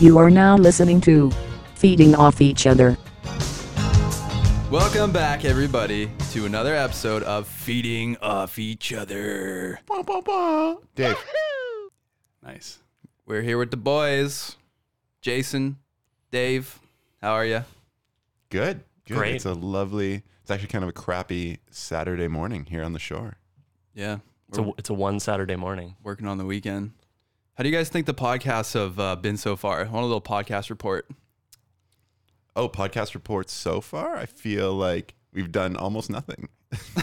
You are now listening to Feeding Off Each Other. Welcome back, everybody, to another episode of Feeding Off Each Other. Dave. Nice. We're here with the boys, Jason, Dave. How are you? Good. Good. Great. It's a lovely, it's actually kind of a crappy Saturday morning here on the shore. Yeah, It's Mm-hmm. a, it's a one Saturday morning. working on the weekend. How do you guys think the podcasts have uh, been so far? I want a little podcast report. Oh, podcast reports so far, I feel like we've done almost nothing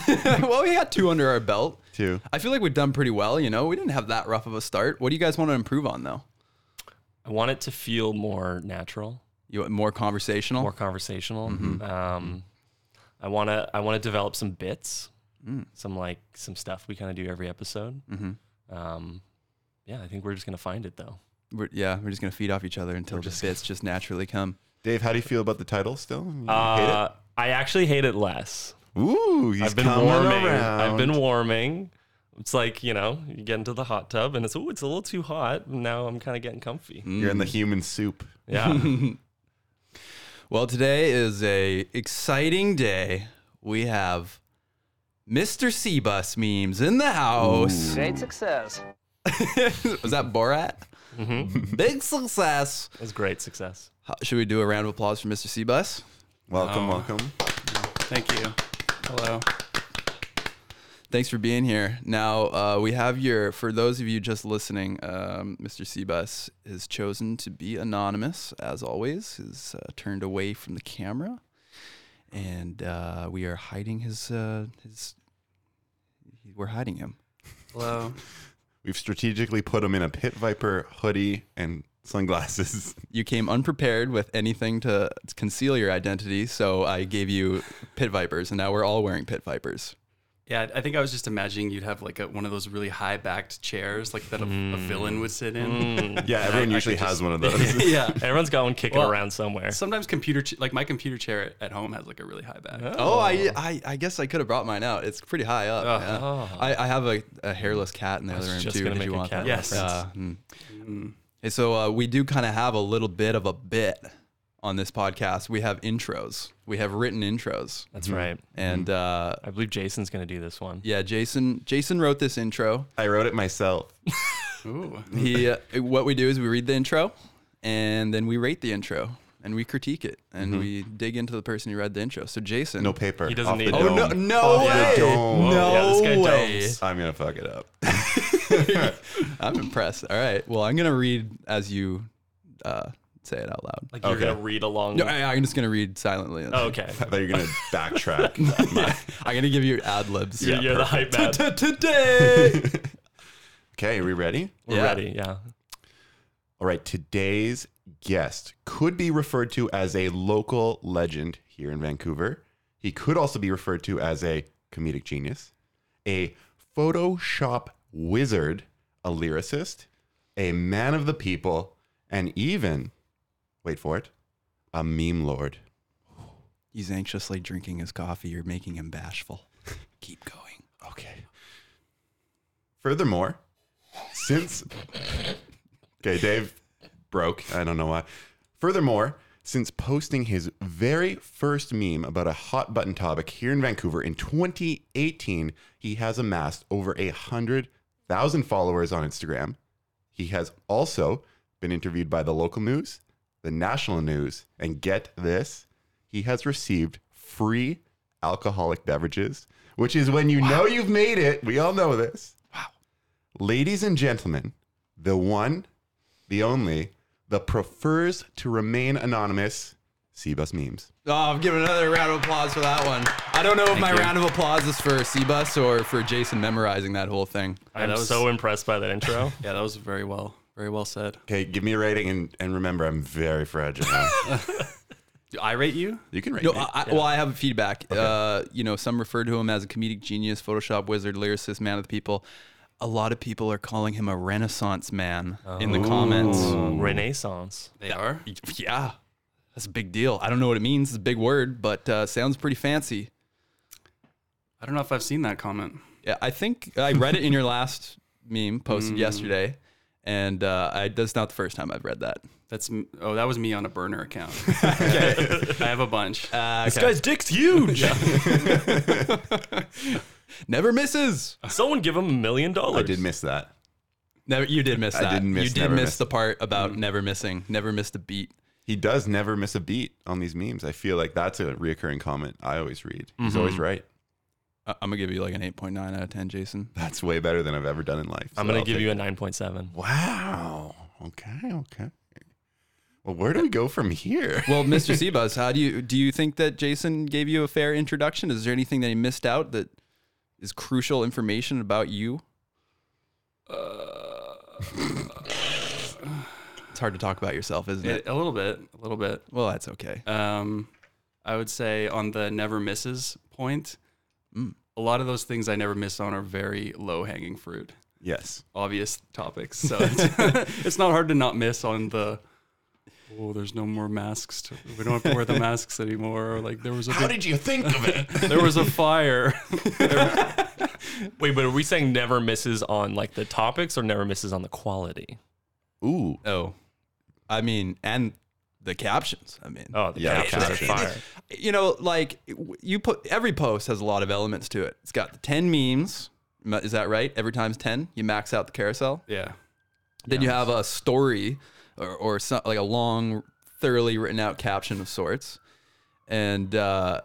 well, we got two under our belt. too. I feel like we've done pretty well. You know, we didn't have that rough of a start. What do you guys want to improve on, though? I want it to feel more natural, You want more conversational? more conversational. Mm-hmm. Um, I want to I want to develop some bits, Mm. some like some stuff we kind of do every episode. Mm-hmm. Um, yeah, I think we're just gonna find it though. We're- yeah, we're just gonna feed off each other until the bits just naturally come. Dave, how do you feel about the title still? You Uh, I actually hate it less. hate it? Ooh, he's I've been coming warming. around. I've been warming. It's like you know, you get into the hot tub and it's oh, it's a little too hot. And now I'm kind of getting comfy. You're in the human soup. Yeah, Well, today is a exciting day. We have Mr. Seabus memes in the house. Great success. Was that Borat? Big success. it was great success. How- Should we do a round of applause for Mr. Seabus? Welcome, Oh. welcome. Thank you. Hello. Thanks for being here. Now uh, we have your. For those of you just listening, um, Mr. Seabus is chosen to be anonymous as always. Is uh, turned away from the camera, and uh, we are hiding his uh, his. We're hiding him. Hello. We've strategically put him in a pit viper hoodie and sunglasses. You came unprepared with anything to conceal your identity, so I gave you pit vipers, and now we're all wearing pit vipers. Yeah, I think I was just imagining you'd have like a, one of those really high backed chairs, like that a, a Mm. villain would sit in. Yeah, everyone usually has one of those. yeah. Everyone's got one kicking Well, around somewhere. Sometimes computer, ch- like my computer chair at, at home has like a really high back. Oh, I, I, I guess I could have brought mine out. It's pretty high up. Oh. yeah. I, I have a, a hairless cat in the other room just too. gonna Did make you a want cat that? Yes. Uh, mm. Hey, so uh, we do kind of have a little bit of a bit on this podcast. We have intros. We have written intros, That's right. and uh, Mm-hmm. I believe Jason's going to do this one. yeah, Jason Jason wrote this intro. I wrote it myself. Ooh. he uh, what we do is we read the intro and then we rate the intro and we critique it and we dig into the person who read the intro so jason No paper. He doesn't Off the need- oh no dome. no Off the way dome. no Yeah, this guy way domes. I'm going to fuck it up. i'm impressed all right well i'm gonna read as you uh, say it out loud Like you're Okay. going to read along. no, I, am just gonna read silently Oh, okay. I thought you were gonna backtrack. i'm gonna give you ad libs You're, you're the hype man. today okay, are we ready? We're Yeah. ready. Yeah. All right, today's guest could be referred to as a local legend here in Vancouver. He could also be referred to as a comedic genius, a Photoshop wizard, a lyricist, a man of the people, and even, wait for it, a meme lord. he's anxiously drinking his coffee you're making him bashful keep going Okay. Furthermore, since okay, Dave broke. I don't know why. Furthermore, since posting his very first meme about a hot button topic here in Vancouver in 2018, he has amassed over a hundred thousand followers on Instagram. He has also been interviewed by the local news, the national news, and get this, he has received free alcoholic beverages, which is when you know you've made it. We all know this. Wow. Ladies and gentlemen, the one, the only, the prefers to remain anonymous, Seabus memes. Oh, I'm giving another round of applause for that one. I don't know if my you. round of applause is for Seabus or for Jason memorizing that whole thing. I'm that was- so impressed by that intro. Yeah, that was very well, very well said. Okay, give me a rating and, and remember I'm very fragile. Do I rate you? you can rate No, me. I, I- well, I have feedback. Uh, you know, some refer to him as a comedic genius, Photoshop wizard, lyricist, man of the people. A lot of people are calling him a Renaissance man in the comments. Oh. Um, Hmm. Renaissance. They are. Yeah, that's a big deal. I don't know what it means. It's a big word, but uh, sounds pretty fancy. I don't know if I've seen that comment. Mm. Yeah, I think I read it in your last meme posted yesterday, And uh, I, that's not the first time I've read that. That's m- oh, that was me on a burner account. I have a bunch. This guy's dick's huge. Never misses. Someone give him a million I dollars. did miss that. Never, you did miss I that. didn't miss you did never miss, miss. Mm. the part about never missing. Never missed a beat. He does never miss a beat on these memes. I feel like that's a reoccurring comment I always read. He's Mm-hmm. always right. I- I'm gonna give you like an 8.9 out of 10, Jason. That's way better than I've ever done in life. I'm so gonna I'll give take you a it. 9.7. Wow. Okay. Okay. Well, where do we go from here? Well, Mr. Seabus, how do you do you think that Jason gave you a fair introduction? Is there anything that he missed out that is crucial information about you? Uh, it's hard to talk about yourself, isn't it? a little bit, a little bit. Well, that's okay. Um, I would say on the never misses point, a lot of those things I never miss on are very low hanging fruit, Yes. obvious topics. So it's, it's not hard to not miss on the. Oh, there's no more masks. To, we don't have to wear the masks anymore. Or like there was a big- did you think of it? there was a fire. Wait, but are we saying never misses on like the topics or never misses on the quality? Ooh. Oh, I mean, and the captions. I mean, Oh, the Yeah, captions are captions. fire. you know, like w- you put every post has a lot of elements to it. It's got the 10 memes. M- Is that right? Every time's 10, you max out the carousel. yeah. Then you have a story or, or some, like a long, thoroughly written out caption of sorts. And uh,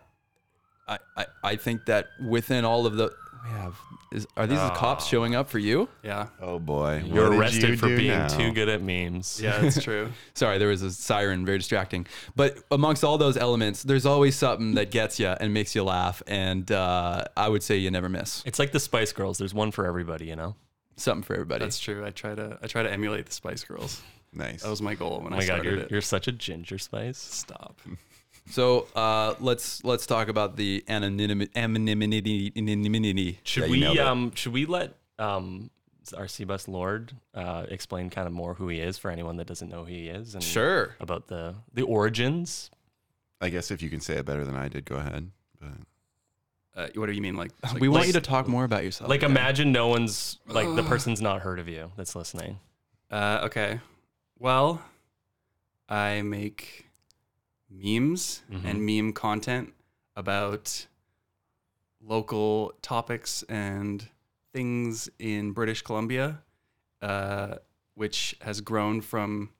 I, I, I think that within all of the, we have, is, are these the cops showing up for you? Yeah. Oh boy. What You're did arrested you for do being now? too good at memes. Yeah, that's true. Sorry, there was a siren, very distracting. But amongst all those elements, there's always something that gets you and makes you laugh. And uh, I would say you never miss It's like the Spice Girls. There's one for everybody, you know? something for everybody. That's true. I try to I try to emulate the Spice Girls. Nice. That was my goal when Oh I my God, started you're, it. you're such a ginger spice. Stop. so uh, let's let's talk about the anonymity. anonymity, anonymity. Should Yeah, you we nailed it. um should we let um our Seabus Lord uh explain kind of more who he is for anyone that doesn't know who he is and Sure. about the the origins? I guess if you can say it better than I did, go ahead. But Uh, what do you mean, like? like we want like- you to talk more about yourself. Like imagine no one's like the person's not heard of you that's listening. Uh, okay. Well, I make memes and meme content about local topics and things in British Columbia, uh, which has grown from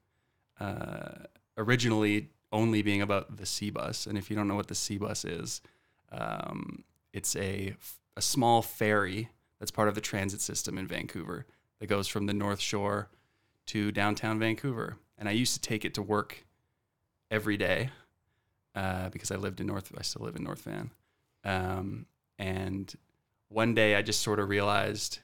uh, originally only being about the sea bus. And if you don't know what the sea bus is, um, it's a, a small ferry that's part of the transit system in Vancouver that goes from the North Shore to downtown Vancouver. And I used to take it to work every day uh, because I lived in North, I still live in North Van. Um, and one day I just sort of realized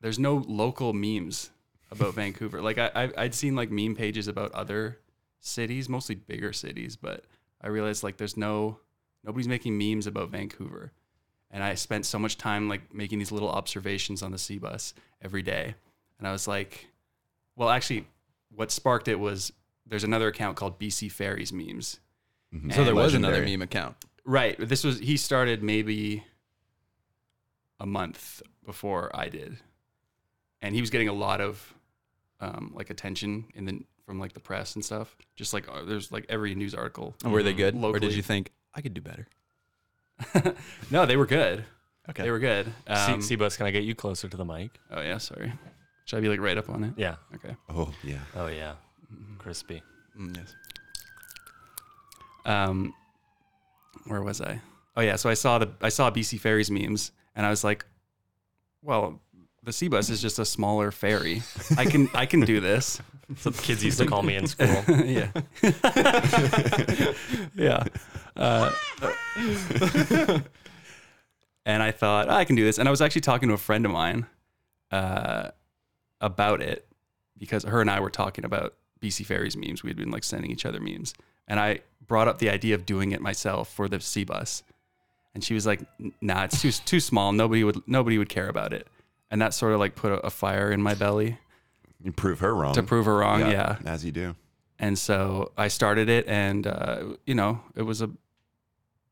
there's no local memes about Vancouver. Like I, I, I'd seen like meme pages about other cities, mostly bigger cities, but I realized like there's no, nobody's making memes about Vancouver. And I spent so much time like making these little observations on the sea bus every day. And I was like, well, actually, what sparked it was there's another account called BC Fairies Memes. so there was another mm-hmm. Legendary. meme account. Right. This was, he started maybe a month before I did. And he was getting a lot of um, like attention in the, from like the press and stuff. Just like uh, there's like every news article. And were they good, or did Mm-hmm. Locally. you think I could do better? No, they were good. Okay. They were good. Um, C Seabus, can I get you closer to the mic? oh, yeah. Sorry. Should I be like right up on it? Yeah. Okay. Oh yeah. Oh yeah. Crispy. Mm, yes. um, where was I? Oh yeah, so I saw the I saw BC Ferries memes, and I was like, well, the sea bus is just a smaller ferry. I can I can do this. So the kids used to call me in school. yeah, yeah. Uh, and I thought "Oh, I can do this, and I was actually talking to a friend of mine uh, about it because her and I were talking about BC Ferries memes. We had been like sending each other memes, and I brought up the idea of doing it myself for the C bus, and she was like, "Nah, it's too too small. Nobody would nobody would care about it." And that sort of like put a, a fire in my belly You prove her wrong. to prove her wrong. yeah. As you do. And so I started it, and uh, you know, it was a,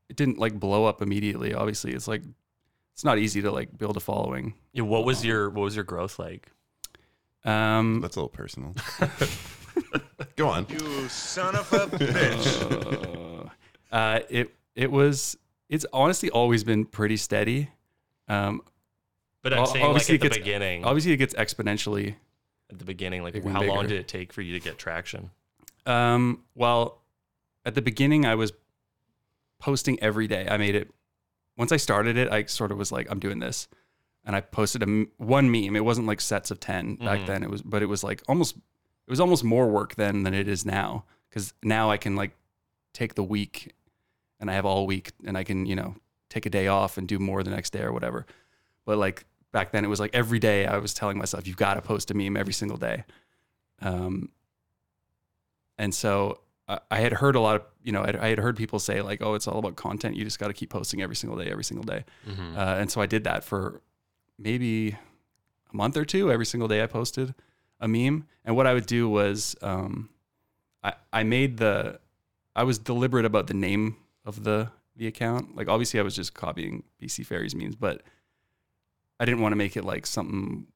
it didn't like blow up immediately. Obviously, it's like, it's not easy to like build a following. Yeah, what was your what was your growth like? Um, That's a little personal. Go on. You son of a bitch. uh, it it was it's honestly always been pretty steady. Um, But I'm Ob- saying like obviously at the it gets- beginning, obviously, it gets exponentially. at the beginning, like Bigger and how long bigger. did it take for you to get traction? Um, well, at the beginning, I was posting every day. I made it. Once I started it, I sort of was like, I'm doing this, and I posted a m- one meme. It wasn't like sets of 10 back Mhm. then. It was, but it was like almost it was almost more work then than it is now because now I can like take the week and I have all week and I can you know take a day off and do more the next day or whatever. But like back then, it was like every day I was telling myself, you've got to post a meme every single day. Um, and so I, I had heard a lot of, you know, I, I had heard people say like, oh, it's all about content. You just got to keep posting every single day, every single day. Mm-hmm. Uh, and so I did that for maybe a month or two. Every single day I posted a meme. And what I would do was um, I, I made the, I was deliberate about the name of the, the account. Like obviously I was just copying BC Fairies memes, but I didn't want to make it like something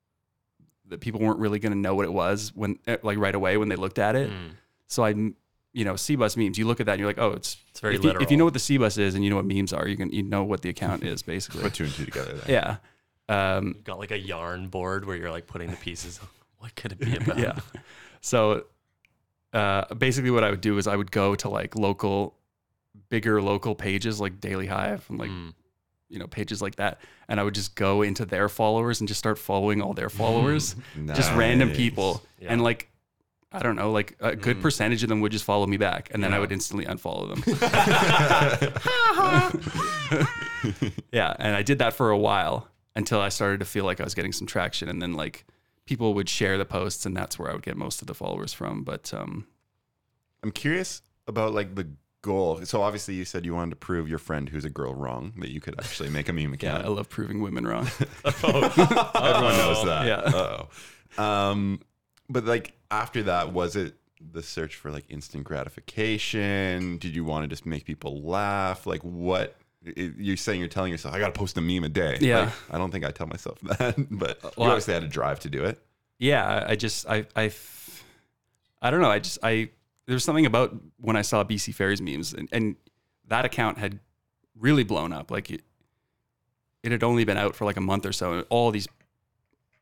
that people weren't really going to know what it was when, eh, like right away when they looked at Mm. it. So I, m- you know, CBus memes, you look at that and you're like, oh, it's, It's very if you, literal. if you know what the CBus is and you know what memes are, you can, you know what the account is basically. Put two and two together there. Yeah. Um, You've got like a yarn board where you're like putting the pieces. what could it be about? yeah. So uh, basically, what I would do is I would go to like local, bigger local pages like Daily Hive and like, Mm. you know, pages like that. And I would just go into their followers and just start following all their followers, just random Nice. people. Yeah. And like, I don't know, like a good Mm. percentage of them would just follow me back. And then I Yeah. would instantly unfollow them. Yeah, and I did that for a while until I started to feel like I was getting some traction, and then like people would share the posts, and that's where I would get most of the followers from. But um, I'm curious about like the goal. So obviously you said you wanted to prove your friend who's a girl wrong that you could actually make a meme yeah, account. I love proving women wrong. Oh. Everyone knows that. Yeah. Uh-oh. Um, but like after that, was it the search for like instant gratification? Did you want to just make people laugh? Like what? i- You're saying you're telling yourself, I got to post a meme a day. Yeah. Uh, Like, I don't think I tell myself that, but Well, you I- obviously had a drive to do it. yeah, I, I just I I f- I don't know. I just I there's something about when I saw BC Fairies memes, and, and that account had really blown up. Like it, it had only been out for like a month or so, and all these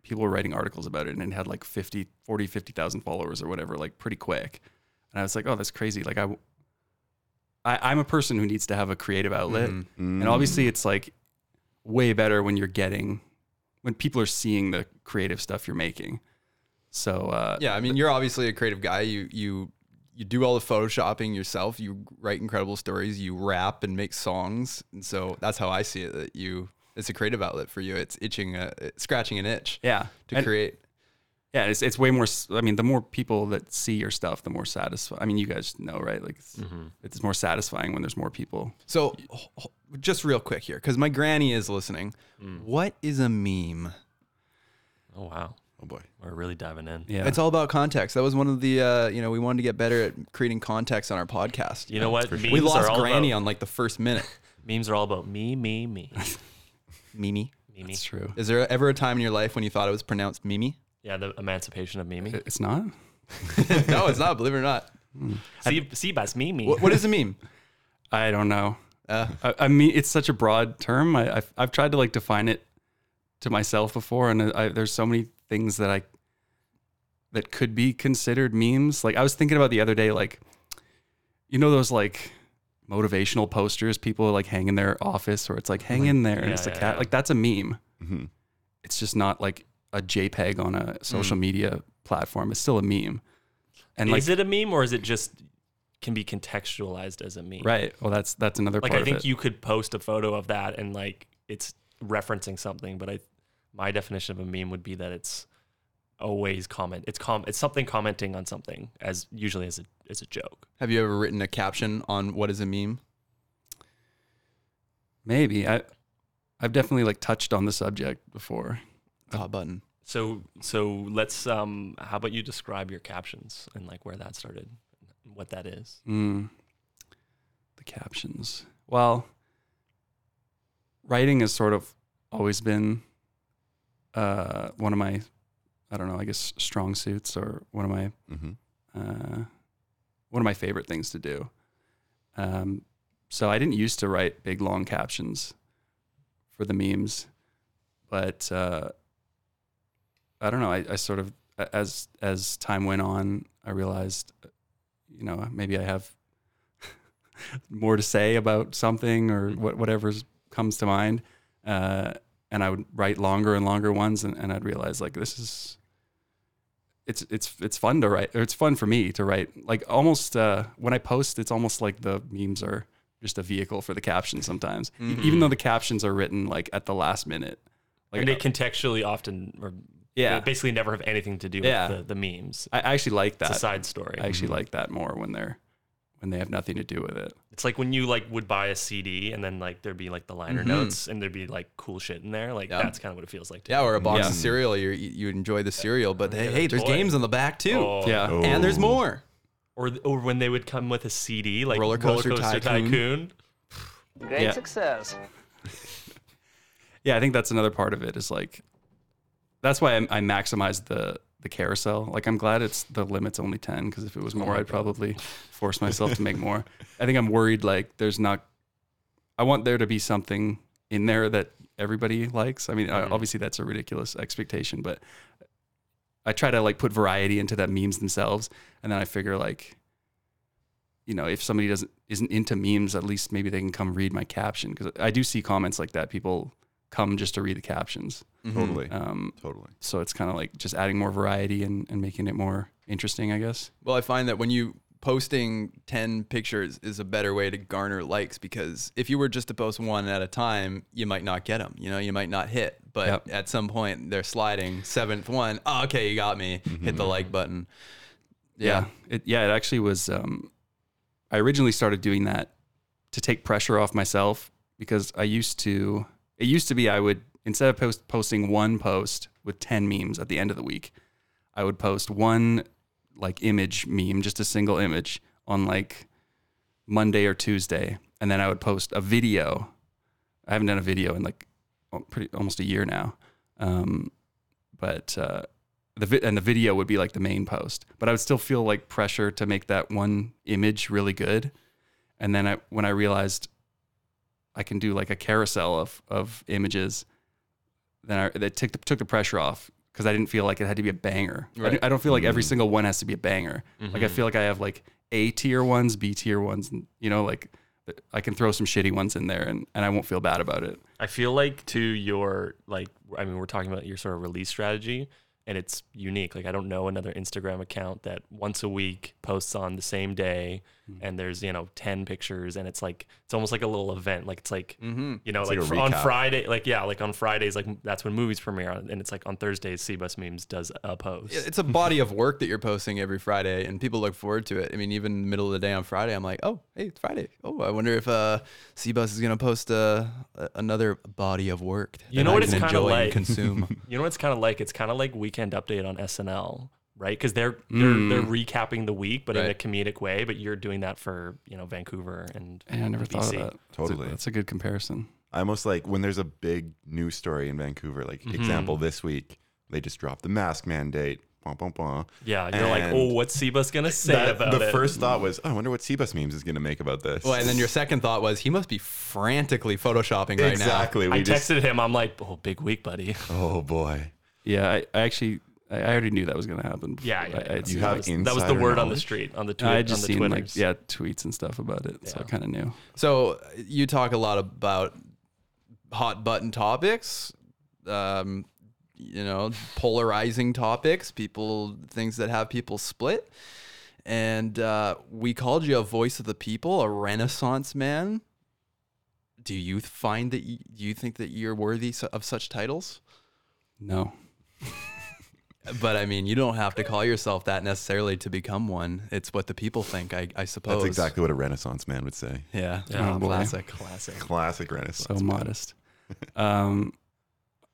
people were writing articles about it, and it had like 50, 40, 50,000 followers or whatever, like pretty quick. And I was like, oh, that's crazy. Like I, w- I am a person who needs to have a creative outlet, Mm. and obviously it's like way better when you're getting when people are seeing the creative stuff you're making. So uh, Yeah, I mean, you're obviously a creative guy. You you you do all the photoshopping yourself. You write incredible stories. You rap and make songs, and so that's how I see it. That you, it's a creative outlet for you. It's itching, a, scratching an itch yeah, to And- create. Yeah, it's, it's way more. s- I mean, the more people that see your stuff, the more satisfying. I mean, you guys know, right? Like, it's, Mm-hmm. it's more satisfying when there's more people. So, h- h- just real quick here, because my granny is listening. Mm. What is a meme? Oh wow, Oh boy. we're really diving in. Yeah, It's all about context. That was one of the, uh, you know, we wanted to get better at creating context on our podcast. You know what? Memes we lost are all Granny about, on like the first minute. memes are all about me, me, me, Mimi. me, me. it's true. Is there ever a time in your life when you thought it was pronounced Mimi? Yeah, the emancipation of Mimi. It- It's not. no, it's not. Believe it or not. See, see, best Mimi. What, what is a meme? I don't know. Uh, I, I mean, it's such a broad term. I, I've I've tried to like define it to myself before, and I, there's so many things that I that could be considered memes. Like I was thinking about the other day, like you know those like motivational posters people like hang in their office, where it's like hang in there, and Yeah, it's a yeah, cat. yeah. Like that's a meme. hmm it's just not like a JPEG on a social media platform. It's still a meme. And like, Mm. is it a meme or is it just can be contextualized as a meme? right. Well, that's, that's another Like part I think of it. you could post a photo of that and like it's referencing something, but I my definition of a meme would be that it's always comment. It's com it's something commenting on something as usually as a as a joke. Have you ever written a caption on what is a meme? maybe I, I've definitely like touched on the subject before. It's a hot button. So so let's um how about you describe your captions and like where that started, what that is. Mm. The captions. Well, writing has sort of always been uh, one of my I don't know. I guess strong suits are one of my hmm uh, one of my favorite things to do. Um, so I didn't used to write big long captions for the memes, but uh, I don't know. I, I sort of a- as as time went on, I realized, uh, you know, maybe I have more to say about something or what whatever comes to mind. Uh, and I would write longer and longer ones, and, and I'd realize like this is it's it's it's fun to write or it's fun for me to write like almost uh when i post it's almost like the memes are just a vehicle for the captions sometimes E- even though the captions are written like at the last minute like uh, and they contextually often or Yeah. they basically never have anything to do Yeah. with the, the memes. i I actually like It's a that i side story. actually like that more when they're when they have nothing to do with it it's like when you like would buy a CD and then like there'd be like the liner notes and there'd be like cool shit in there. Like Yeah. that's kind of what it feels like. To Yeah, or a box Yeah. of cereal. You're, you you enjoy the cereal, but hey, hey, there's toy. games on the back too, Oh. yeah Oh. and there's more. Or or when they would come with a CD like Roller Roller Coaster, Coaster Tycoon. Tycoon. Great Yeah. success. yeah i think that's another part of it is like that's why i, I maximize the the carousel like i'm glad it's the limit's only 10 because if it Oh was more i'd probably force myself to make more i think i'm worried like there's not i want there to be something in there that everybody likes i mean Mm-hmm. I obviously that's a ridiculous expectation but i try to like put variety into that memes themselves and then i figure like you know, if somebody doesn't isn't into memes, at least maybe they can come read my caption because I do see comments like that. People come just to read the captions. Mm-hmm. Totally. Um, Totally. so it's kind of like just adding more variety and, and making it more interesting, I guess. Well, I find that when you posting 10 pictures is a better way to garner likes because if you were just to post one at a time, you might not get them. You know, you might not hit, but Yep. at some point they're sliding. Seventh one, oh, okay, you got me. Hit the like button. Yeah. It, yeah. It actually was. Um, I originally started doing that to take pressure off myself because I used to. It used to be I would instead of post, posting one post with ten memes at the end of the week, I would post one like image meme, just a single image on like Monday or Tuesday, and then I would post a video. I haven't done a video in like al- pretty almost a year now, um, but uh, the vi- and the video would be like the main post. But I would still feel like pressure to make that one image really good. And then I when I realized I can do like a carousel of of images, then I that took the, took the pressure off because I didn't feel like it had to be a banger. I, don't, I don't feel like every single one has to be a banger. Like Mm-hmm. I feel like I have like A tier ones, B tier ones, and you know like. th- I can throw some shitty ones in there, and, and I won't feel bad about it. I feel like to your like I mean we're talking about your sort of release strategy and it's unique. Like I don't know another Instagram account that once a week posts on the same day Hmm. and there's, you know, 10 pictures and it's like it's almost like a little event. Like it's like you know, Mm-hmm. like like, a fr- on recap. Friday, like yeah, like on Fridays like m- that's when movies premiere on, and it's like on Thursdays Seabus memes does a post. It- It's a body of work that you're posting every Friday, and people look forward to it. I mean, even the middle of the day on Friday, I'm like, oh, hey, it's Friday. Oh, I wonder if uh, Seabus is going to post uh, a- another body of work. You that know I can what it's kinda enjoy and like? Consume. You know what it's kind of like? It's kind of like Weekend Update on SNL, right? Because they're they're they're recapping the week, but in a Right. comedic way. But you're doing that for you know Vancouver and And I never thought of BC. that. that's Totally. a, that's a good comparison. I almost like when there's a big news story in Vancouver, like Mm-hmm. example this week, they just dropped the mask mandate. Bah, bah, bah. Yeah, you're like, And oh, what's Seabus gonna say that- about the it? first thought was, oh, I wonder what Seabus memes is going to make about this. well, and then your second thought was, he must be frantically photoshopping right now. exactly. I We just, texted him. I'm like, oh, big week, buddy. oh boy, Yeah, I, I actually I I already knew that was gonna happen. before. Yeah, yeah, I- I, yeah. had You seen- have that was, that was the insider word on the knowledge. street on the I Twitter. had just on the seen Twitters. like yeah tweets and stuff about it, so I kind of knew. So you talk a lot about hot button topics, um, you know, polarizing topics, people, things that have people split. And uh, we called you a voice of the people, a renaissance man. Do you find that you, you think that you're worthy su- of such titles? No, But I mean, you don't have to call yourself that necessarily to become one. It's what the people think, I, I suppose. that's exactly what a Renaissance man would say. Yeah. Yeah. Oh, boy. classic. classic. Classic Renaissance. so modest. um,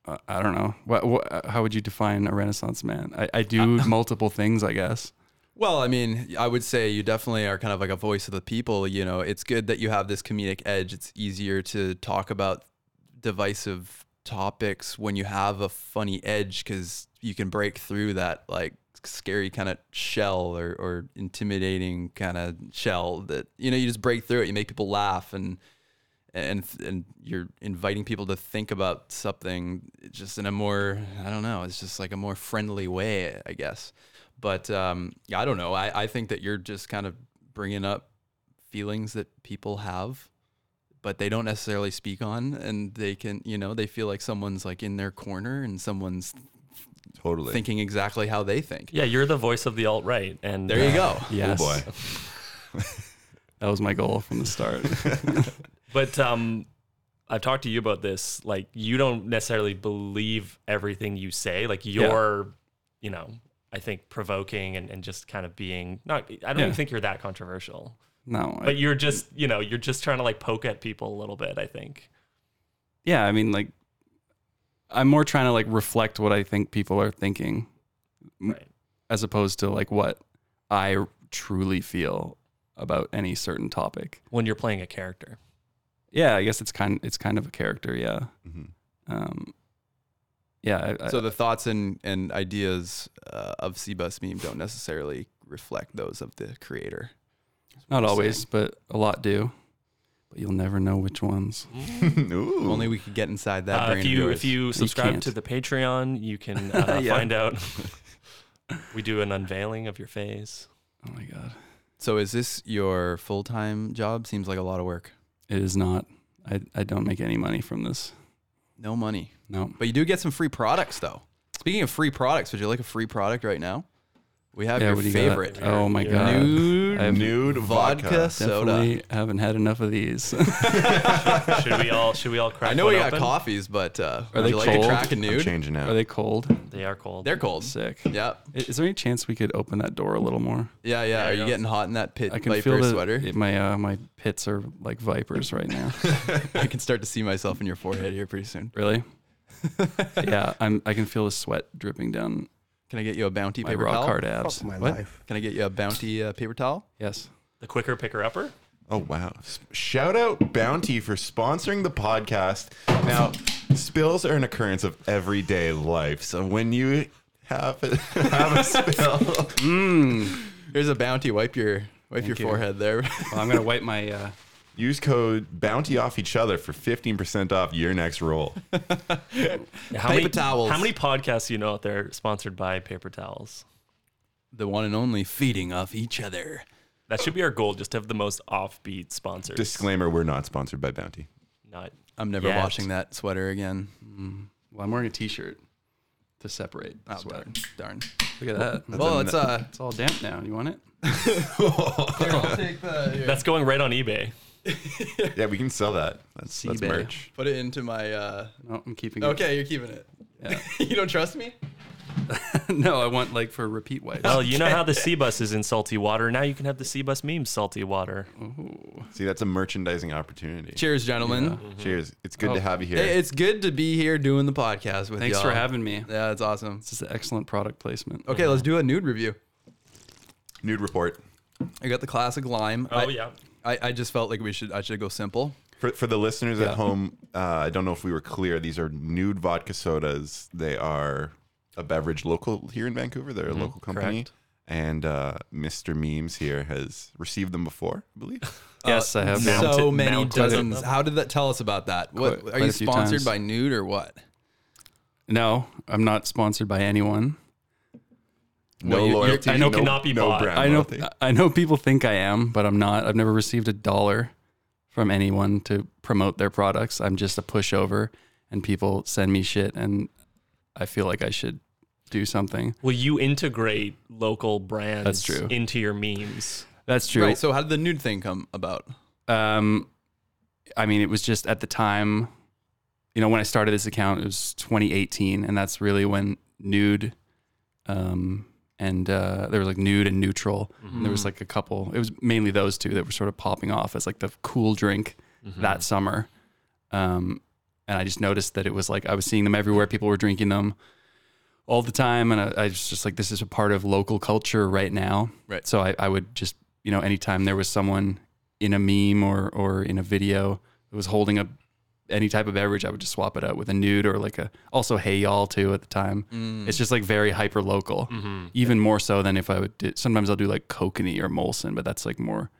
I, I don't know. What, what? How would you define a Renaissance man? I, I do Uh, multiple things, I guess. Well, I mean, I would say you definitely are kind of like a voice of the people. You know, it's good that you have this comedic edge. It's easier to talk about divisive topics when you have a funny edge because you can break through that like scary kind of shell or, or intimidating kind of shell that you know you just break through it. You make people laugh and and and you're inviting people to think about something just in a more I don't know. It's just like a more friendly way, I guess. But um, yeah, I don't know. I, I think that you're just kind of bringing up feelings that people have but they don't necessarily speak on and they can you know they feel like someone's like in their corner and someone's Totally. thinking exactly how they think Yeah, you're the voice of the alt right, and there you go Yes. Oh boy. That was my goal from the start. But um, I've talked to you about this. Like, you don't necessarily believe everything you say. Like, you're, you know, I think provoking and, and just kind of being not. I don't Yeah. even think you're that controversial. no, I- But you're just, you know, you're just trying to like poke at people a little bit. I think. yeah, I mean, like, I'm more trying to like reflect what I think people are thinking, m- Right. as opposed to like what I truly feel about any certain topic. When you're playing a character. Yeah, I guess it's kind it's kind of a character. Yeah, Mhm. um, yeah. I, so the thoughts and and ideas uh, of cbus meme don't necessarily reflect those of the creator I, not always, but a lot do. But you'll never know which ones. If Mm-hmm. Ooh. only we could get inside that Uh, brain if of you yours. if you subscribe can't. to the Patreon, you can uh, Yeah. find out. we do an unveiling of your face. Oh my god, so is this your full-time job seems like a lot of work it is not. I I don't make any money from this. no money No. but you do get some free products though speaking of free products would you like a free product right now we have your what do you got? favorite Oh my Your god. nude I have Nude vodka, vodka. soda Definitely haven't had enough of these. Should we all should we all crack? I know one we got open? coffees, but uh, Are would they you like cold? a crack and I'm nude? changing Are out. they cold? They are cold. They're cold. Sick. Yep. I- Is there any chance we could open that door a little more? Yeah, yeah. There Are you you go. getting hot in that pit I can viper feel the, sweater? it- my uh, my pits are like vipers right now. I can start to see myself in your forehead here pretty soon. really? yeah, I'm. I can feel the sweat dripping down Can I get you a bounty my paper rock towel? hard abs. What? Can I get you a bounty uh, paper towel? Yes. The quicker picker upper. Oh wow! S- Shout out Bounty for sponsoring the podcast. Now, spills are an occurrence of everyday life, so when you have a, have a spill, Here's a bounty. Wipe your wipe your you. forehead there. Well, I'm gonna wipe my. Uh, use code Bounty off each other for fifteen percent off your next roll. How Paper many, towels. How many podcasts you know out there sponsored by paper towels? the one and only feeding off each other. That should be our goal. Just to have the most offbeat sponsors. Disclaimer: We're not sponsored by Bounty. Not. I'm never Yes. washing that sweater again. well, I'm wearing a T-shirt to separate Oh, sweat. darn. darn. Look at that. Well, it's uh, It's all damp now. You want it? That's going right on eBay. Yeah, we can sell that. That's, that's eBay. merch. put it into my. Uh, No, I'm keeping it. okay, you're keeping it. you don't trust me? no, I want like for repeat wipes. Well, you know how the sea bus is in salty water. Now you can have the sea bus meme salty water. See, that's a merchandising opportunity. Cheers, gentlemen. Cheers. It's good to have you here. Hey, it's good to be here doing the podcast with you. Thanks for having me. Yeah, it's awesome. This is excellent product placement. Okay, let's do a nude review. Nude report. I got the classic lime. Oh I, uh, yeah. I, I just felt like we should I should go simple. For, for the listeners at home, uh, I don't know if we were clear. These are nude vodka sodas. They are a beverage local here in Vancouver. They're a local company. correct. And uh, Mr. Memes here has received them before, I believe. Yes, I have. now- now. Mounted- so many mounted dozens. up. How did that tell us about that? What Quite- are quite you a few sponsored times. by nude or what? No, I'm not sponsored by anyone. No you- you- loyalty. I know no, cannot be no bought. brand I know. loyalty. I know people think I am, but I'm not. I've never received a dollar from anyone to promote their products. I'm just a pushover, and people send me shit, and I feel like I should do something. Well, you integrate local brands That's true. into your memes. That's true. Right. So how did the nude thing come about? um, I mean, it was just at the time, you know, when I started this account, it was 2018, and that's really when nude, um, and uh, there was like nude and neutral. And there was like a couple. It was mainly those two that were sort of popping off as like the cool drink that summer. Um, and I just noticed that it was like I was seeing them everywhere. People were drinking them all the time, and I, I was just like, this is a part of local culture right now. Right. So I, I would just you know anytime there was someone in a meme or or in a video that was holding a any type of beverage, I would just swap it out with a nude or like a also hey y'all too at the time. It's just like very hyper local, even more so than if I would. Do, sometimes I'll do like Kokanee or Molson, but that's like more.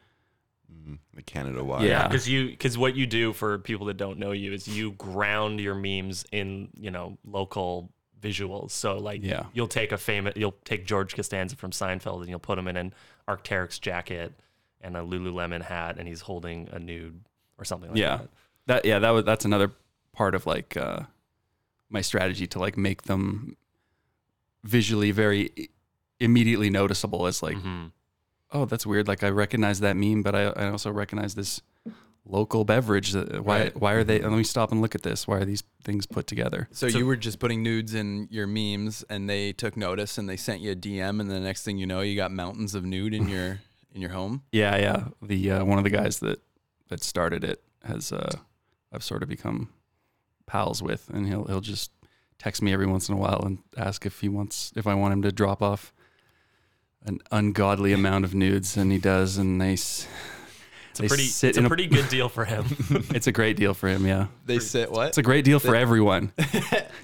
the Canada wide. Yeah. because you because what you do for people that don't know you is you ground your memes in you know local visuals so like Yeah. you'll take a famous you'll take george costanza from seinfeld and you'll put him in an arcteryx jacket and a lululemon hat and he's holding a nude or something like yeah that that yeah that was that's another part of like uh my strategy to like make them visually very i- immediately noticeable as like Mm-hmm. oh that's weird like i recognize that meme but i, I also recognize this local beverage that, why why are they let me stop and look at this why are these things put together So, you were just putting nudes in your memes, and they took notice, and they sent you a DM, and the next thing you know, you got mountains of nude in your in your home. yeah yeah the uh, one of the guys that that started it has uh i've sort of become pals with and he'll he'll just text me every once in a while and ask if he wants if i want him to drop off an ungodly amount of nudes and he does and they s- it's a They pretty sit it's a in a- pretty good deal for him it's a great deal for him yeah They sit what? it's a great deal for everyone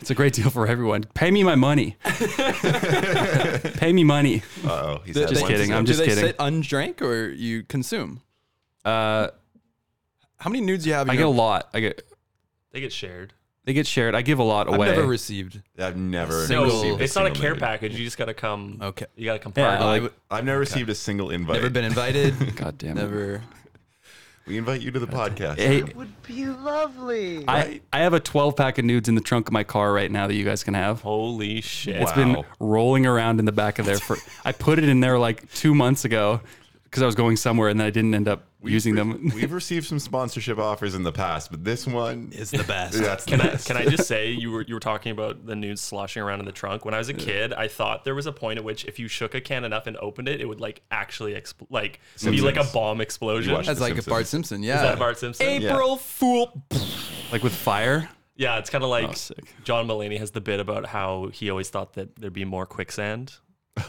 it's a great deal for everyone pay me my money pay me money Uh-oh. He's They- had Just they- one kidding, sip. I'm just do they kidding. sit undrank or you consume? uh How many nudes do you have? In i get your a lot i get they get shared they get shared i give a lot I've away never received. I've never. no received it's not a single care nude. package you just gotta come Okay. you gotta come Yeah, party. like- I w- I've never received a single invite. never been invited. god damn it never. We invite you to the podcast. Hey, would be lovely. I, I have a 12 pack of nudes in the trunk of my car right now that you guys can have. holy shit It's been Wow. rolling around in the back of there for. I put it in there like two months ago because I was going somewhere and then I didn't end up using them. We've received some sponsorship offers in the past, but this one is the best. That's the Can I, best. can I just say you were you were talking about the nudes sloshing around in the trunk? When I was a kid, I thought there was a point at which if you shook a can enough and opened it, it would like actually expl- like be like a bomb explosion. You watched Is That's The like a Bart Simpson. Yeah. that Bart Simpson? April Fool. Like with fire. Yeah, it's kind of Oh, like sick. John Mulaney has the bit about how he always thought that there'd be more quicksand.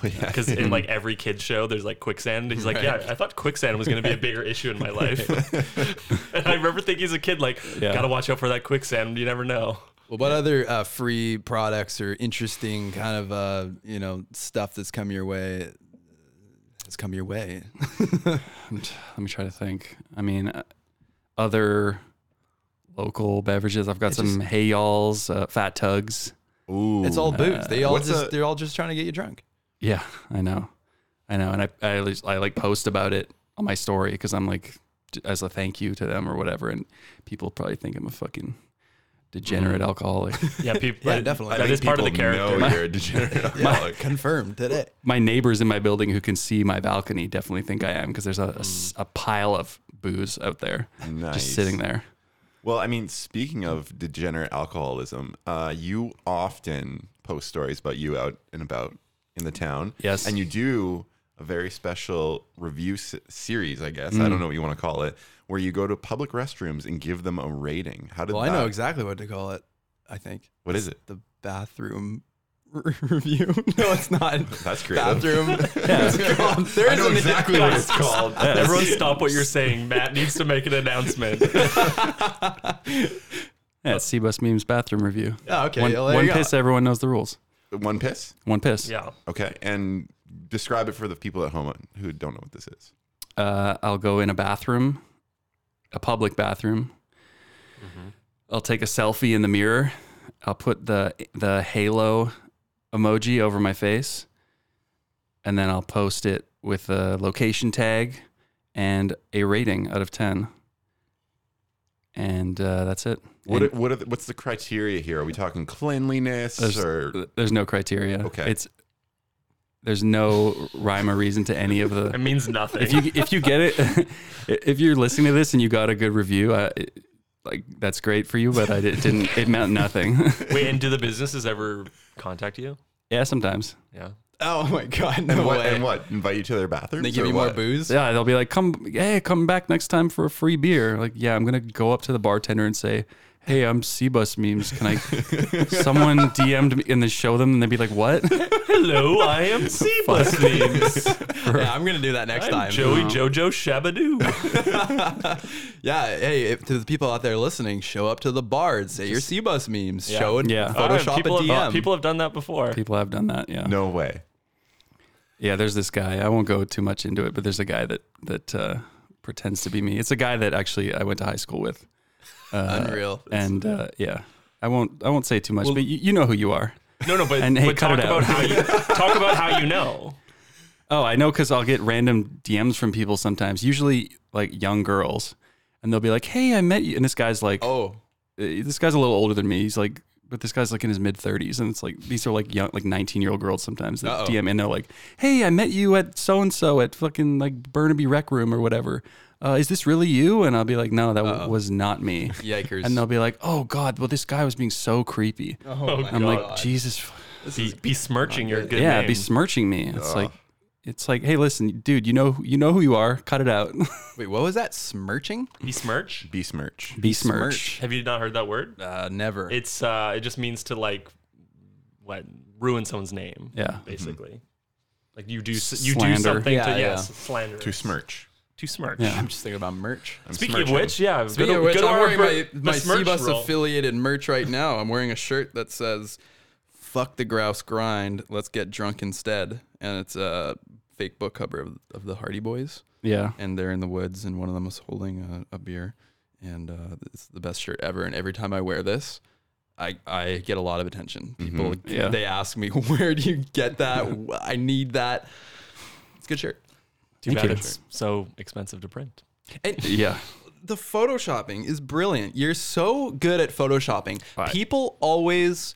yeah. Because in like every kid's show, there's like quicksand. He's like, yeah, I thought quicksand was going to be a bigger issue in my life. and I remember thinking as a kid, like, Yeah. gotta watch out for that quicksand. You never know. Well, what other uh, free products or interesting kind of uh, you know stuff that's come your way? Has come your way. Let me try to think. I mean, uh, other local beverages. I've got some Hey Y'alls, uh, Fat Tugs. Ooh. It's all booze. They all what's just a- they're all just trying to get you drunk. Yeah, I know, I know, and I I, at least- I like post about it on my story because I'm like t- as a thank you to them or whatever, and people probably think I'm a fucking Mm. degenerate alcoholic. Yeah, people. Yeah, definitely. That I is part of the People character. Know you're a degenerate alcoholic. Confirmed today. my neighbors in my building who can see my balcony definitely think I am because there's a, a s- Mm. a pile of booze out there Nice. just sitting there. Well, I mean, speaking of degenerate alcoholism, uh, you often post stories about you out and about in the town. Yes. And you do a very special review s- series, I guess. Hmm. I don't know what you want to call it, where you go to public restrooms and give them a rating. How did Well, I that, know exactly what to call it. I think What is it? the bathroom r- review. No, it's not. That's creative. bathroom. It's called- there I know is an- exactly what it's called. Everyone, stop what you're saying. Matt needs to make an announcement. Yeah, it's Seabus Memes bathroom review. Oh, okay. one well, there one you go. piss, everyone knows the rules. One piss. One piss. yeah, Okay. And describe it for the people at home who don't know what this is. uh, I'll go in a bathroom, a public bathroom. I'll take a selfie in the mirror. I'll put the the halo emoji over my face, and then I'll post it with a location tag and a rating out of ten. And uh, that's it. What, And- are- what are the, what's the criteria here? Are we talking cleanliness There's- or there's no criteria. Okay. It's there's no rhyme or reason to any of the. it means nothing. if you if you get it, if you're listening to this and you got a good review, I, it- like that's great for you. But I did, didn't. It meant nothing. Wait, and do the businesses ever contact you? yeah, sometimes. Yeah. Oh my god! No and what, way. and what? Invite you to their bathrooms? They give or you what? more booze. Yeah, they'll be like, "Come, hey, come back next time for a free beer." Like, yeah, I'm gonna go up to the bartender and say, "Hey, I'm Seabus memes. Can I?" Someone DM'd me and then show them, and they'd be like, "What?" Hello, I am Seabus Memes. yeah, I'm gonna do that next I'm time. Joey Jojo Shabadoo. Yeah, hey, if, to the people out there listening, show up to the bard, say your Seabus memes, Yeah. show and Yeah. Oh, All right, Photoshop Uh, people, a DM. uh, Have, people have done that before. People have done that. Yeah. No way. Yeah, there's this guy. I won't go too much into it, but there's a guy that that uh, pretends to be me. It's a guy that actually I went to high school with, Unreal. and uh, yeah, I won't I won't say too much, but you, you know who you are. No, no, but, And, hey, but cut talk it about out. how you talk about how you know. Oh, I know because I'll get random DMs from people sometimes, usually like young girls, and they'll be like, "Hey, I met you," and this guy's like, "Oh, oh, this guy's a little older than me." He's like, "But this guy's like in his mid 30s," and it's like these are like young, like 19 year old girls sometimes that Uh-oh. DM, and they're like, "Hey, I met you at so and so at fucking like Burnaby Rec Room or whatever. Uh, is this really you?" And I'll be like, "No, that w- was not me." yikers! And they'll be like, "Oh God, well this guy was being so creepy." oh, my I'm like, God. "Jesus." f- Be, besmirching your good yeah, name. besmirching me. It's like, it's like, hey, listen, dude, you know, you know who you are. Cut it out. Wait, what was that? Smirching? besmirch. Besmirch. Besmirch. Have you not heard that word? Uh, never. It's uh, it just means to like what ruin someone's name. Yeah. basically. Like you do s- you Slander. do something Yeah, to yeah. yes slander To smirch. to smirch. Yeah. I'm just thinking about merch. Speaking of which, yeah. Speaking good, of which, good I'm work, wearing bro- my, my besmirch Seabus roll. affiliated merch right now. I'm wearing a shirt that says "Fuck the grouse grind, let's get drunk instead," and it's a fake book cover of, of the Hardy Boys, Yeah. and they're in the woods, and one of them is holding a, a beer, and uh, it's the best shirt ever. And every time I wear this. I, I get a lot of attention. People Yeah. they ask me, "Where do you get that? Wh- I need that." It's a good shirt. Too Thank bad you. it's so expensive to print. And Yeah. the photoshopping is brilliant. You're so good at photoshopping. People always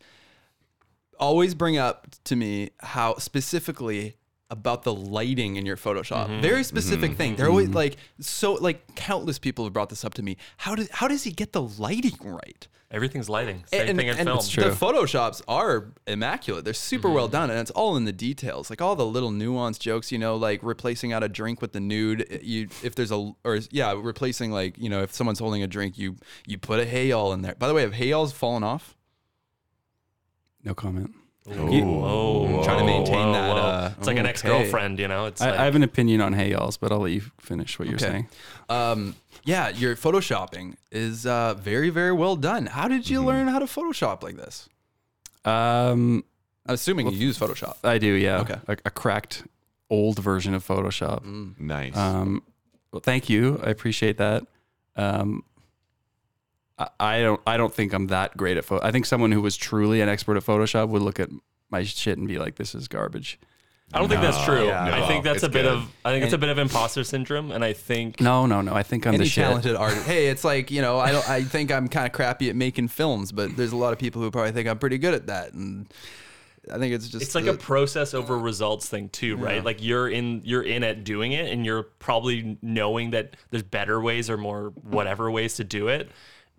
always bring up to me how specifically about the lighting in your Photoshop. Very specific thing. They're always like so like countless people have brought this up to me. How does how does he get the lighting right? Everything's lighting. Same thing in film. Mm-hmm. The photoshops are immaculate. They're super well done, and it's all in the details, like all the little nuanced jokes. You know, like replacing out a drink with the nude. You, if there's a, or yeah, replacing like you know, if someone's holding a drink, you you put a hey all in there. By the way, have hey alls fallen off? No comment. Whoa, Trying to maintain whoa, that, whoa. uh, it's like an okay. ex girlfriend, you know. It's I, like, I have an opinion on hey y'all's, but I'll let you finish what you're Okay. saying. Um, yeah, your photoshopping is uh, very very well done. How did you learn how to photoshop like this? Um, I'm assuming you use Photoshop. I do. Yeah. Okay. A, a cracked old version of Photoshop. Nice. Um, well, thank you. I appreciate that. Um, I, I don't. I don't think I'm that great at. Pho- I think someone who was truly an expert at Photoshop would look at my shit and be like, "This is garbage." I don't think that's true. yeah. I think No, that's a it's bit good. of I think it's a bit of imposter syndrome, and I think No, no, no. I think I'm Any the shit. talented artist. Hey, it's like you know, I don't. I think I'm kind of crappy at making films, but there's a lot of people who probably think I'm pretty good at that, and I think it's just it's like the- a process over results thing too, right? Like you're in you're in at doing it, and you're probably knowing that there's better ways or more whatever ways to do it,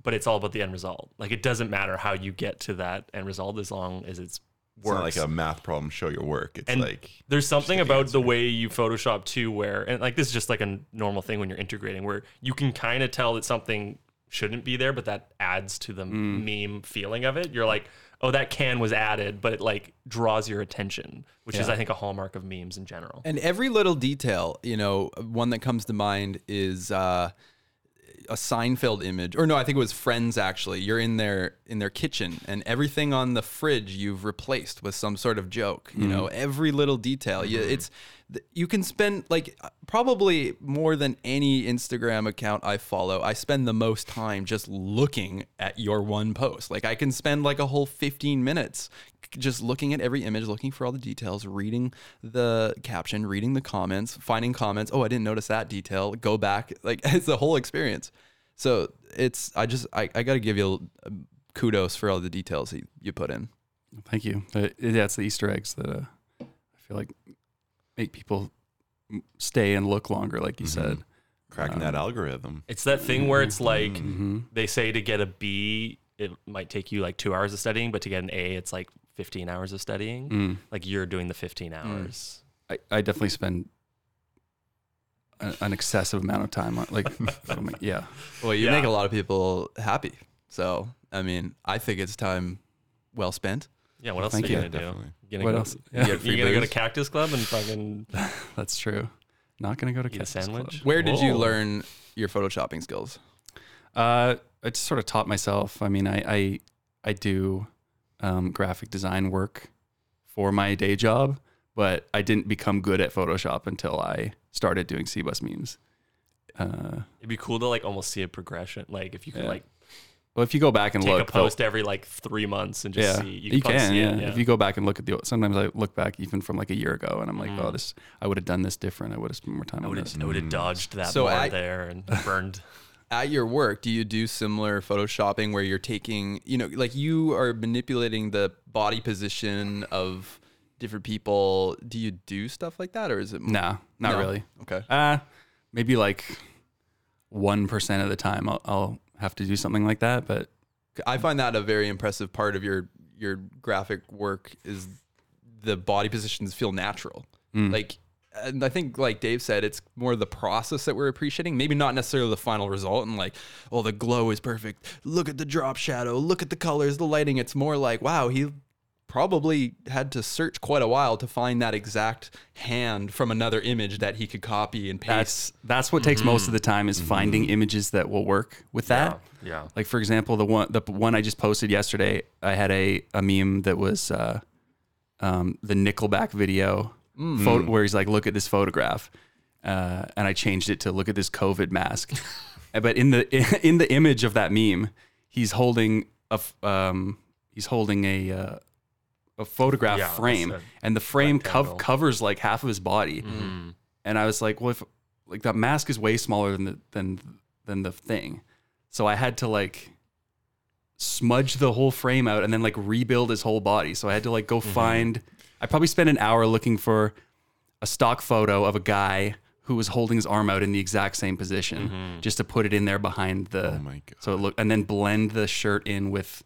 but it's all about the end result. Like it doesn't matter how you get to that end result as long as it's it's not works. like a math problem. Show your work. It's and like there's something about the way you Photoshop too, where and like this is just like a normal thing when you're integrating, where you can kind of tell that something shouldn't be there, but that adds to the meme feeling of it. You're like, oh, that can was added, but it like draws your attention, which is I think a hallmark of memes in general. And every little detail, you know, one that comes to mind is uh, a Seinfeld image, or no, I think it was Friends. Actually, you're in their in their kitchen, and everything on the fridge you've replaced with some sort of joke. You know, every little detail. You, it's th- you can spend like probably more than any Instagram account I follow. I spend the most time just looking at your one post. Like I can spend like a whole 15 minutes just looking at every image, looking for all the details, reading the caption, reading the comments, finding comments. Oh, I didn't notice that detail. Go back. Like it's the whole experience. So it's I just I, I got to give you uh, kudos for all the details that you put in. Thank you. Uh, yeah, it's the Easter eggs that uh, I feel like make people m- stay and look longer, like you said. cracking Um, that algorithm. It's that thing where it's like Mm. they say to get a B, it might take you like two hours of studying, but to get an A, it's like 15 hours of studying. Mm. Like you're doing the 15 hours. I, I definitely spend an, an excessive amount of time on like, from, yeah. Well, you Yeah. make a lot of people happy. So, I mean, I think it's time well spent. Yeah, what else Thank are you you. gonna Definitely. do? You gonna What go, else? You Yeah. gonna, Free you gonna go to booze. Cactus Club and fucking That's true. Not gonna go to eat a Cactus Club. sandwich? Where did you Whoa. learn your photoshopping skills? Uh, I just sort of taught myself. I mean, I I, I do um, graphic design work for my day job, but I didn't become good at Photoshop until I started doing CBus memes. Uh, It'd be cool to like almost see a progression. Like if you could Yeah. like well, if you go back and take look, a they'll- post every like three months and just yeah, see you, probably can. see Yeah. it, if you go back and look at the sometimes I look back even from like a year ago, and I'm like, oh, Mm. this I would have done this different. I would have spent more time I on would this. have I would have Mm. dodged that So more I- there and burned. At your work, do you do similar photoshopping where you're taking, you know, like you are manipulating the body position of different people? Do you do stuff like that or is it more? Nah, not No. really. Okay. Uh, maybe like one percent of the time I'll, I'll have to do something like that, but I find that a very impressive part of your your graphic work is the body positions feel natural. Like and I think like Dave said it's more the process that we're appreciating, maybe not necessarily the final result and like oh the glow is perfect. Look at the drop shadow, look at the colors, the lighting. It's more like wow, he probably had to search quite a while to find that exact hand from another image that he could copy and paste. that's that's what takes most of the time is finding images that will work with that. Mm-hmm. yeah. Like for example, the one the one I just posted yesterday, I had a, a meme that was uh, um, the Nickelback video Mm. photo, where he's like, "Look at this photograph," uh, and I changed it to "Look at this COVID mask." Uh, but in the in the image of that meme, he's holding a f- um, he's holding a uh, a photograph Yeah, frame, that's a and the frame cov- rectangle. Mm. covers like half of his body and I was like, well, if like that mask is way smaller than the, than than the thing, so I had to like smudge the whole frame out and then like rebuild his whole body. So I had to like go find. I probably spent an hour looking for a stock photo of a guy who was holding his arm out in the exact same position, just to put it in there behind the. Oh my God. So it looked, and then blend the shirt in with.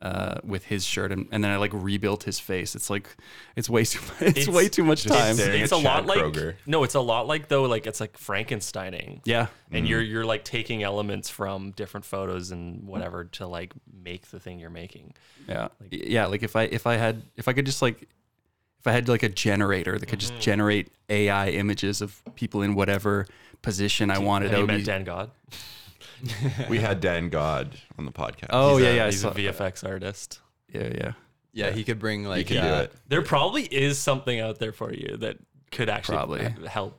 Uh, with his shirt, and, and then I like rebuilt his face. It's like it's way too it's, It's- way too much just time. staring It's a at lot Chad like Kroger. no, it's a lot like though like it's like Frankensteining. Yeah, Mm-hmm. and you're you're like taking elements from different photos and whatever to like make the thing you're making. Yeah. yeah, like if I if I had if I could just like if I had like a generator that could just generate AI images of people in whatever position I Have wanted. that you would met be- Dan God? We had Dan God on the podcast. oh He's yeah, a- yeah, I He's a saw, VFX artist. yeah, yeah. yeah, he could bring like He can uh, do it. There probably is something out there for you that could actually Probably. h- help,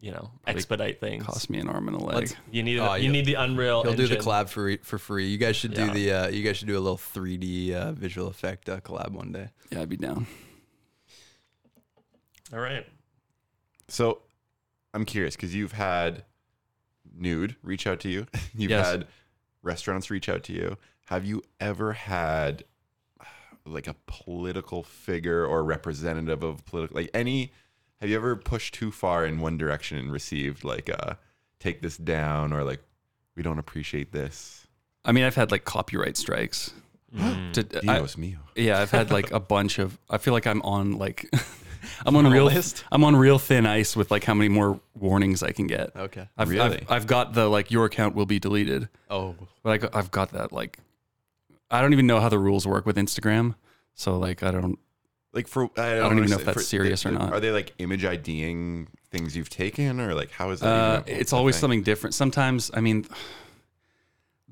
you know, expedite things. Cost me an arm and a leg. Let's- you need Oh, you you'll- need the Unreal. He'll do the Engine. collab for e, for free. You guys should Yeah. do the. Uh, you guys should do a little 3D uh, visual effect uh, collab one day. yeah, I'd be down. All right. So I'm curious because you've had nude reach out to you. You've Yes. had restaurants reach out to you. Have you ever had uh, like a political figure or representative of political like any have you ever pushed too far in one direction and received like a take this down or like we don't appreciate this? I mean, I've had like copyright strikes. Mm. To- Mm. I- Dios mío. yeah, I've had like a bunch of. I feel like I'm on like. I'm on real. I'm on real thin ice with like how many more warnings I can get. Okay. I've, Really? I've, I've got the like your account will be deleted. Oh, But I got, I've got that like I don't even know how the rules work with Instagram. So like I don't Like for I don't, don't even know understand- if that's for- serious or not. Are they like image IDing things you've taken or like how is that? uh, even a- it's a always thing? something different. Sometimes I mean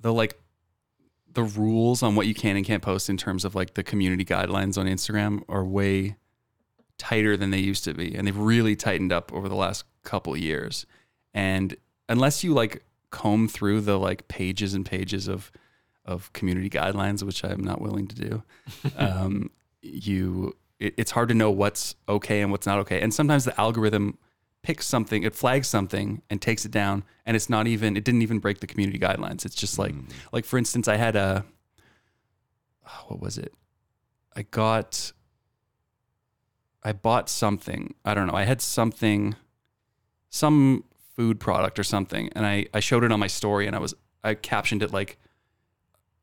the like the rules on what you can and can't post in terms of like the community guidelines on Instagram are way tighter than they used to be and they've really tightened up over the last couple years. And unless you like comb through the like pages and pages of of community guidelines, which I'm not willing to do, um, you it, it's hard to know what's okay and what's not okay. And sometimes the algorithm picks something, it flags something and takes it down, and it's not even it didn't even break the community guidelines. It's just like like for instance, I had a oh, what was it? I got I bought something. I don't know. I had something some food product or something and I, I showed it on my story and I was I captioned it like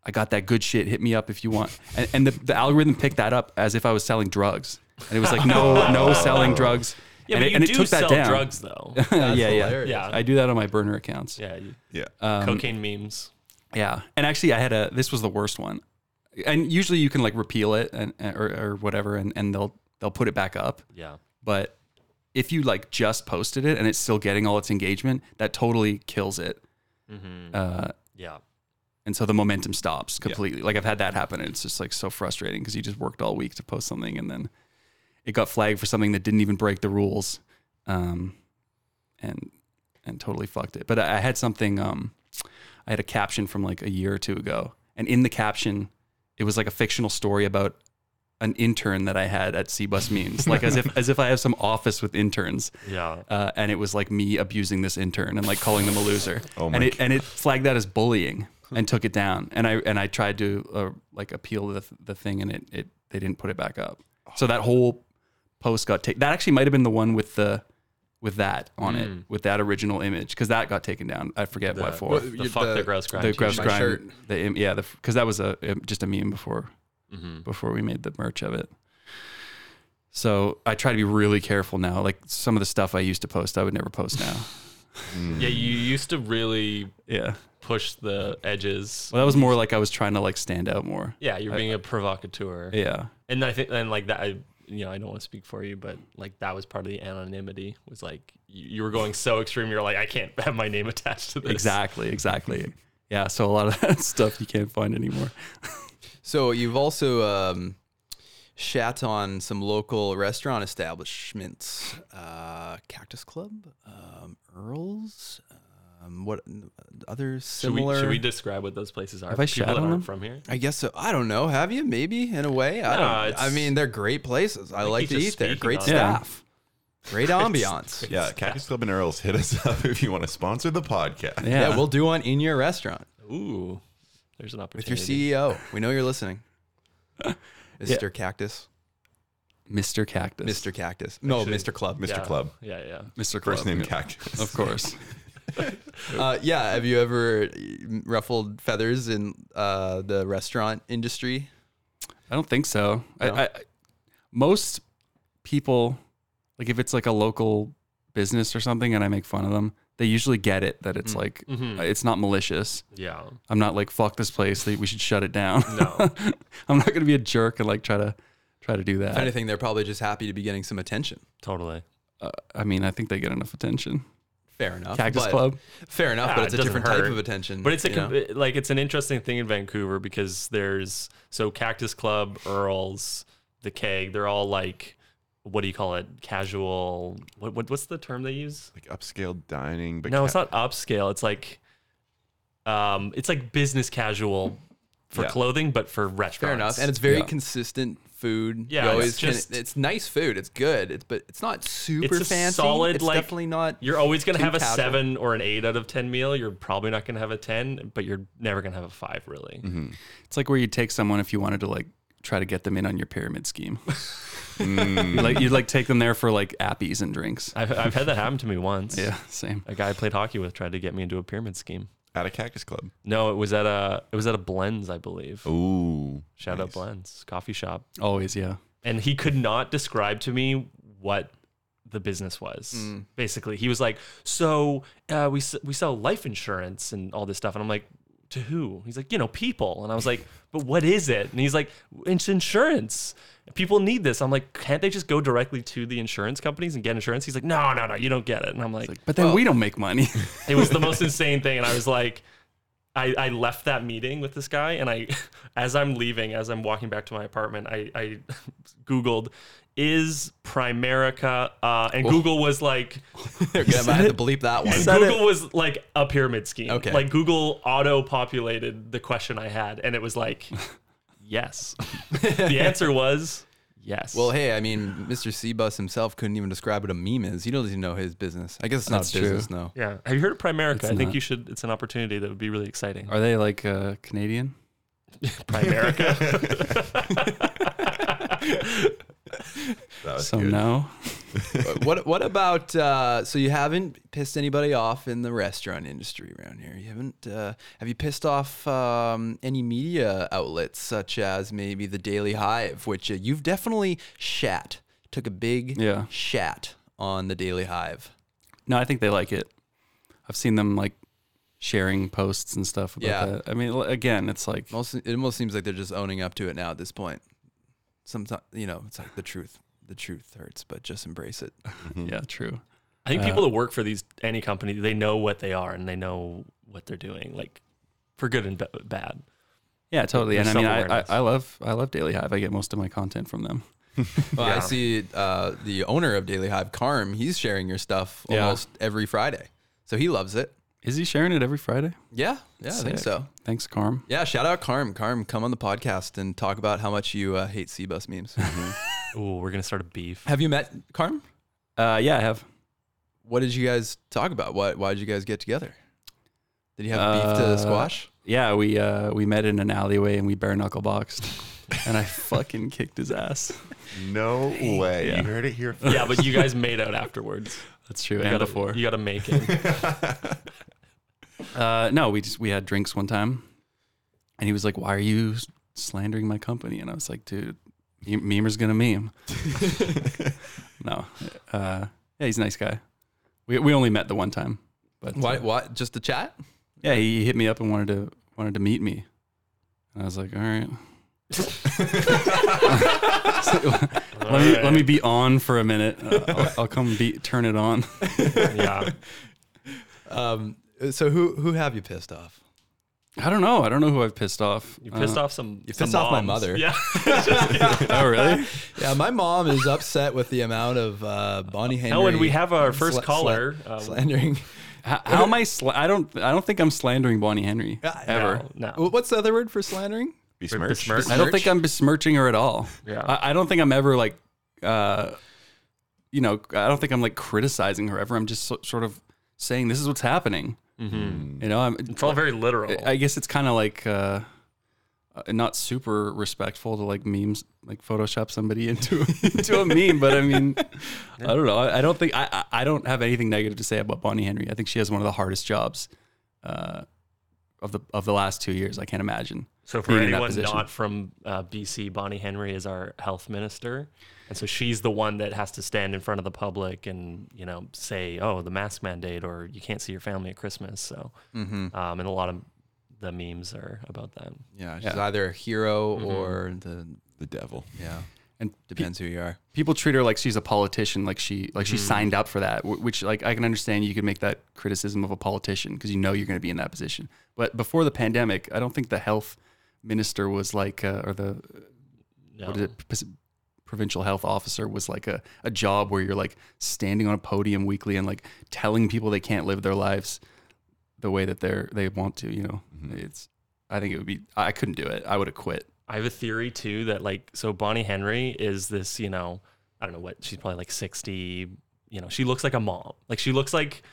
I got that good shit. Hit me up if you want. And, and the, the algorithm picked that up as if I was selling drugs. And it was like, no, no selling drugs. Yeah, and but it, you and it do took sell that down. drugs though. yeah, yeah, hilarious. yeah, I do that on my burner accounts. yeah. you- Yeah. Um, cocaine memes. Yeah, and actually, I had a. This was the worst one, and usually you can like repeal it and or, or whatever, and, and they'll they'll put it back up. Yeah. But if you like just posted it and it's still getting all its engagement, that totally kills it, Mm-hmm. uh, Yeah. and so the momentum stops completely. Like I've had that happen, and it's just like so frustrating because you just worked all week to post something, and then it got flagged for something that didn't even break the rules, um, and and totally fucked it. But I, I had something. Um, I had a caption from like a year or two ago, and in the caption, it was like a fictional story about an intern that I had at Cbus Memes, like as if as if I have some office with interns. Yeah. Uh, and it was like me abusing this intern and like calling them a loser. Oh my and it and it flagged that as bullying and took it down. And I and I tried to uh, like appeal the the thing, and it it they didn't put it back up. So that whole post got taken. That actually might have been the one with the with that on it with that original image because that got taken down. I forget what for Well, The you- fuck the, gross grind. the gross my grind, shirt. the im- yeah, because that was a um, just a meme before Mm-hmm. before we made the merch of it. So I try to be really careful now. Like some of the stuff I used to post, I would never post now. Yeah, you used to really yeah, push the edges. well, that was more like I was trying to like stand out more. Yeah, you're being a provocateur. Yeah, And I think and like that I you know, I don't want to speak for you, but like that was part of the anonymity was like you, you were going so extreme, you're like, I can't have my name attached to this. exactly, exactly. yeah, so a lot of that stuff you can't find anymore. So you've also um, shat on some local restaurant establishments, uh, Cactus Club, um, Earl's. Um, what other Should we, similar? should we describe what those places are? Have I for people shat that on aren't them? from here. I guess so. I don't know. Have you? Maybe in a way. I No, don't. I it's- mean, they're great places. I, think like he's to just eat there. speaking Great on it. Yeah. staff. Great ambiance. Yeah, Cactus Club and Earls, hit us up if you want to sponsor the podcast. Yeah. we'll do one in your restaurant Ooh. There's an with opportunity. your CEO. E We know you're listening, Mr. Cactus, Mr. Cactus, Mr. Cactus. No, Mr. Club. Mr. Club. Yeah, yeah. Mr. Club. First name yeah. Cactus. of course. Uh, yeah. Have you ever mm, ruffled feathers in uh, the restaurant industry? I don't think so. I, I, most people, like if it's like a local business or something, and I make fun of them, they usually get it that Mm. it's like uh, it's not malicious. Yeah. I'm not like fuck this place. they- We should shut it down. No. I'm not gonna be a jerk and like try to try to do Uh, If that. anything, they're probably just happy to be getting some attention. totally. Uh, I mean, I think they get enough attention. Fair enough. Cactus but- Club. Fair enough, Yeah, but it's Ah, it a doesn't different type hurt. of attention. But it's a you know? com- it- like it's an interesting thing in Vancouver because there's so Cactus Club, Earls, the Keg. They're all like what do you call it? Casual. What, what what's the term they use? Like upscale dining, but no, it's not upscale. It's like um, it's like business casual for Yeah. clothing, but for restaurants. Fair enough, and it's very Yeah. consistent food. Yeah, You it's always can- just- it's nice food. It's good. It's but it's not super a fancy. solid, it's like, definitely not. You're always gonna too have a casual. seven or an eight out of ten meal. You're probably not gonna have a ten, but you're never gonna have a five really. Mm-hmm. It's like where you take someone if you wanted to like try to get them in on your pyramid scheme. You, like you'd like take them there for like appies and drinks. I've, I've had that happen to me once. Ah, Yeah, same. A guy I played hockey with tried to get me into a pyramid scheme. at a Cactus Club. No, it was at a it was at a Blends, I Oh, believe. Ooh. Shout out nice. Blends coffee shop, Always, yeah. and he could not describe to me what the business was. Basically, he was like, "So uh, we s- we sell life insurance and all this stuff," and I'm like. To who? He's like, you know, people. And I was like, but what is it? And he's like, it's insurance. People need this. I'm like, can't they just go directly to the insurance companies and get insurance? He's like, no, no, no, you don't get it. And I'm like, But then we don't make money. it was the most insane thing and i was like I, I left that meeting with this guy and i as i'm leaving as i'm walking back to my apartment i, I googled is primerica uh, Oh. and google was like I had to bleep that one. and google was like a pyramid scheme Okay. like google auto populated the question i had and it was like yes the answer was yes Well, hey, I mean, Mr. Seabus himself couldn't even describe what a meme is. He doesn't even know his business. I guess it's not That's business, true. no. yeah have you heard of primerica i think not. you should it's an opportunity that would be really exciting Are they like uh, Canadian? primerica That was So good. no. what What about? Uh, so you haven't pissed anybody off in the restaurant industry around here. You haven't. Uh, have you pissed off um, any media outlets such as maybe the Daily Hive, which uh, you've definitely shat, took a big Yeah. shat on the Daily Hive. No, I think they like it. I've seen them like sharing posts and stuff about Yeah. that. I mean, l- again, it's like Most, it almost seems like they're just owning up to it now at this point. Sometimes, you know, it's like the truth. The truth hurts, but just embrace it. yeah, true. I think people that work for these any company, they know what they are and they know what they're doing, like for good and b- bad. Yeah, totally. And I There's mean, I, I, self-awareness. I love I love Daily Hive. I get most of my content from them. Well, I Yeah. see uh, the owner of Daily Hive, Carm. He's sharing your stuff Yeah. almost every Friday, so he loves it. Is he sharing it every Friday? Yeah, yeah, I think Sick. so. Thanks, Carm. Yeah, shout out Carm. Carm, come on the podcast and talk about how much you uh, hate Seabus memes. Ooh, we're gonna start a beef. Have you met Carm? Uh, yeah, I have. What did you guys talk about? Why why did you guys get together? Did you have beef to Uh, squash? Yeah, we uh, we met in an alleyway and we bare knuckle boxed, and I fucking kicked his ass. No way. Yeah. You heard it here. first. yeah, but you guys made out afterwards. That's true. You and gotta, before. you gotta make it. Uh, no, we just we had drinks one time, and he was like, "Why are you s- slandering my company?" And I was like, "Dude, you- memer's gonna meme." no, uh, yeah, he's a nice guy. We we only met the one time, but uh, Why why just the chat? yeah, he hit me up and wanted to wanted to meet me, and I was like, "All right." So, let me let me be on for a minute. Uh, I'll, I'll come be turn it on. yeah. Um, so who who have you pissed off? I don't know. I don't know who I've pissed off. You pissed Uh, off some. You some pissed off my moms. mother. Yeah. Oh really? Yeah, my mom is upset with the amount of uh, Bonnie Henry. Oh, and we have our first sla- sla- caller. Um, slandering. How, how am I? Sla- I don't. I don't think I'm slandering Bonnie Henry Yeah, I ever. Uh, No, no. Wh- What's the other word for slandering? Besmirched. Besmirched. I don't think I'm besmirching her at all. Yeah. I, I don't think I'm ever like, uh, you know, I don't think I'm like criticizing her ever. I'm just so, sort of saying this is what's happening. Mm-hmm. You know, I'm, It's all very literal. I guess it's kind of like uh, uh, not super respectful to like memes, like Photoshop somebody into into a meme. But I mean, I don't know. I, I don't think I I- I don't have anything negative to say about Bonnie Henry. I think she has one of the hardest jobs uh, of the of the last two years. I can't imagine. so for being in that anyone position. not from uh, BC, Bonnie Henry is our health minister, and so she's the one that has to stand in front of the public and you know say, "Oh, the mask mandate," or "You can't see your family at Christmas." So, Mm-hmm. um, and a lot of the memes are about that. Yeah, she's either a hero Mm-hmm. or the The devil. yeah. And Depends who you are. people treat her like she's a politician, like she like she signed up for that. wh- Which like I can understand you could make that criticism of a politician because you know you're going to be in that position. But before the pandemic, I don't think the health minister was like uh, or the No. what is it p- provincial health officer was like a, a job where you're like standing on a podium weekly and like telling people they can't live their lives the way that they're they want to you know it's i think it would be i couldn't do it i would have quit I have a theory too that like so Bonnie Henry is this, you know, I don't know what she's probably like 60, you know, she looks like a mom. Like she looks like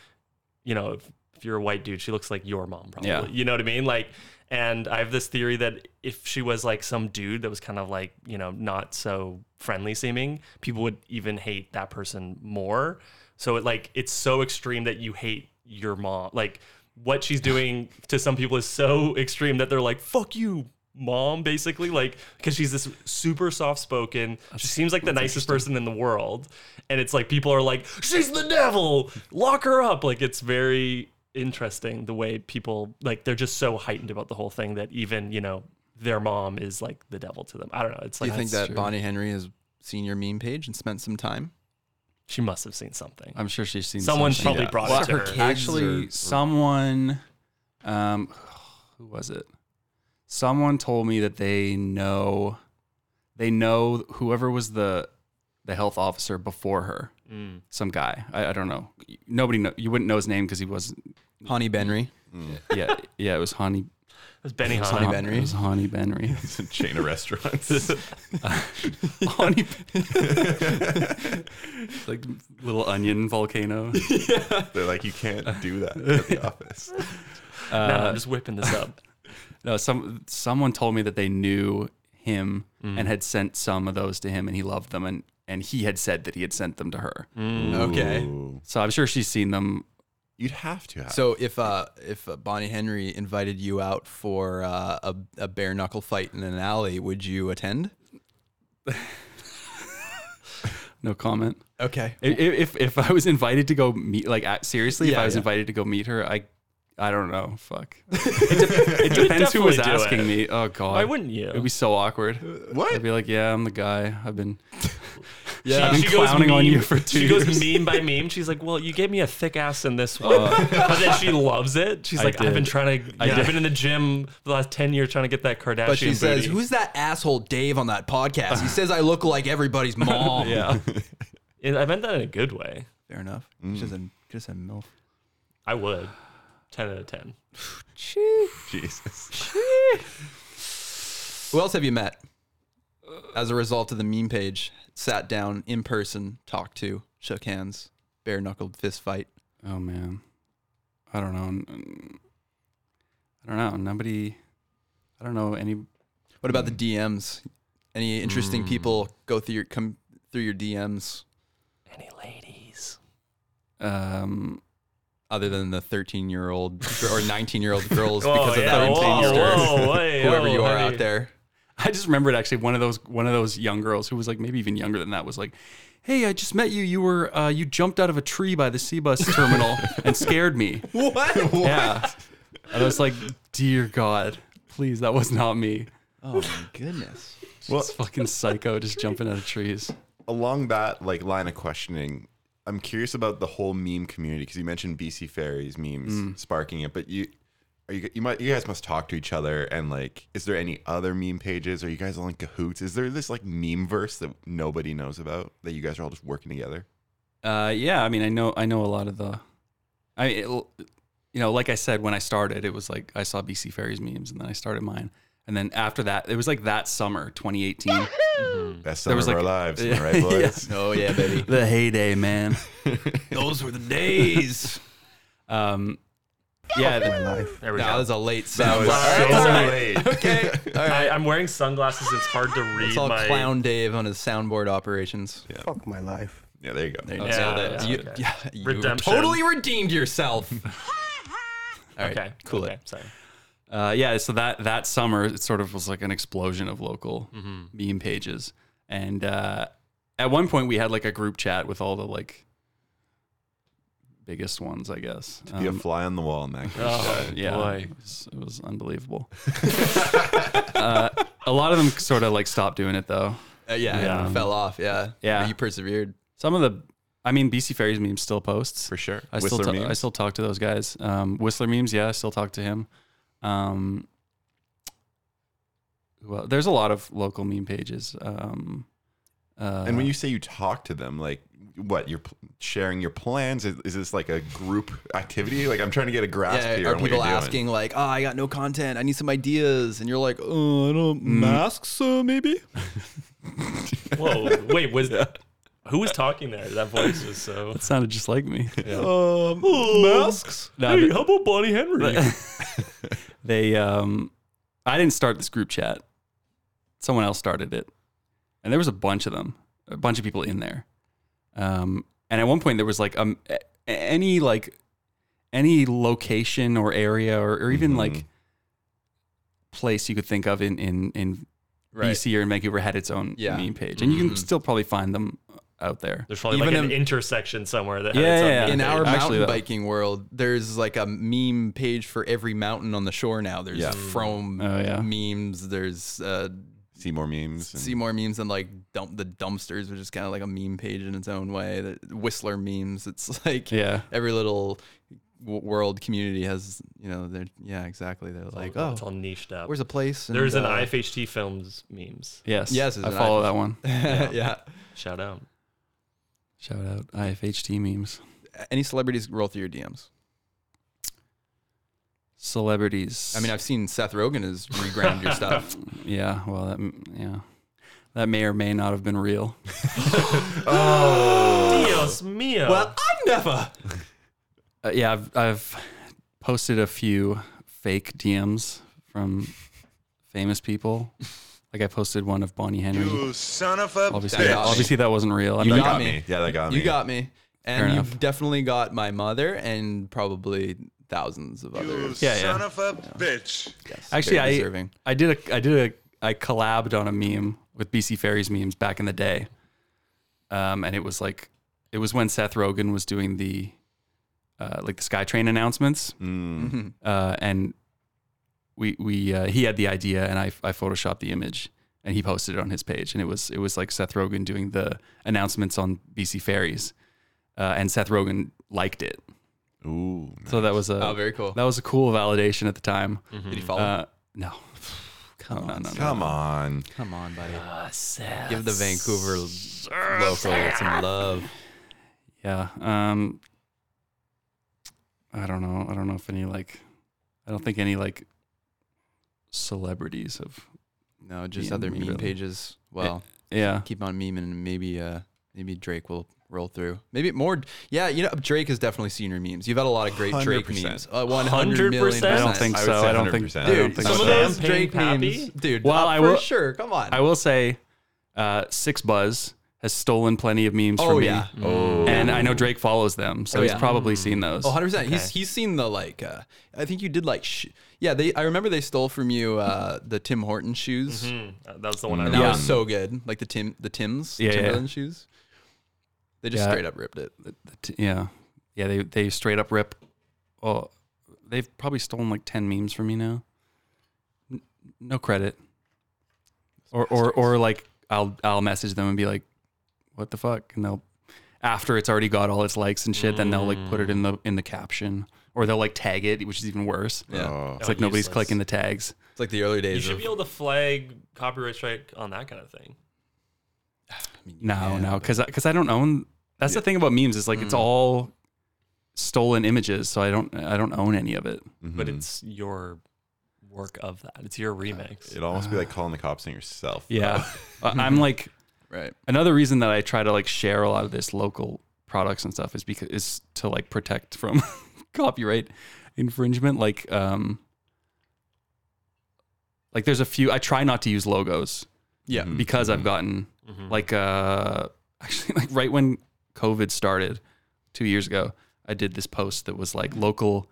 you know, if, if you're a white dude, she looks like your mom probably. Yeah. You know what I mean? Like and I have this theory that if she was like some dude that was kind of like, you know, not so friendly seeming, people would even hate that person more. So it like it's so extreme that you hate your mom. Like what she's doing to some people is so extreme that they're like, "Fuck you, mom," basically. Like because she's this super soft spoken. She seems like the nicest person in the world, and it's like people are like, "She's the devil. Lock her up." Like it's very interesting the way people like they're just so heightened about the whole thing that even you know their mom is like the devil to them. I don't know. It's Do like you think that's that true. Bonnie Henry has seen your meme page and spent some time? she must have seen something. i'm sure she's seen Someone's probably something. yeah. brought Well, it to her. her kids actually or- someone um who was it someone told me that they know they know whoever was the the health officer before her Mm. some guy I, I don't know nobody know you wouldn't know his name because he wasn't Mm-hmm. Honey Benry. yeah yeah it was honey It's Benny it was Hanna. Hon- Benry. it was honey benry Chain of restaurants. honey It's like little onion volcano They're like, you can't do that at the office. no, Uh, no, I'm just whipping this up. No, some someone told me that they knew him Mm. and had sent some of those to him, and he loved them, and and he had said that he had sent them to her. Mm. Mm-hmm. Okay. So I'm sure she's seen them. You'd have to have. So if uh if uh, Bonnie Henry invited you out for uh, a a bare knuckle fight in an alley, would you attend? No comment. Okay. I- i- If if I was invited to go meet, like at- seriously, if Yeah, I was yeah. invited to go meet her, I I don't know. Fuck. It, de- it depends who was definitely do asking it. me. Oh god. Why wouldn't you? It'd be so awkward. What? I'd be like, yeah, I'm the guy. I've been. She- I've been she goes clowning on meme- you for two She goes years. meme by meme. She's like, "Well, you gave me a thick ass in this one," Oh. but then she loves it. She's I like, "I've been did. trying to. Yeah, I've did. been in the gym for the last ten years trying to get that Kardashian." But she says, booty." "Who's that asshole Dave on that podcast? He says I look like everybody's mom." Yeah, And I meant that in a good way. Fair enough. Mm. She said, she said milf. I would. Ten out of ten. Jesus. Who else have you met as a result of the meme page? Sat down in person, talked to, shook hands, bare knuckled fist fight. Oh man, I don't know. N- n- I don't know. Nobody. I don't know any. What about the DMs? Any interesting people go through your come through your DMs Any ladies? Um, other than the 13 year old or 19 year old girls because Oh, yeah. of the Whoa, 13 year old whoa, hey, whoever whoa, you are honey. out there. I just remembered actually one of those one of those young girls who was like maybe even younger than that was like, "Hey, I just met you. You were uh, you jumped out of a tree by the sea bus terminal and scared me." What? Yeah, I was like, "Dear God, please, that was not me." Oh my goodness. Well, It's fucking psycho, just jumping out of trees. along that like line of questioning, I'm curious about the whole meme community because you mentioned BC Fairies memes Mm. sparking it, but you are you you might you guys must talk to each other and like is there any other meme pages? Are you guys all in cahoots? Is there this like meme verse that nobody knows about that you guys are all just working together? Uh, yeah, I mean, I know, I know a lot of the, I, mean, it'll- you know, like I said, when I started, it was like I saw BC Ferries memes, and then I started mine, and then after that, it was like that summer, 2018, Best Mm. There summer was, of our like- lives, am I right, boys? Oh yeah, baby. the heyday, man. Those were the days. Um, yeah, There we That go. was a late That sound. was so late. okay. All right. I, I'm wearing sunglasses. It's hard to read It's all my clown Dave on his soundboard operations. Yeah, Fuck my life. Yeah, there you go. you Yeah, nailed it. yeah, you, okay. yeah, you Redemption. totally redeemed yourself. all right, Okay, cool Okay, it. sorry. uh, yeah. So that that summer, it sort of was like an explosion of local meme pages, and uh, at one point, we had like a group chat with all the like biggest ones, I guess. Be a Um, fly on the wall in that. group Oh, chat. Yeah, boy. It, was, it was unbelievable. uh, a lot of them sort of like stopped doing it though. Uh, yeah, Yeah. it fell off. Yeah, Yeah. But you persevered. Some of the, I mean, BC Ferries memes still posts for sure. I Whistler still ta- memes. I still talk to those guys. Um, Whistler memes, yeah, I still talk to him. Um, well, there's a lot of local meme pages. Um, uh, And when you say you talk to them, like what you're pl- sharing your plans, is, is this like a group activity? Like I'm trying to get a grasp Yeah, here. are on what people you're doing. asking like, "Oh, I got no content. I need some ideas," and you're like, "Oh, I don't masks, uh, maybe." Whoa, wait, was who was talking there? That voice was so. it sounded just like me. Um, masks. No, hey, but- how about Bonnie Henry? they, um, I didn't start this group chat. Someone else started it, and there was a bunch of them, a bunch of people in there. Um, and at one point, there was like um, a- any like any location or area or, or Mm-hmm. even like place you could think of in in in BC or in Vancouver had its own Yeah. Mm-hmm. meme page, and you can still probably find them out there. There's probably Even like an in- intersection somewhere that Yeah, had its own yeah, yeah. name in page. our Actually, mountain though- biking world, there's like a meme page for every mountain on the shore now. There's Yeah. Frome Oh, yeah. memes. There's uh, See more memes. and- see more memes than like dump the dumpsters, which is kind of like a meme page in its own way. The Whistler memes. It's like Yeah. every little w- world community has you know they're yeah exactly they're like It's oh all niched up. where's a place and, There's an uh, IFHT Films memes. Yes. Yes, I it's an follow iPhone. that one. yeah Shout out. Shout out IFHT memes. any celebrities roll through your DMs Celebrities. I mean I've seen Seth Rogen has regrammed your stuff yeah. Well, that m- yeah, that may or may not have been real. Dios mio. Oh. well I never Uh, yeah, I've I've posted a few fake DMs from famous people. Like I posted one of Bonnie Henry. You son of a Obviously, bitch. got me. obviously that wasn't real. I You mean, got got me. me. Yeah, that got me. you got me Fair and you've enough. definitely got my mother and probably thousands of You others Yeah, yeah. son of a bitch. Yes, actually, very I deserving. I did a I did a I collabed on a meme with BC Ferries memes back in the day, um, and it was like it was when Seth Rogen was doing the uh, like the SkyTrain announcements, Mm. uh, and we we uh, he had the idea, and I I photoshopped the image, and he posted it on his page, and it was it was like Seth Rogen doing the announcements on BC ferries, uh, and Seth Rogen liked it, Ooh. so that was a Oh, very cool. that was a cool validation at the time. Did he follow? Uh, no, come on, no, no, Come on. Come on, buddy. Give the Vancouver local some love. Yeah. Um I don't know. I don't know if any like I don't think any like celebrities of No, just Yeah, other me meme really. pages. Well, Yeah. keep on memeing, and maybe uh, maybe Drake will roll through. Maybe more. Yeah, you know, Drake has definitely seen your memes. You've had a lot of great Drake 100%. memes. Uh, One hundred million. 100%? I I don't would think say so. I don't think 100%. I Dude, don't think some so. of those Champagne Drake Pappy? memes, dude. Well, Well, I I will, will- for sure. Come on. I will say uh Six Buzz has stolen plenty of memes oh from me. Mm. yeah. Oh. And I know Drake follows them, so Oh, he's yeah. probably seen those. Oh, 100 percent. He's he's seen the like. Uh, I think you did like. Sh- yeah, they. I remember they stole from you uh, the Tim Horton shoes, Mm-hmm. Uh, that was the one I and wrote. that Yeah. was so good. Like the Tim the Tims Yeah, yeah. Timberland shoes. They just Yeah. straight up ripped it. T- yeah. Yeah, they they straight up rip oh they've probably stolen like ten memes from me now. N- no credit. Or or or like I'll I'll message them and be like, What the fuck? And they'll after it's already got all its likes and shit, then they'll like put it in the in the caption. Or they'll like tag it, which is even worse. Yeah, Oh. It's like nobody's useless. clicking the tags. it's like the early You days should of. be able to flag copyright strike on that kind of thing. No, no, because because I, don't own. That's the thing about memes is like it's all stolen images, so I don't I don't own any of it. But it's your work of that. It's your remix. It'd almost be like calling the cops on yourself. Yeah, I- I'm like right. another reason that I try to like share a lot of this local products and stuff is because is to like protect from copyright infringement. Like um like there's a few I try not to use logos Yeah. because I've gotten like uh actually like right when COVID started two years ago, I did this post that was like local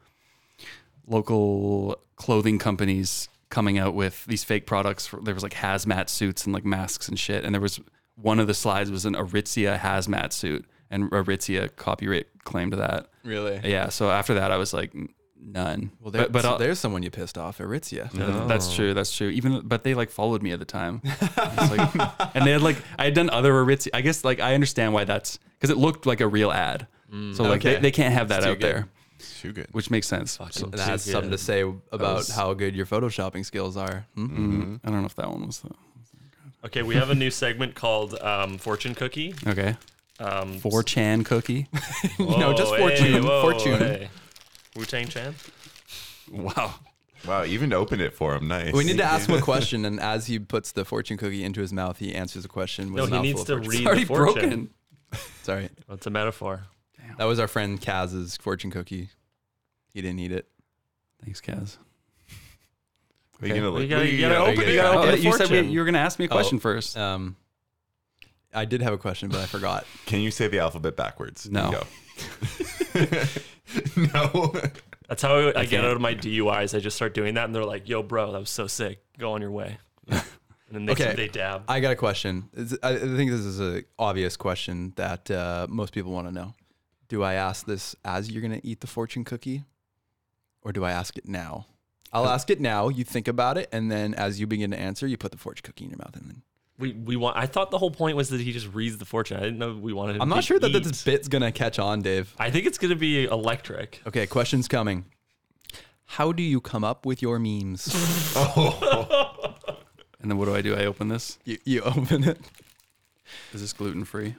local clothing companies coming out with these fake products. For, there was like hazmat suits and like masks and shit. And there was one of the slides was an Aritzia hazmat suit, and Aritzia copyright claimed that. Really. Yeah. So after that, I was like, "N- none. Well, there, but, but so I'll- there's someone you pissed off, Aritzia. Th- That's true. That's true. Even but they like followed me at the time, It's like- and they had like I had done other Aritzia. I guess like I understand why that's because it looked like a real ad. so like Mm. okay. they, they can't have that out good. there, Too good. which makes sense. So, That has Yeah. something to say about how good your photoshopping skills are. Hmm? mm, I don't know if that one was the Okay, we have a new segment called um, Fortune Cookie. okay. Um, Four chan cookie. no, just fortune, fortune. Wu Tang Chan. wow. Wow, you even opened it for him. Nice. We need to ask him a question, and as he puts the fortune cookie into his mouth, he answers the question. No, With he a needs mouthful to of read words. the Already fortune. broken. Sorry, Well, It's a metaphor. that was our friend Kaz's fortune cookie. He didn't eat it. Thanks, Kaz. Are you gonna You look- gotta, you gotta gotta- open it. you gotta You gotta Oh, open the you said we, fortune. you were gonna ask me a question Oh. first. Um, I did have a question, but I forgot. Can you say the alphabet backwards? No. You go. no. That's how I, get can't. out of my DUIs. I just start doing that, and they're like, "Yo, bro, that was so sick. Go on your way." And then they, Okay. they dab. I got a question. Is- I I think this is an obvious question that uh, most people want to know. Do I ask this as you're going to eat the fortune cookie, or do I ask it now? I'll ask it now. You think about it, and then as you begin to answer, you put the fortune cookie in your mouth, and then we we want. I thought the whole point was that he just reads the fortune. I didn't know we wanted. him I'm to not sure that eat. this bit's gonna catch on, Dave. I think it's gonna be electric. Okay, questions coming. How do you come up with your memes? And then what do I do? I open this. you, you open it. Is this gluten free?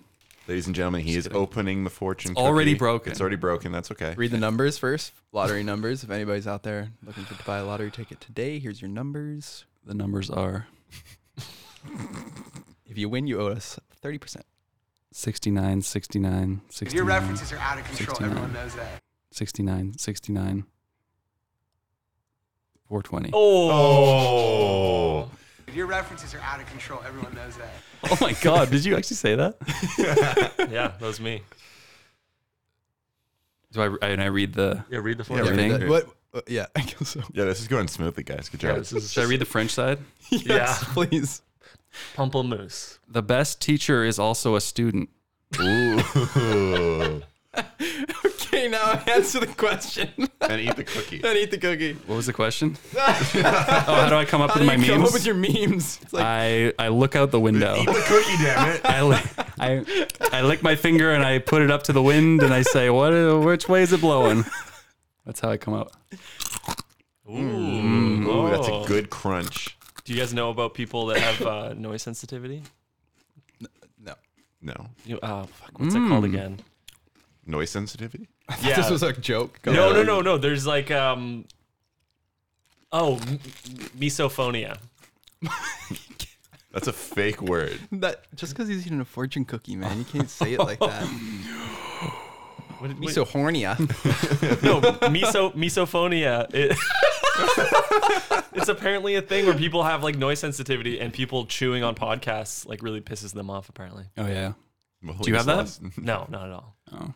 Ladies and gentlemen, he is opening the fortune. already cookie. broken. It's already broken. That's okay. Read the numbers first. Lottery numbers. If anybody's out there looking to buy a lottery ticket today, here's your numbers. The numbers are If you win, you owe us thirty percent. 69, 69, 69. Your references are out of control. 69. Everyone knows that. 69, 69, 420. Oh, Oh, Oh. Your references are out of control. Everyone knows that. Oh my God. Did you actually say that? yeah, that was me. Do I, and I read the, Yeah, read the Yeah, fortune. read Everything? that. What? uh, yeah, I guess so. Yeah, this is going smoothly, guys. Good job. should I read the French side? Yes, Yeah. please. Pumplemoose. The best teacher is also a student. Ooh. Okay, now I answer the question and eat the cookie. and eat the cookie. What was the question? oh, how do I come up How with do my you come memes? up with your memes? It's like, I I look out the window. Eat the cookie, damn it. I, li- I I lick my finger and I put it up to the wind and I say, "What? uh, Which way is it blowing?" That's how I come out. Ooh, that's a good crunch. Oh. Do you guys know about people that have uh, noise sensitivity? no. No. You, oh, fuck, what's it Mm. called again? Noise sensitivity? Yeah. Uh, This was a joke. Go no, on. no, no, no. There's like um. Oh, m- m- misophonia. That's a fake word. That just because he's eating a fortune cookie, man, you can't say it like that. What did, He's so horny. huh? no, miso misophonia. It- it's apparently a thing where people have like noise sensitivity, and people chewing on podcasts like really pisses them off. Apparently, Oh yeah. Do you have that? no, not at all. Oh.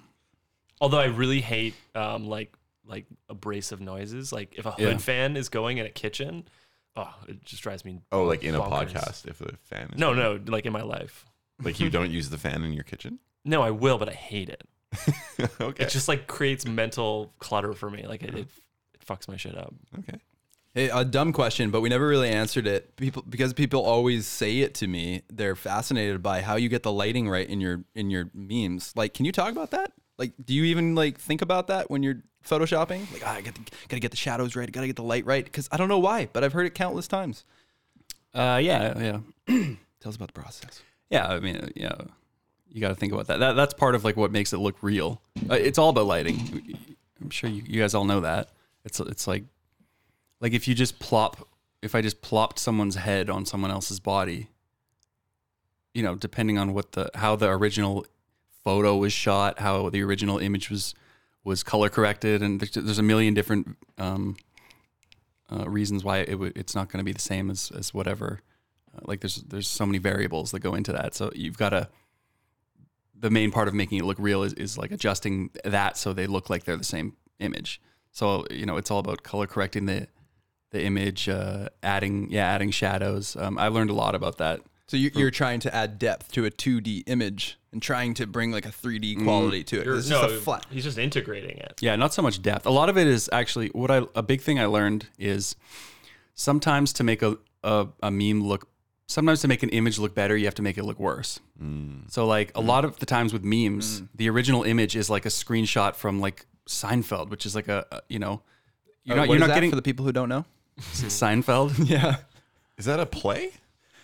Although I really hate um like like abrasive noises. Like if a hood Yeah. fan is going in a kitchen, oh, it just drives me. Oh, like in a bonkers. podcast if the fan is No, no, like in my life. Like you don't use the fan in your kitchen? No, I will, but I hate it. okay. It just like creates mental clutter for me. Like it, it, it fucks my shit up. okay. Hey, a dumb question, but we never really answered it. People because people always say it to me. They're fascinated by how you get the lighting right in your in your memes. Like, can you talk about that? Like, do you even like think about that when you're photoshopping? Like, ah, I got gotta get the shadows right. I gotta get the light right. Because I don't know why, but I've heard it countless times. Uh, yeah, yeah, Tell us about the process. yeah. I mean, uh, yeah, you got to think about that. that. That's part of like what makes it look real. Uh, it's all about lighting. I'm sure you, you guys all know that. It's it's like like if you just plop, if I just plopped someone's head on someone else's body, you know, depending on what the how the original photo was shot, how the original image was was color corrected, and there's, there's a million different um, uh, reasons why it would it's not going to be the same as as whatever. Uh, like there's there's so many variables that go into that. So you've got to the main part of making it look real is, is like adjusting that so they look like they're the same image. So you know it's all about color correcting the the image, uh, adding yeah adding shadows. Um, I learned a lot about that. So you, you're trying to add depth to a 2D image and trying to bring like a 3D quality to it. It's just a flat. he's just integrating it. Yeah, not so much depth. A lot of it is actually what I a big thing I learned is sometimes to make a a, a meme look sometimes to make an image look better, you have to make it look worse. Mm. So like a lot of the times with memes, the original image is like a screenshot from like Seinfeld, which is like a, a- you know you're Uh, not what you're is not that getting for the people who don't know. Seinfeld. Yeah. Is that a play?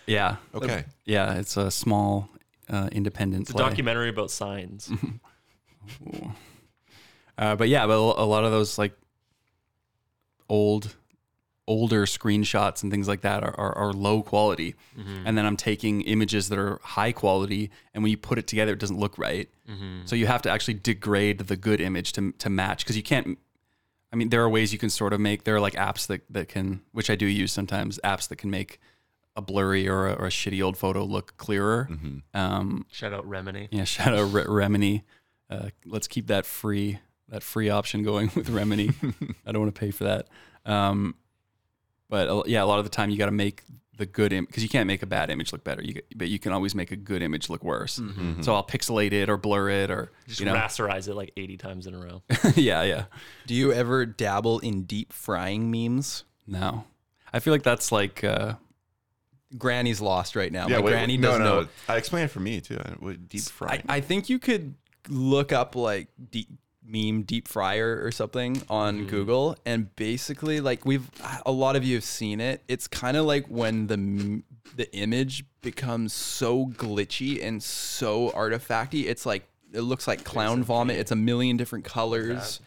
yeah. Okay. Yeah, it's a small uh, independent It's a play. documentary about signs. Uh, but yeah, but a lot of those like old, older screenshots and things like that are, are, are low quality. And then I'm taking images that are high quality, and when you put it together, it doesn't look right. So you have to actually degrade the good image to to match because you can't. I mean, there are ways you can sort of make. There are like apps that that can, which I do use sometimes, apps that can make a blurry or a, or a shitty old photo look clearer. Um, Shout out Remini. yeah, shout out Re- Remini. Uh, let's keep that free that free option going with Remini. I don't want to pay for that. Um, but uh, yeah, a lot of the time you got to make the good image because you can't make a bad image look better. You ca- but you can always make a good image look worse. So I'll pixelate it or blur it or Mm-hmm. Just you know rasterize it like 80 times in a row. yeah yeah. Do you ever dabble in deep frying memes? No, I feel like that's like uh, Granny's lost right now. My wait, granny wait, doesn't no, no. know. I explained it for me too. I, what, deep fry. I, I think you could look up like deep meme deep fryer or something on Mm-hmm. Google and basically like we've a lot of you have seen it. It's kind of like when the m- the image becomes so glitchy and so artifacty. It's like it looks like clown vomit. It's a million different colors.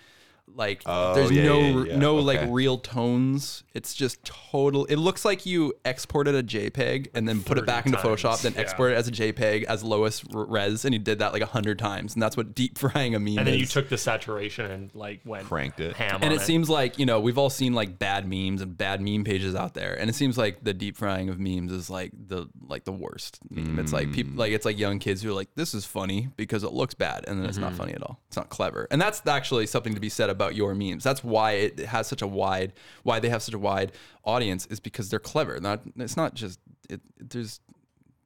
Like Oh, there's yeah, no yeah, yeah. no Okay. like real tones. It's just total. It looks like you exported a JPEG and then put it 30 back into times. Photoshop, then Yeah. export it as a JPEG as lowest r- res, and he did that like a hundred times, and that's what deep frying a meme And then you is. took the saturation and like went Cranked it. ham and on it seems like you know we've all seen like bad memes and bad meme pages out there, and it seems like the deep frying of memes is like the like the worst meme. It's like people like it's like young kids who are like this is funny because it looks bad, and then it's Mm-hmm. not funny at all. It's not clever, and that's actually something to be said about your memes. That's why it has such a wide why they have such a wide audience is because they're clever. Not it's not just it. There's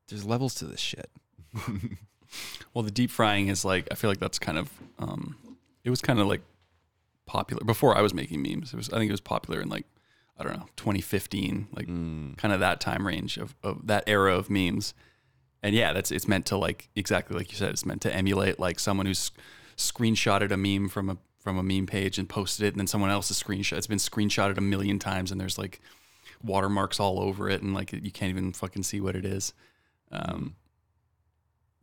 there's levels to this shit. well the deep frying is like I feel like that's kind of um, it was kind of like popular before I was making memes. It was I think it was popular in like I don't know 2015, like kind of that time range of, of that era of memes. And yeah, that's it's meant to like exactly like you said, it's meant to emulate like someone who's screenshotted a meme from a from a meme page and posted it, and then someone else's screenshot. It's been screenshotted a million times, and there's like watermarks all over it, and like you can't even fucking see what it is. Um,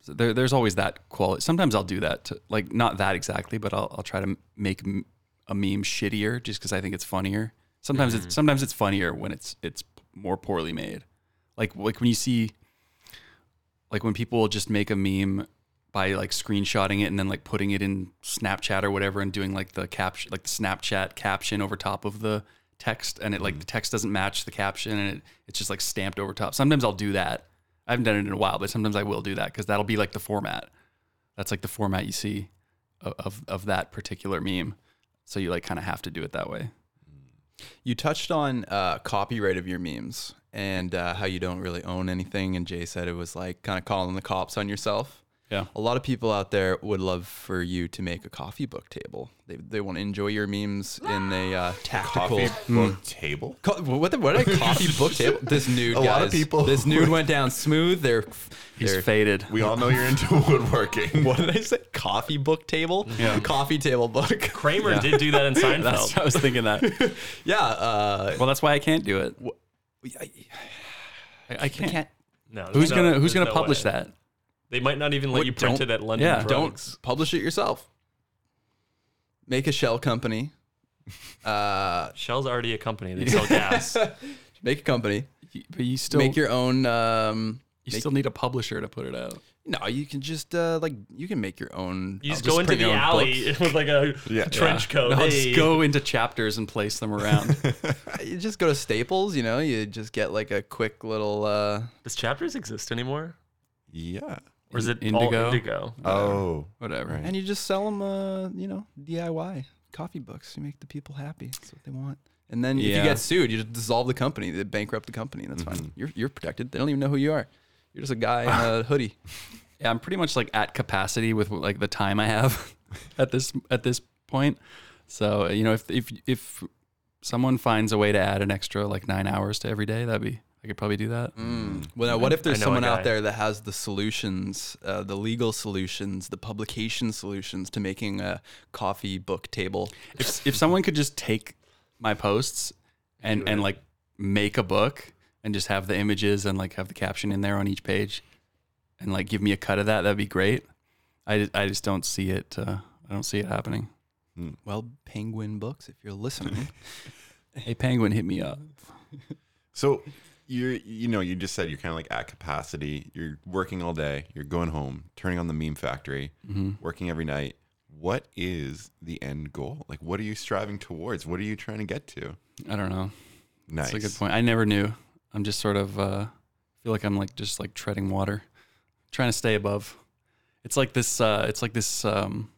so there, there's always that quality. Sometimes I'll do that, to, like not that exactly, but I'll, I'll try to m- make m- a meme shittier just because I think it's funnier. Sometimes it's sometimes it's funnier when it's it's more poorly made. Like like when you see, like when people just make a meme by like screenshotting it and then like putting it in Snapchat or whatever and doing like the caption like the Snapchat caption over top of the text and it like the text doesn't match the caption and it, it's just like stamped over top. Sometimes I'll do that. I haven't done it in a while, but sometimes I will do that because that'll be like the format. That's like the format you see of of, of that particular meme. So you like kind of have to do it that way. You touched on uh, copyright of your memes and uh, how you don't really own anything. And Jay said it was like kind of calling the cops on yourself. Yeah. A lot of people out there would love for you to make a coffee book table. They, they want to enjoy your memes in a uh, tactical. Coffee book table. Co- what the, what a coffee book table! This nude, A lot of guys. people- This nude went down smooth. They're, He's they're faded. We all know you're into woodworking. what did I say? Coffee book table. Yeah. Coffee table book. Kramer did do that in That's, Seinfeld. I was thinking that. yeah. Uh, well, that's why I can't do it. I- I, I can't. No, there's Who's no- gonna Who's there's gonna no publish way. that? They might not even let What, you print don't- it at London. yeah, Drugs. don't publish it yourself. Make a shell company. Uh, Shell's already a company. They sell gas. make a company. You- But you still make your own. Um, you make- still need a publisher to put it out. no, you can just uh, like you can make your own. You just I'll go into print the your own alley books. with like a Yeah. trench coat. No, Oh, Hey. just go into chapters and place them around. You just go to Staples. You know, you just get like a quick little. Uh, Does chapters exist anymore? Yeah. Or is it Indigo? all indigo? Oh. Whatever. and you just sell them. Uh, you know, DIY coffee books. You make the people happy. That's what they want. And then if you Yeah. Mm-hmm. get sued, you just dissolve the company. They bankrupt the company. That's fine. You're you're protected. They don't even know who you are. You're just a guy in a hoodie. yeah, I'm pretty much like at capacity with like the time I have at this at this point. So you know, if if if someone finds a way to add an extra like nine hours to every day, that'd be I could probably do that. Well, now, what if there's I know a someone out guy. there that has the solutions, uh, the legal solutions, the publication solutions to making a coffee book table? If if someone could just take my posts and and like make a book and just have the images and like have the caption in there on each page and like give me a cut of that, that'd be great. I I just don't see it. Uh, I don't see it happening. Well, Penguin Books, if you're listening, Hey, Penguin, hit me up. So you're you know, you just said you're kinda like at capacity. You're working all day, you're going home, turning on the meme factory, Mm-hmm. working every night. What is the end goal? Like what are you striving towards? What are you trying to get to? I don't know. Nice. That's a good point. I never knew. I'm just sort of uh, feel like I'm like just like treading water, trying to stay above. It's like this. Uh, it's like this um,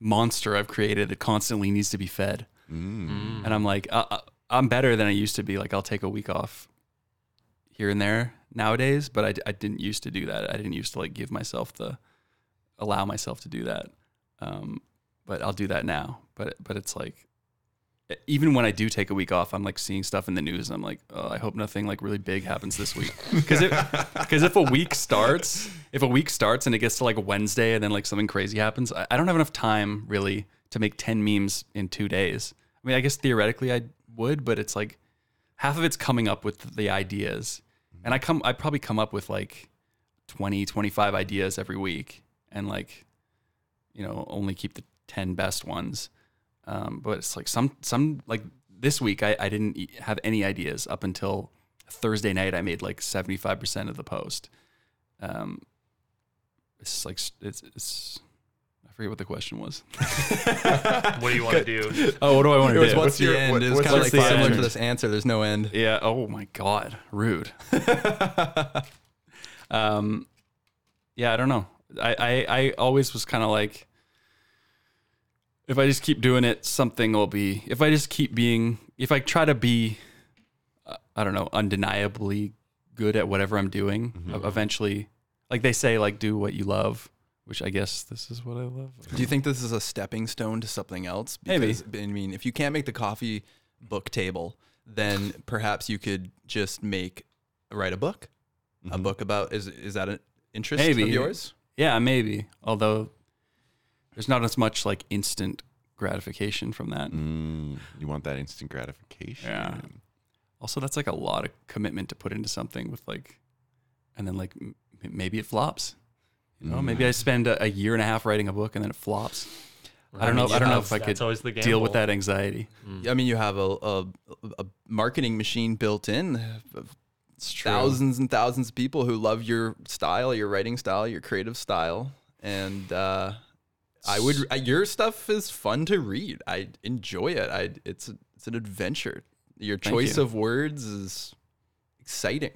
monster I've created that constantly needs to be fed. And I'm like, uh, uh, I'm better than I used to be. Like I'll take a week off here and there nowadays, but I, d- I didn't used to do that. I didn't used to like give myself the allow myself to do that. Um, but I'll do that now. But but it's like even when I do take a week off, I'm like seeing stuff in the news. And I'm like, oh, I hope nothing like really big happens this week. Because because if a week starts, if a week starts and it gets to like Wednesday and then like something crazy happens, I, I don't have enough time really to make ten memes in two days. I mean, I guess theoretically I would, but it's like half of it's coming up with the ideas, and I come I probably come up with like 20, 25 ideas every week, and like you know only keep the ten best ones. Um, but it's like some some like this week I, I didn't e- have any ideas up until Thursday night I made like 75% of the post. Um, it's just like s- it's, it's I forget what the question was. What do you want to do? Oh, what do I want it to was do? what's the your- end? what- it was what's kind of what's like the similar end? to this answer. There's no end. Yeah. Oh my God. Rude. um, yeah, I don't know. I, I, I always was kind of like, if I just keep doing it, something will be. If I just keep being, if I try to be, uh, I don't know, undeniably good at whatever I'm doing, e- eventually, like they say, like do what you love, which I guess this is what I love. Do you think this is a stepping stone to something else? Maybe. Because, I mean, if you can't make the coffee book table, then perhaps you could just make write a book. A book about is is that an interest of Maybe. yours? Yeah, maybe. Although there's not as much like instant gratification from that. Mm, you want that instant gratification. Yeah. Also, that's like a lot of commitment to put into something with like, and then like m- maybe it flops. You know, maybe I spend a, a year and a half writing a book and then it flops. I don't know. I don't know if I could That's always the deal with gamble. that anxiety. I mean, you have a a, a marketing machine built in. of Thousands and thousands of people who love your style, your writing style, your creative style, and uh, I would. uh, Your stuff is fun to read. I enjoy it. I it's a- it's an adventure. Your choice you. of words is exciting.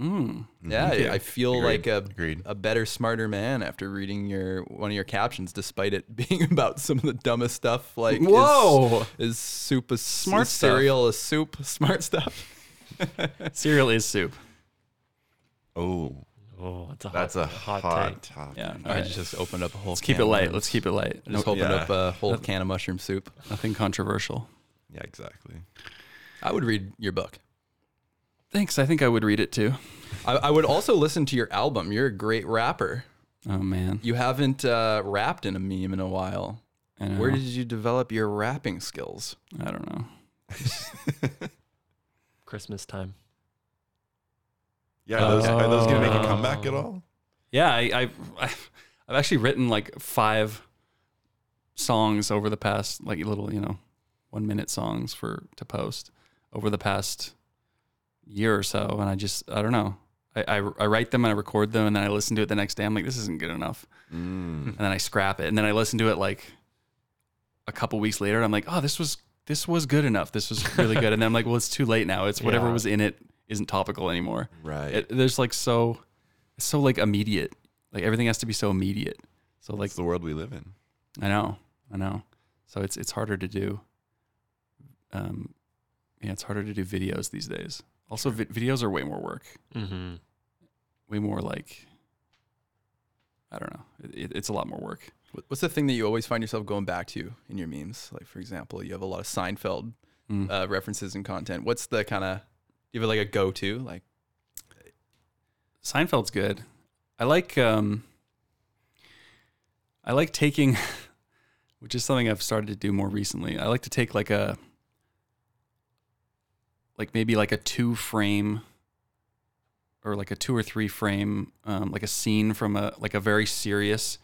Mm. Yeah, I, I feel Mm-hmm. Agreed. like a Agreed. a better, smarter man after reading your one of your captions, despite it being about some of the dumbest stuff. Like, is- Whoa. is, soup a smart Smart is cereal? Is soup smart stuff? Cereal is soup. Oh, Oh, that's a hot, that's a hot, hot, take. topic. Yeah. all I right. just opened up a whole. Let's keep it light. Let's keep it light. Just No- opened yeah. up a whole can of mushroom soup. nothing controversial. Yeah, exactly. I would read your book. Thanks. I think I would read it too. I, I would also listen to your album. You're a great rapper. Oh man. You haven't uh, rapped in a meme in a while. I know. Where did you develop your rapping skills? I don't know. Christmas time. Yeah, are those, are those gonna make a Oh. comeback at all? Yeah, I, I I've actually written like five songs over the past like little you know one minute songs for to post over the past year or so, and I just I don't know. I, I, I write them and I record them and then I listen to it the next day. I'm like, this isn't good enough, and then I scrap it and then I listen to it like a couple weeks later. And I'm like, oh, this was this was good enough. This was really good. And then I'm like, well, it's too late now. It's whatever Yeah. was in it isn't topical anymore Right. it, there's like so it's so like immediate like everything has to be so immediate so like It's the world we live in. i know i know so it's it's harder to do um yeah it's harder to do videos these days also vi- videos are way more work Mm-hmm. way more like i don't know It- it, it's a lot more work Wh- What's the thing that you always find yourself going back to in your memes? Like, for example, you have a lot of Seinfeld Mm. uh, references and content. What's the kind of you have like a go to? Like, Seinfeld's good. I like um I like taking which is something I've started to do more recently. I like to take like a like maybe like a two frame or like a two or three frame um like a scene from a like a very serious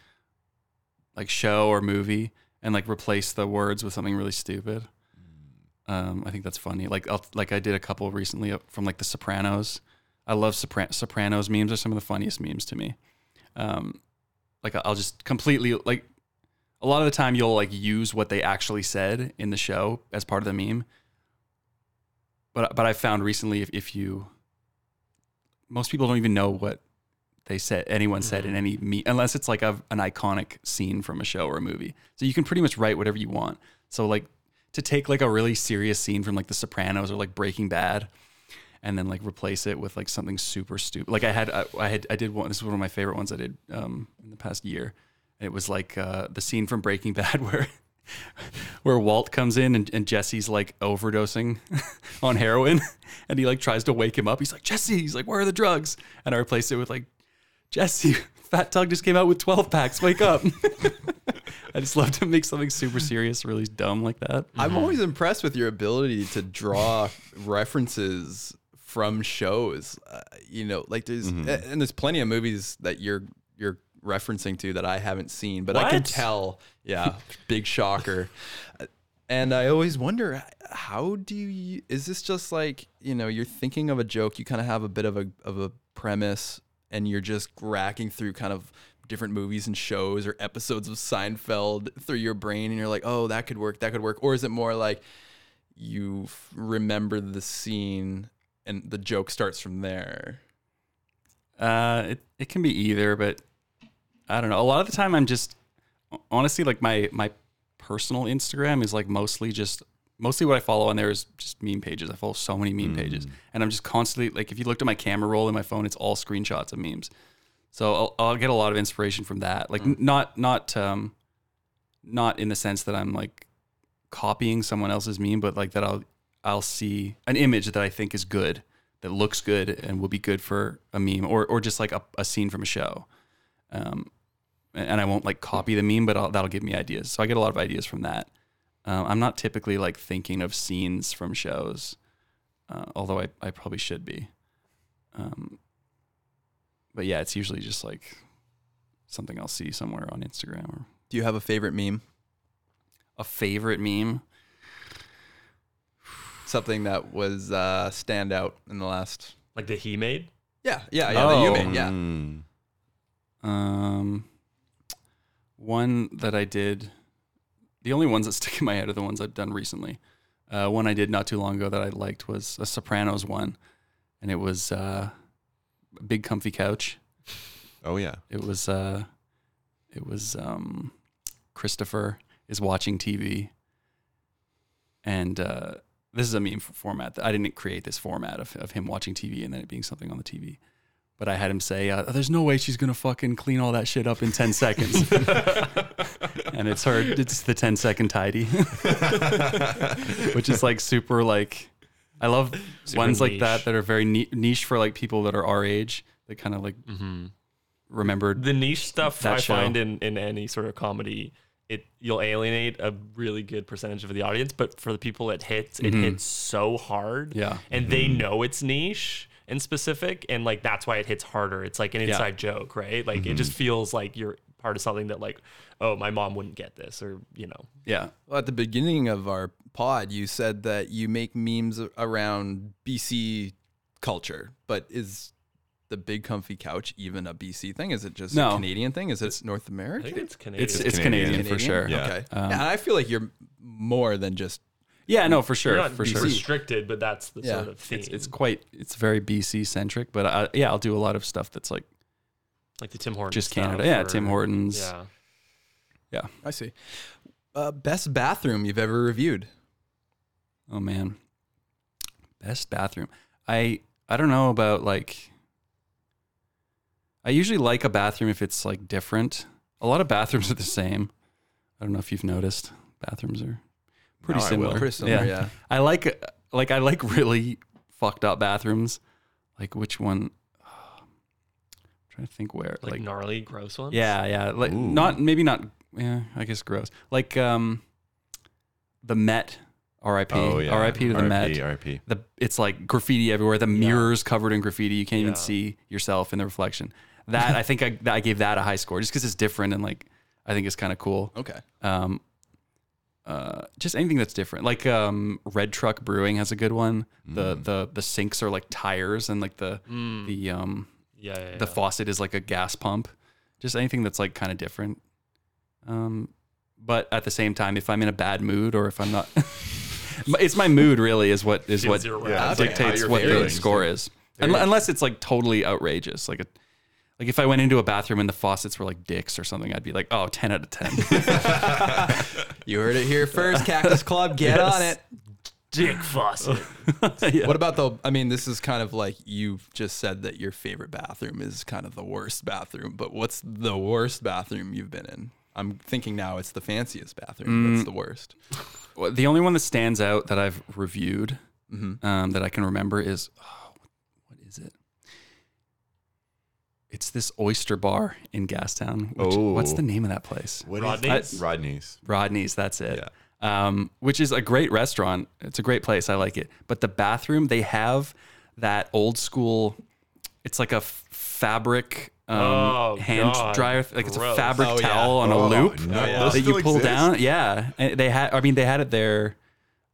like show or movie and like replace the words with something really stupid. Um, I think that's funny. Like, I'll, like I did a couple recently from like The Sopranos. I love Sopran- Sopranos memes are some of the funniest memes to me. Um, like I'll just completely like a lot of the time you'll like use what they actually said in the show as part of the meme. But but I found recently if, if you most people don't even know what they said anyone said in any meme unless it's like a, an iconic scene from a show or a movie. So you can pretty much write whatever you want. So like to take like a really serious scene from like The Sopranos or like Breaking Bad and then like replace it with like something super stupid. Like I had, I, I had, I did one. This is one of my favorite ones I did um, in the past year. And it was like uh, the scene from Breaking Bad where where Walt comes in and, and Jesse's like overdosing on heroin, and he like tries to wake him up. He's like Jesse, he's like, where are the drugs? And I replaced it with like Jesse, Fat Tug just came out with twelve packs. Wake up! I just love to make something super serious, really dumb like that. I'm always impressed with your ability to draw references from shows. Uh, you know, like there's a- and there's plenty of movies that you're you're referencing to that I haven't seen, but I can What? tell. Yeah, big shocker. Uh, And I always wonder how do you is this just like, you know, you're thinking of a joke, you kind of have a bit of a of a premise and you're just racking through kind of different movies and shows or episodes of Seinfeld through your brain and you're like, "Oh, that could work, that could work." Or is it more like you f- remember the scene and the joke starts from there? Uh, it, it can be either, but I don't know. A lot of the time, I'm just honestly like my my personal Instagram is like mostly just mostly what I follow on there is just meme pages. I follow so Mm. many meme pages, and I'm just constantly like if you looked at my camera roll in my phone, it's all screenshots of memes. So I'll, I'll get a lot of inspiration from that. Like n- Mm. not not um, not in the sense that I'm like copying someone else's meme, but like that I'll I'll see an image that I think is good, that looks good, and will be good for a meme, or or just like a, a scene from a show. Um, a- and I won't like copy the meme, but I'll, that'll give me ideas. So I get a lot of ideas from that. Um, I'm not typically like thinking of scenes from shows, uh, although I, I probably should be. Um, but yeah, it's usually just like something I'll see somewhere on Instagram or Do you have a favorite meme? a favorite meme. Something that was uh, stand out in the last. Like that he made. Yeah, yeah, yeah. that you Oh. made, yeah. Mm. Um, one that I did, the only ones that stick in my head are the ones I've done recently. Uh, one I did not too long ago that I liked was a Sopranos one, and it was uh, a big comfy couch. Oh yeah. It was uh, it was um, Christopher is watching TV, and uh, this is a meme f- format. that- I didn't create this format of, of him watching TV and then it being something on the TV. But I had him say, uh, "There's no way she's gonna fucking clean all that shit up in ten seconds," and it's her. It's the 10 second tidy, which is like super like. I love ones like that niche. that are very ni- niche for like people that are our age that kind of like remembered Mm-hmm. The niche stuff That I show. find in, in any sort of comedy, it you'll alienate a really good percentage of the audience, but for the people it hits, it hits so hard. Mm-hmm. Yeah. And they know it's niche and specific and like that's why it hits harder. It's like an inside joke, right? Like it just feels like you're part of something that like, oh, my mom wouldn't get this or you know. Yeah. Well, at the beginning of our pod, you said that you make memes around BC culture, but is the big comfy couch even a BC thing? Is it just a No. Canadian thing? Is it North I American? think it's Canadian. It's it's Canadian, Canadian. for sure. Yeah. Okay. yeah, and I feel like you're more than just. Yeah, no, for sure, You're not for sure. restricted, but that's the Yeah. sort of theme. It's, it's quite it's very BC centric, but I, yeah, I'll do a lot of stuff that's like like the Tim Hortons. just Canada. stuff Yeah, or- Tim Hortons. Yeah. I see. Uh, best bathroom you've ever reviewed? Oh man, best bathroom. I I don't know about like. I usually like a bathroom if it's like different. A lot of bathrooms are the same. I don't know if you've noticed. Bathrooms are pretty Now I will. similar. Pretty similar, yeah. I like like I like really fucked up bathrooms. Like which one? I'm trying to think where. Like, gnarly, gross ones. Yeah, yeah. Like not maybe not yeah, I guess gross. Like um the Met RIP. Oh yeah. RIP to the Met. RIP. The it's like graffiti everywhere. The mirrors covered in graffiti. You can't even Yeah. see yourself in the reflection. That I think I that I gave that a high score just cuz it's different and like I think it's kind of cool. Okay. Um uh, just anything that's different. Like um, Red Truck Brewing has a good one. The Mm. the the sinks are like tires, and like the the um, Yeah. yeah, the yeah. faucet is like a gas pump just anything that's like kind of different um but at the same time if i'm in a bad mood or if i'm not it's my mood really is what is what zero Yeah, it's like how dictates you're what the feeling. score is Unle- unless it's like totally outrageous like a like if I went into a bathroom and the faucets were like dicks or something, I'd be like, oh, 10 out of 10. You heard it here first. Cactus Club, get on it. dick faucet. What about the? I mean, this is kind of like you've just said that your favorite bathroom is kind of the worst bathroom, but what's the worst bathroom you've been in? I'm thinking now it's the fanciest bathroom. That's the worst. Well, the only one that stands out that I've reviewed um, that I can remember is, oh, what is it? It's this oyster bar in Gastown. Which, What's Oh. the name of that place? What is- Rodney's? Rodney's. Rodney's, that's it. Um, which is a great restaurant. It's a great place. I like it. But the bathroom, they have that old school, it's like a f- fabric um, Oh, hand God. dryer. Like it's a Gross. fabric Oh, yeah. towel on a loop no. Those that you still pull exist? down. Yeah. And they had, I mean, they had it there.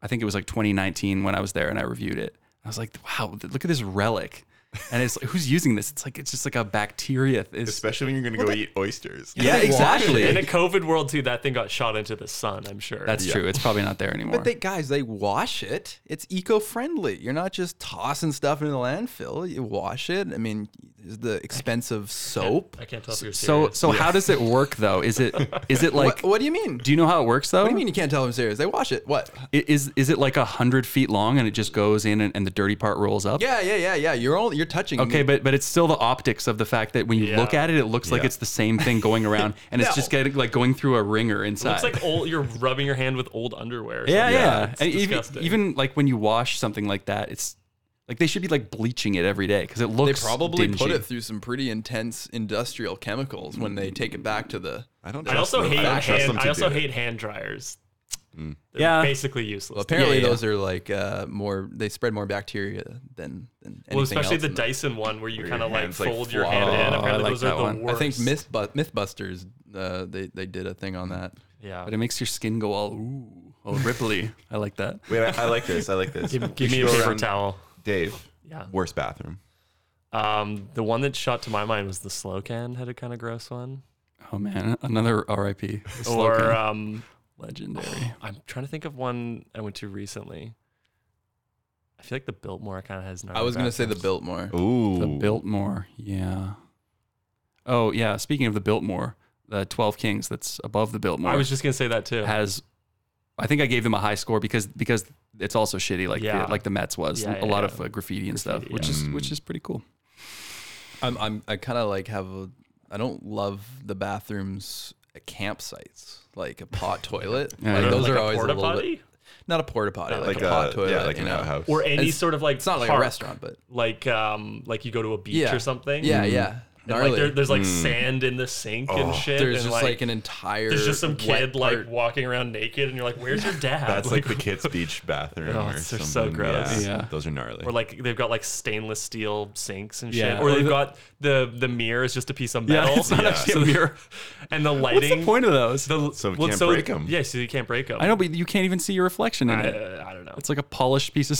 I think it was like 2019 when I was there and I reviewed it. I was like, wow, look at this relic. And it's like, who's using this? It's like, it's just like a bacteria. It's, Especially when you're gonna go eat oysters. yeah, exactly. In a COVID world too, that thing got shot into the sun. I'm sure. That's true. It's probably not there anymore. But they guys, they wash it. It's eco-friendly. You're not just tossing stuff into the landfill. You wash it. I mean, is the expensive soap. I can't tell if you're So serious. so how does it work though? Is it is it like what, what do you mean? do you know how it works though? what do you mean you can't tell them serious? They watch it. What? I- Is is it like a hundred feet long and it just goes in and, and the dirty part rolls up? Yeah, yeah, yeah, yeah. You're only you're touching. Okay, but but it's still the optics of the fact that when you look Yeah. at it, it looks like it's the same thing going around, and it's just getting like going through a ringer inside. It's like old. You're rubbing your hand with old underwear. or yeah, something. yeah. It's And even, disgusting. even like when you wash something like that, it's like they should be like bleaching it every day because it they looks. probably put dingy. it through some pretty intense industrial chemicals when they take it back to the. I don't. I also them. hate. don't trust Hand, them I to also do it. hate hand dryers. They're Yeah. basically useless. Well, apparently Yeah, yeah. those are like uh, more. They spread more bacteria than than. Anything Well, especially else the in them. Dyson one where you Where kind of your like hands, like, fold your flop. hand in. Oh, I Apparently, like those that are the one. I I worst. think Myth, MythBusters uh, they they did a thing on that. Yeah. But it makes your skin go all ooh, all ripply. I like that. Wait, I, I like this. I like this. Give, give me a go paper around- towel. Dave. Yeah. Worst bathroom. Um, the one that shot to my mind was the slow can had a kind of gross one. Oh man, another R.I.P. The or Slocan. um, legendary. I'm trying to think of one I went to recently. I feel like the Biltmore kind of has. I was gonna say the Biltmore. Ooh. The Biltmore, yeah. Oh yeah. Speaking of the Biltmore, the Twelve Kings that's above the Biltmore I was just gonna say that too. has. I think I gave them a high score because because it's also shitty like Yeah. the, like the Mets was Yeah, a yeah, lot yeah. of uh, graffiti and stuff, Graffiti, which yeah. is which is pretty cool. I'm I'm I kind of like have a. I don't love the bathrooms at campsites like a pot toilet. Yeah, like yeah. those Like are a always a porta little potty? bit. Not a porta potty, like, like, a pot a, toilet. yeah, like you an know. outhouse. or any It's- sort of like It's not like park, a restaurant, but like um like you go to a beach yeah, or something. Yeah, And, yeah. Like Gnarly. Mm. Oh, there, there's like sand in the sink and shit. there's and, just like, an entire. there's just some wet kid like part. walking around naked, and you're like, "Where's your dad?" That's like, the kids' beach bathroom. Oh, or they're so something. gross. Yeah. Yeah. Those are gnarly. Or like they've got like stainless steel sinks and Yeah. shit. Or Or they've the- got the the mirror is just a piece of metal. it's not Yeah. actually a So the- mirror. And the What's lighting. the point of those? The, So we well, can't break 'em. Yeah, so you can't break them. I know, but you can't even see your reflection in I, it. I don't know. It's like a polished piece of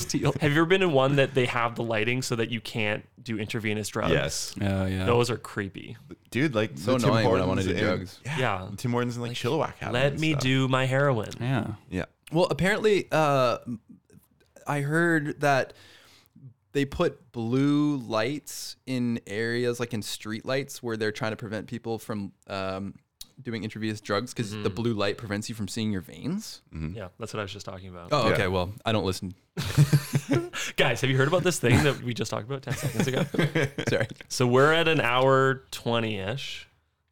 steel. Have you ever been in one that they have the lighting so that you can't do intravenous drugs? yes, Oh yeah. Those are creepy. dude. Like So the Tim annoying when I Hortons wanna do in- drugs. Yeah. Yeah. the Tim Hortons and like, Chilliwack have them Let and me stuff. do my heroin. yeah. Yeah. Well, apparently, uh, I heard that they put blue lights in areas like in street lights where they're trying to prevent people from um, doing intravenous drugs because Mm-hmm. the blue light prevents you from seeing your veins. Yeah, that's what I was just talking about. Oh, Yeah. okay. Well, I don't listen. Guys, have you heard about this thing that we just talked about 10 seconds ago? Sorry. so we're at an hour 20 ish.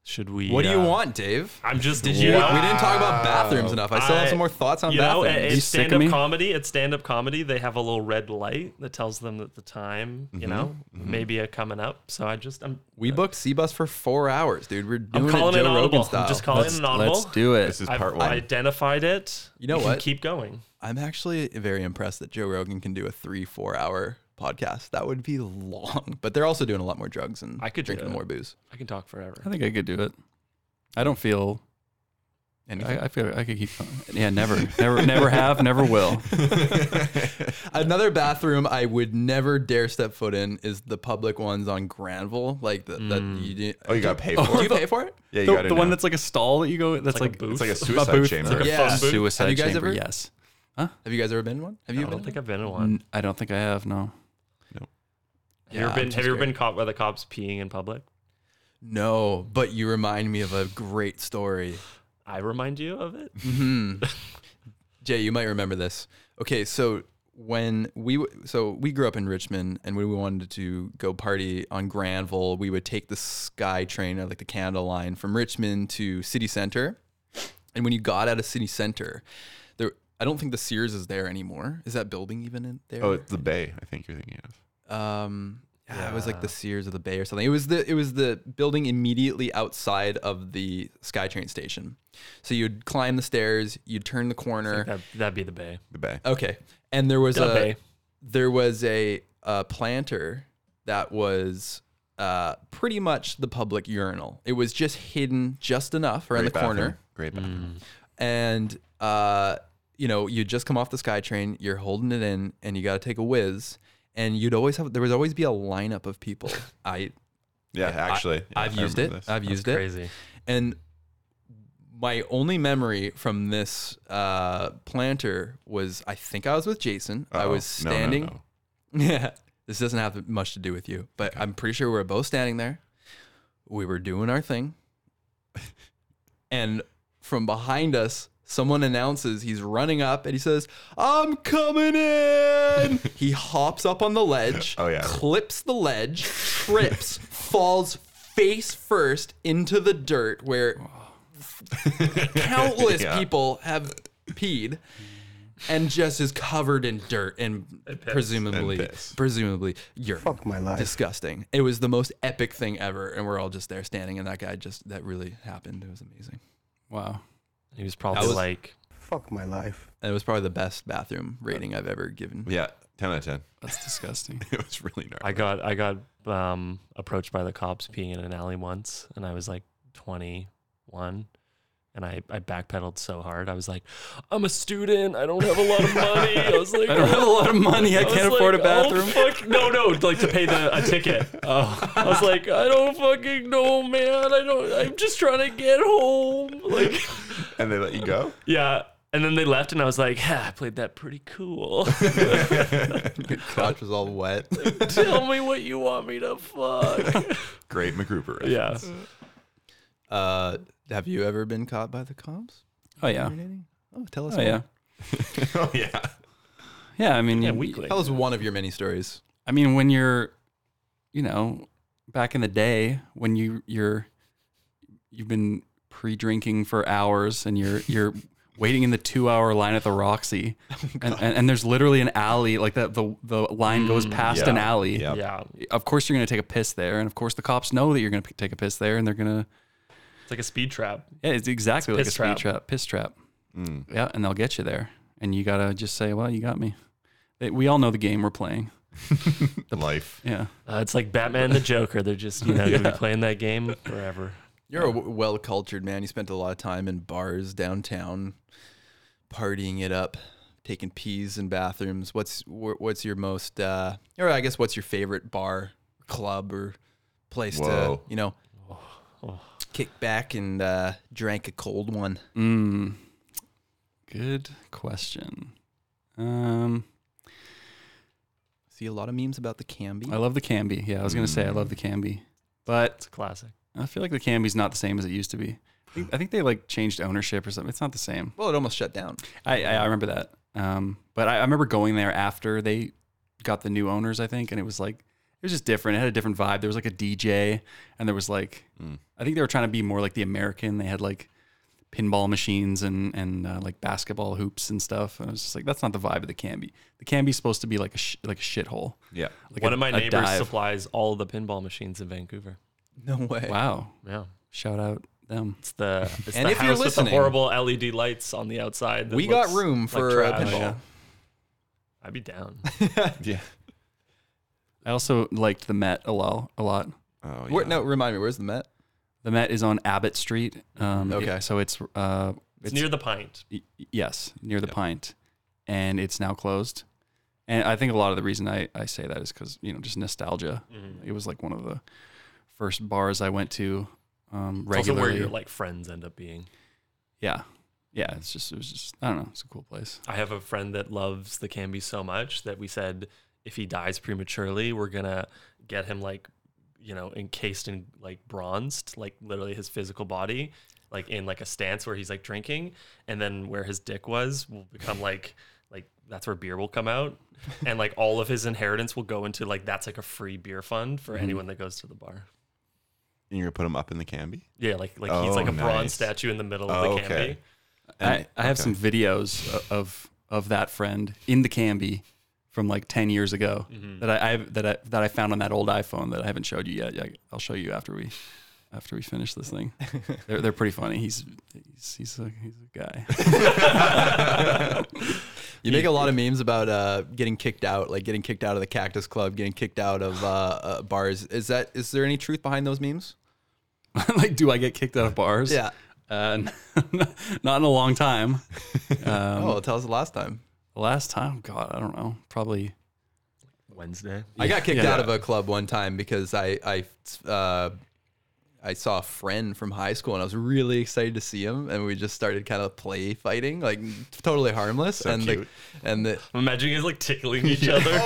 Should we? What do you uh, want, Dave? I'm just. Did you? We didn't talk about bathrooms enough. I still have I- some more thoughts on you know, bathrooms. at, You sick of stand up me? comedy, at stand up comedy, they have a little red light that tells them that the time, Mm-hmm. you know, maybe are coming up. So I just, I'm, we booked Seabus for four hours, dude. We're doing I'm calling it it Joe an Rogan audible. style. I'm just calling it an audible. Let's do it. This is I've part one. identified it. You know We can what? Keep going. I'm actually very impressed that Joe Rogan can do a three, four hour podcast. That would be long, but they're also doing a lot more drugs and I could do drinking it. more booze. I can talk forever. I think I could do it. I don't feel. And I, I feel I could keep. Yeah, never, never, never have, never will. another bathroom I would never dare step foot in is the public ones on Granville. Like the, that Mm. you did. Oh, you gotta pay for Do it. you pay for it? Yeah, you the, got it the one now. that's like a stall that you go. That's like a like, booth. it's like a It's suicide booth. chamber. like a yeah. phone booth. suicide Have you guys chamber. ever- Yes. Have you guys ever been in one? Have you I been? Mm, don't in think one? I've been in one. I don't think I have. No. Have you ever Yeah, been? I'm Have you ever scared. been caught by the cops peeing in public? No, but you remind me of a great story. I remind you of it. Jay, you might remember this. Okay, so when we w- so we grew up in Richmond, and when we wanted to go party on Granville, we would take the Sky Train or like the Canada Line from Richmond to City Center. And when you got out of City Center, there I don't think the Sears is there anymore. Is that building even in there? Oh, it's the Bay. I think you're thinking of. um yeah, it was like the Sears or the Bay or something. It was the it was the building immediately outside of the SkyTrain station. So you'd climb the stairs, you'd turn the corner, That, that'd be the bay. The Bay. Okay. And there was Duh, a bae. there was a, uh planter that was uh, pretty much the public urinal. It was just hidden just enough around Great the bathroom. corner, Great bathroom. and uh, you know you just come off the SkyTrain, you're holding it in, and you got to take a whiz. And you'd always have there would always be a lineup of people. I Yeah, actually. yeah, I've I used it. remember this. I've used it. Crazy. And my only memory from this uh, planter was I think I was with Jason. I Uh-oh. was No, no, standing. no. Yeah. This doesn't have much to do with you, but I'm pretty sure we were both standing there. We were doing our thing. And from behind us, someone announces he's running up and he says, I'm coming in. he hops up on the ledge, Oh, yeah. clips the ledge, trips, falls face first into the dirt where countless Yeah. people have peed and just is covered in dirt and presumably And piss. presumably urine. Fuck my life. Disgusting. It was the most epic thing ever, and we're all just there standing, and that guy just that really happened. It was amazing. Wow. He was probably was- like, And it was probably the best bathroom rating I've ever given. Yeah, ten out of ten. That's disgusting. It was really gnarly. I got I got um, approached by the cops peeing in an alley once, and I was like 21, and I I backpedaled so hard. I was like, I'm a student. I don't have a lot of money. I was like, I don't have a lot of money. I was can't afford a like, "Oh, bathroom. Oh. fuck- No, no, like to pay the a ticket. I was like, I don't fucking know, man. I don't. I'm just trying to get home. Like, and they let you go. yeah. And then they left, and I was like, "Ha, I played that pretty cool. Couch was all wet. Tell me what you want me to fuck. Great MacGruber. reference. yeah. Uh, have you ever been caught by the cops? Oh yeah. urinating? Oh, tell us. Oh one. yeah. oh yeah. Yeah. I mean, Yeah. you- Weekly. Tell us one of your many stories. I mean, when you're, you know, back in the day when you you're, you've been pre-drinking for hours and you're you're waiting in the two-hour line at the Roxy, Oh, and, and and there's literally an alley like that. The the line goes past an Mm, yeah, alley. yeah. Yeah. Of course, you're gonna take a piss there, and of course, the cops know that you're gonna p- take a piss there, and they're gonna It's like a speed trap. yeah, it's exactly like a piss trap. speed trap, piss trap. Yeah, and they'll get you there, and you gotta just say, well, you got me. They, we all know the game we're playing. Life. Yeah. Uh, it's like Batman and the Joker. They're just you know gonna be playing that game forever. You're a w- well-cultured man. You spent a lot of time in bars downtown, partying it up, taking peas in bathrooms. What's wh- what's your most, uh, or I guess, what's your favorite bar, club, or place Whoa. to you know kick back and uh, drank a cold one? Mm, good question. Um, See a lot of memes about the Camby. I love the Canby. Yeah, I was gonna say I love the Canby, It's but a classic. I feel like the Canby's not the same as it used to be. I think, I think they like changed ownership or something. It's not the same. Well, it almost shut down. I I, I remember that. Um, but I, I remember going there after they got the new owners. I think, and it was like it was just different. It had a different vibe. There was like a DJ, and there was like Mm. I think they were trying to be more like the American. They had like pinball machines and and uh, like basketball hoops and stuff. And I was just like, that's not the vibe of the Canby. The Canby's supposed to be like a sh- like a shithole. Yeah. Like One a- of my a neighbors dive. supplies all the pinball machines in Vancouver. No way. Wow! Yeah. Shout out them. It's the it's And the if house you're with the listening- horrible LED lights on the outside. that We got looks room like for a trash. pinball. I'd be down. Yeah. I also liked the Met a lot. A lot. Oh yeah. Where, no, remind me. Where's the Met? The Met is on Abbott Street. Mm, Um, Okay. it- so it's uh, It's near the pint. Y- yes, near the pint, and it's now closed. And I think a lot of the reason I, I say that is because you know just nostalgia. Mm-hmm. It was like one of the first bars I went to um, It's also where regularly. your like friends end up being. yeah, yeah. It's just it was just I don't know. It's a cool place. I have a friend that loves the Canby so much that we said if he dies prematurely, we're gonna get him like you know encased in like bronzed, like literally his physical body, like in like a stance where he's like drinking, and then where his dick was will become like like that's where beer will come out, and like all of his inheritance will go into like that's like a free beer fund Mm-hmm. for anyone that goes to the bar. And you're gonna put him up in the Canby. Yeah, like like he's Oh, like a nice. bronze statue in the middle of Oh, the Canby. okay. I, I have some videos o- of of that friend in the Canby from like ten years ago that I, I that I that I found on that old iPhone that I haven't showed you yet. Yeah, I'll show you after we after we finish this thing. they're they're pretty funny. He's he's he's a, he's a guy. You make a lot of memes about uh, getting kicked out, like getting kicked out of the Cactus Club, getting kicked out of uh, uh, bars. Is that is there any truth behind those memes? like, do I get kicked out of bars? Yeah. Uh, not in a long time. oh, well, tell us the last time. The last time, God, I don't know. Probably. Wednesday. I got kicked Yeah. out of a club one time because I I uh, I saw a friend from high school and I was really excited to see him and we just started kind of play fighting like totally harmless and the, cute. and the I'm imagining you guys like tickling each other.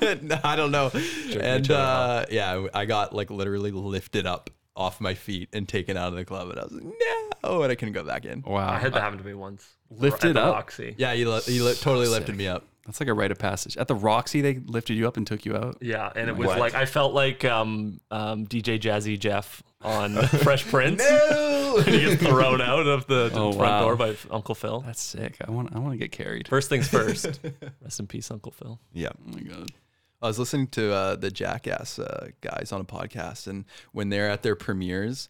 No, I don't know and each other uh, yeah I got like literally lifted up off my feet and taken out of the club and I was like no and I couldn't go back in Wow. I had that happen to me once. Lifted At the up? Roxy. yeah he, li- he li- totally lifted me up That's like a rite of passage. At the Roxy, they lifted you up and took you out. Yeah, and it was What? like I felt like um, um, DJ Jazzy Jeff on Fresh Prince. he gets thrown out of the Oh, front wow. door by Uncle Phil. That's sick. I want. I want to get carried. First things first. Rest in peace, Uncle Phil. yeah Oh my god. I was listening to uh, the Jackass uh, guys on a podcast, and when they're at their premieres,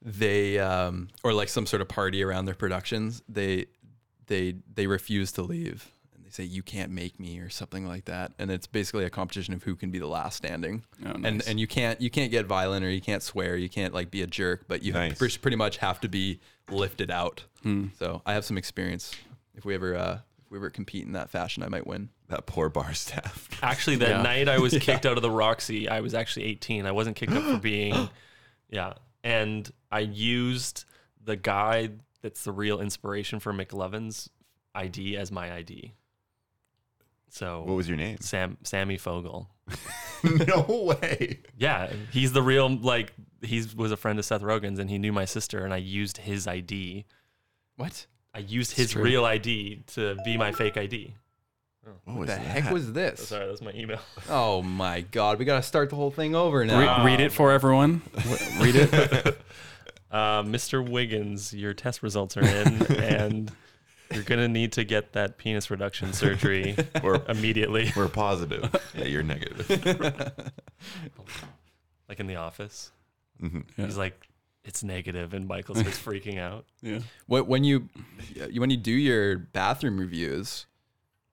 they um, or like some sort of party around their productions, they they they refuse to leave, and they say you can't make me or something like that, and it's basically a competition of who can be the last standing, Oh, and nice. and you can't you can't get violent or you can't swear, you can't like be a jerk, but you Nice. Hmm. pr- pretty much have to be lifted out. So I have some experience. If we ever uh, if we ever compete in that fashion, I might win. That poor bar staff. Actually, that Yeah. night I was kicked out of the Roxy, I was actually 18. I wasn't kicked out for being, yeah. And I used the guy that's the real inspiration for McLovin's ID as my ID. So Oh. What was your name? Sam Sammy Fogel. no way. Yeah, he's the real like he was a friend of Seth Rogen's and he knew my sister and I used his ID. What I used his true. real ID to be my fake ID. What was the heck was this? Sorry, that's my email. Oh my god, we gotta start the whole thing over now. Re- read it for everyone. Wh- read it. Uh, Mr. Wiggins, your test results are in and you're gonna need to get that penis reduction surgery We're, immediately, we're positive. Yeah, you're negative. like in the office. Hmm. Yeah. He's like, it's negative, and Michael starts freaking out. Yeah. What when you you- when you do your bathroom reviews,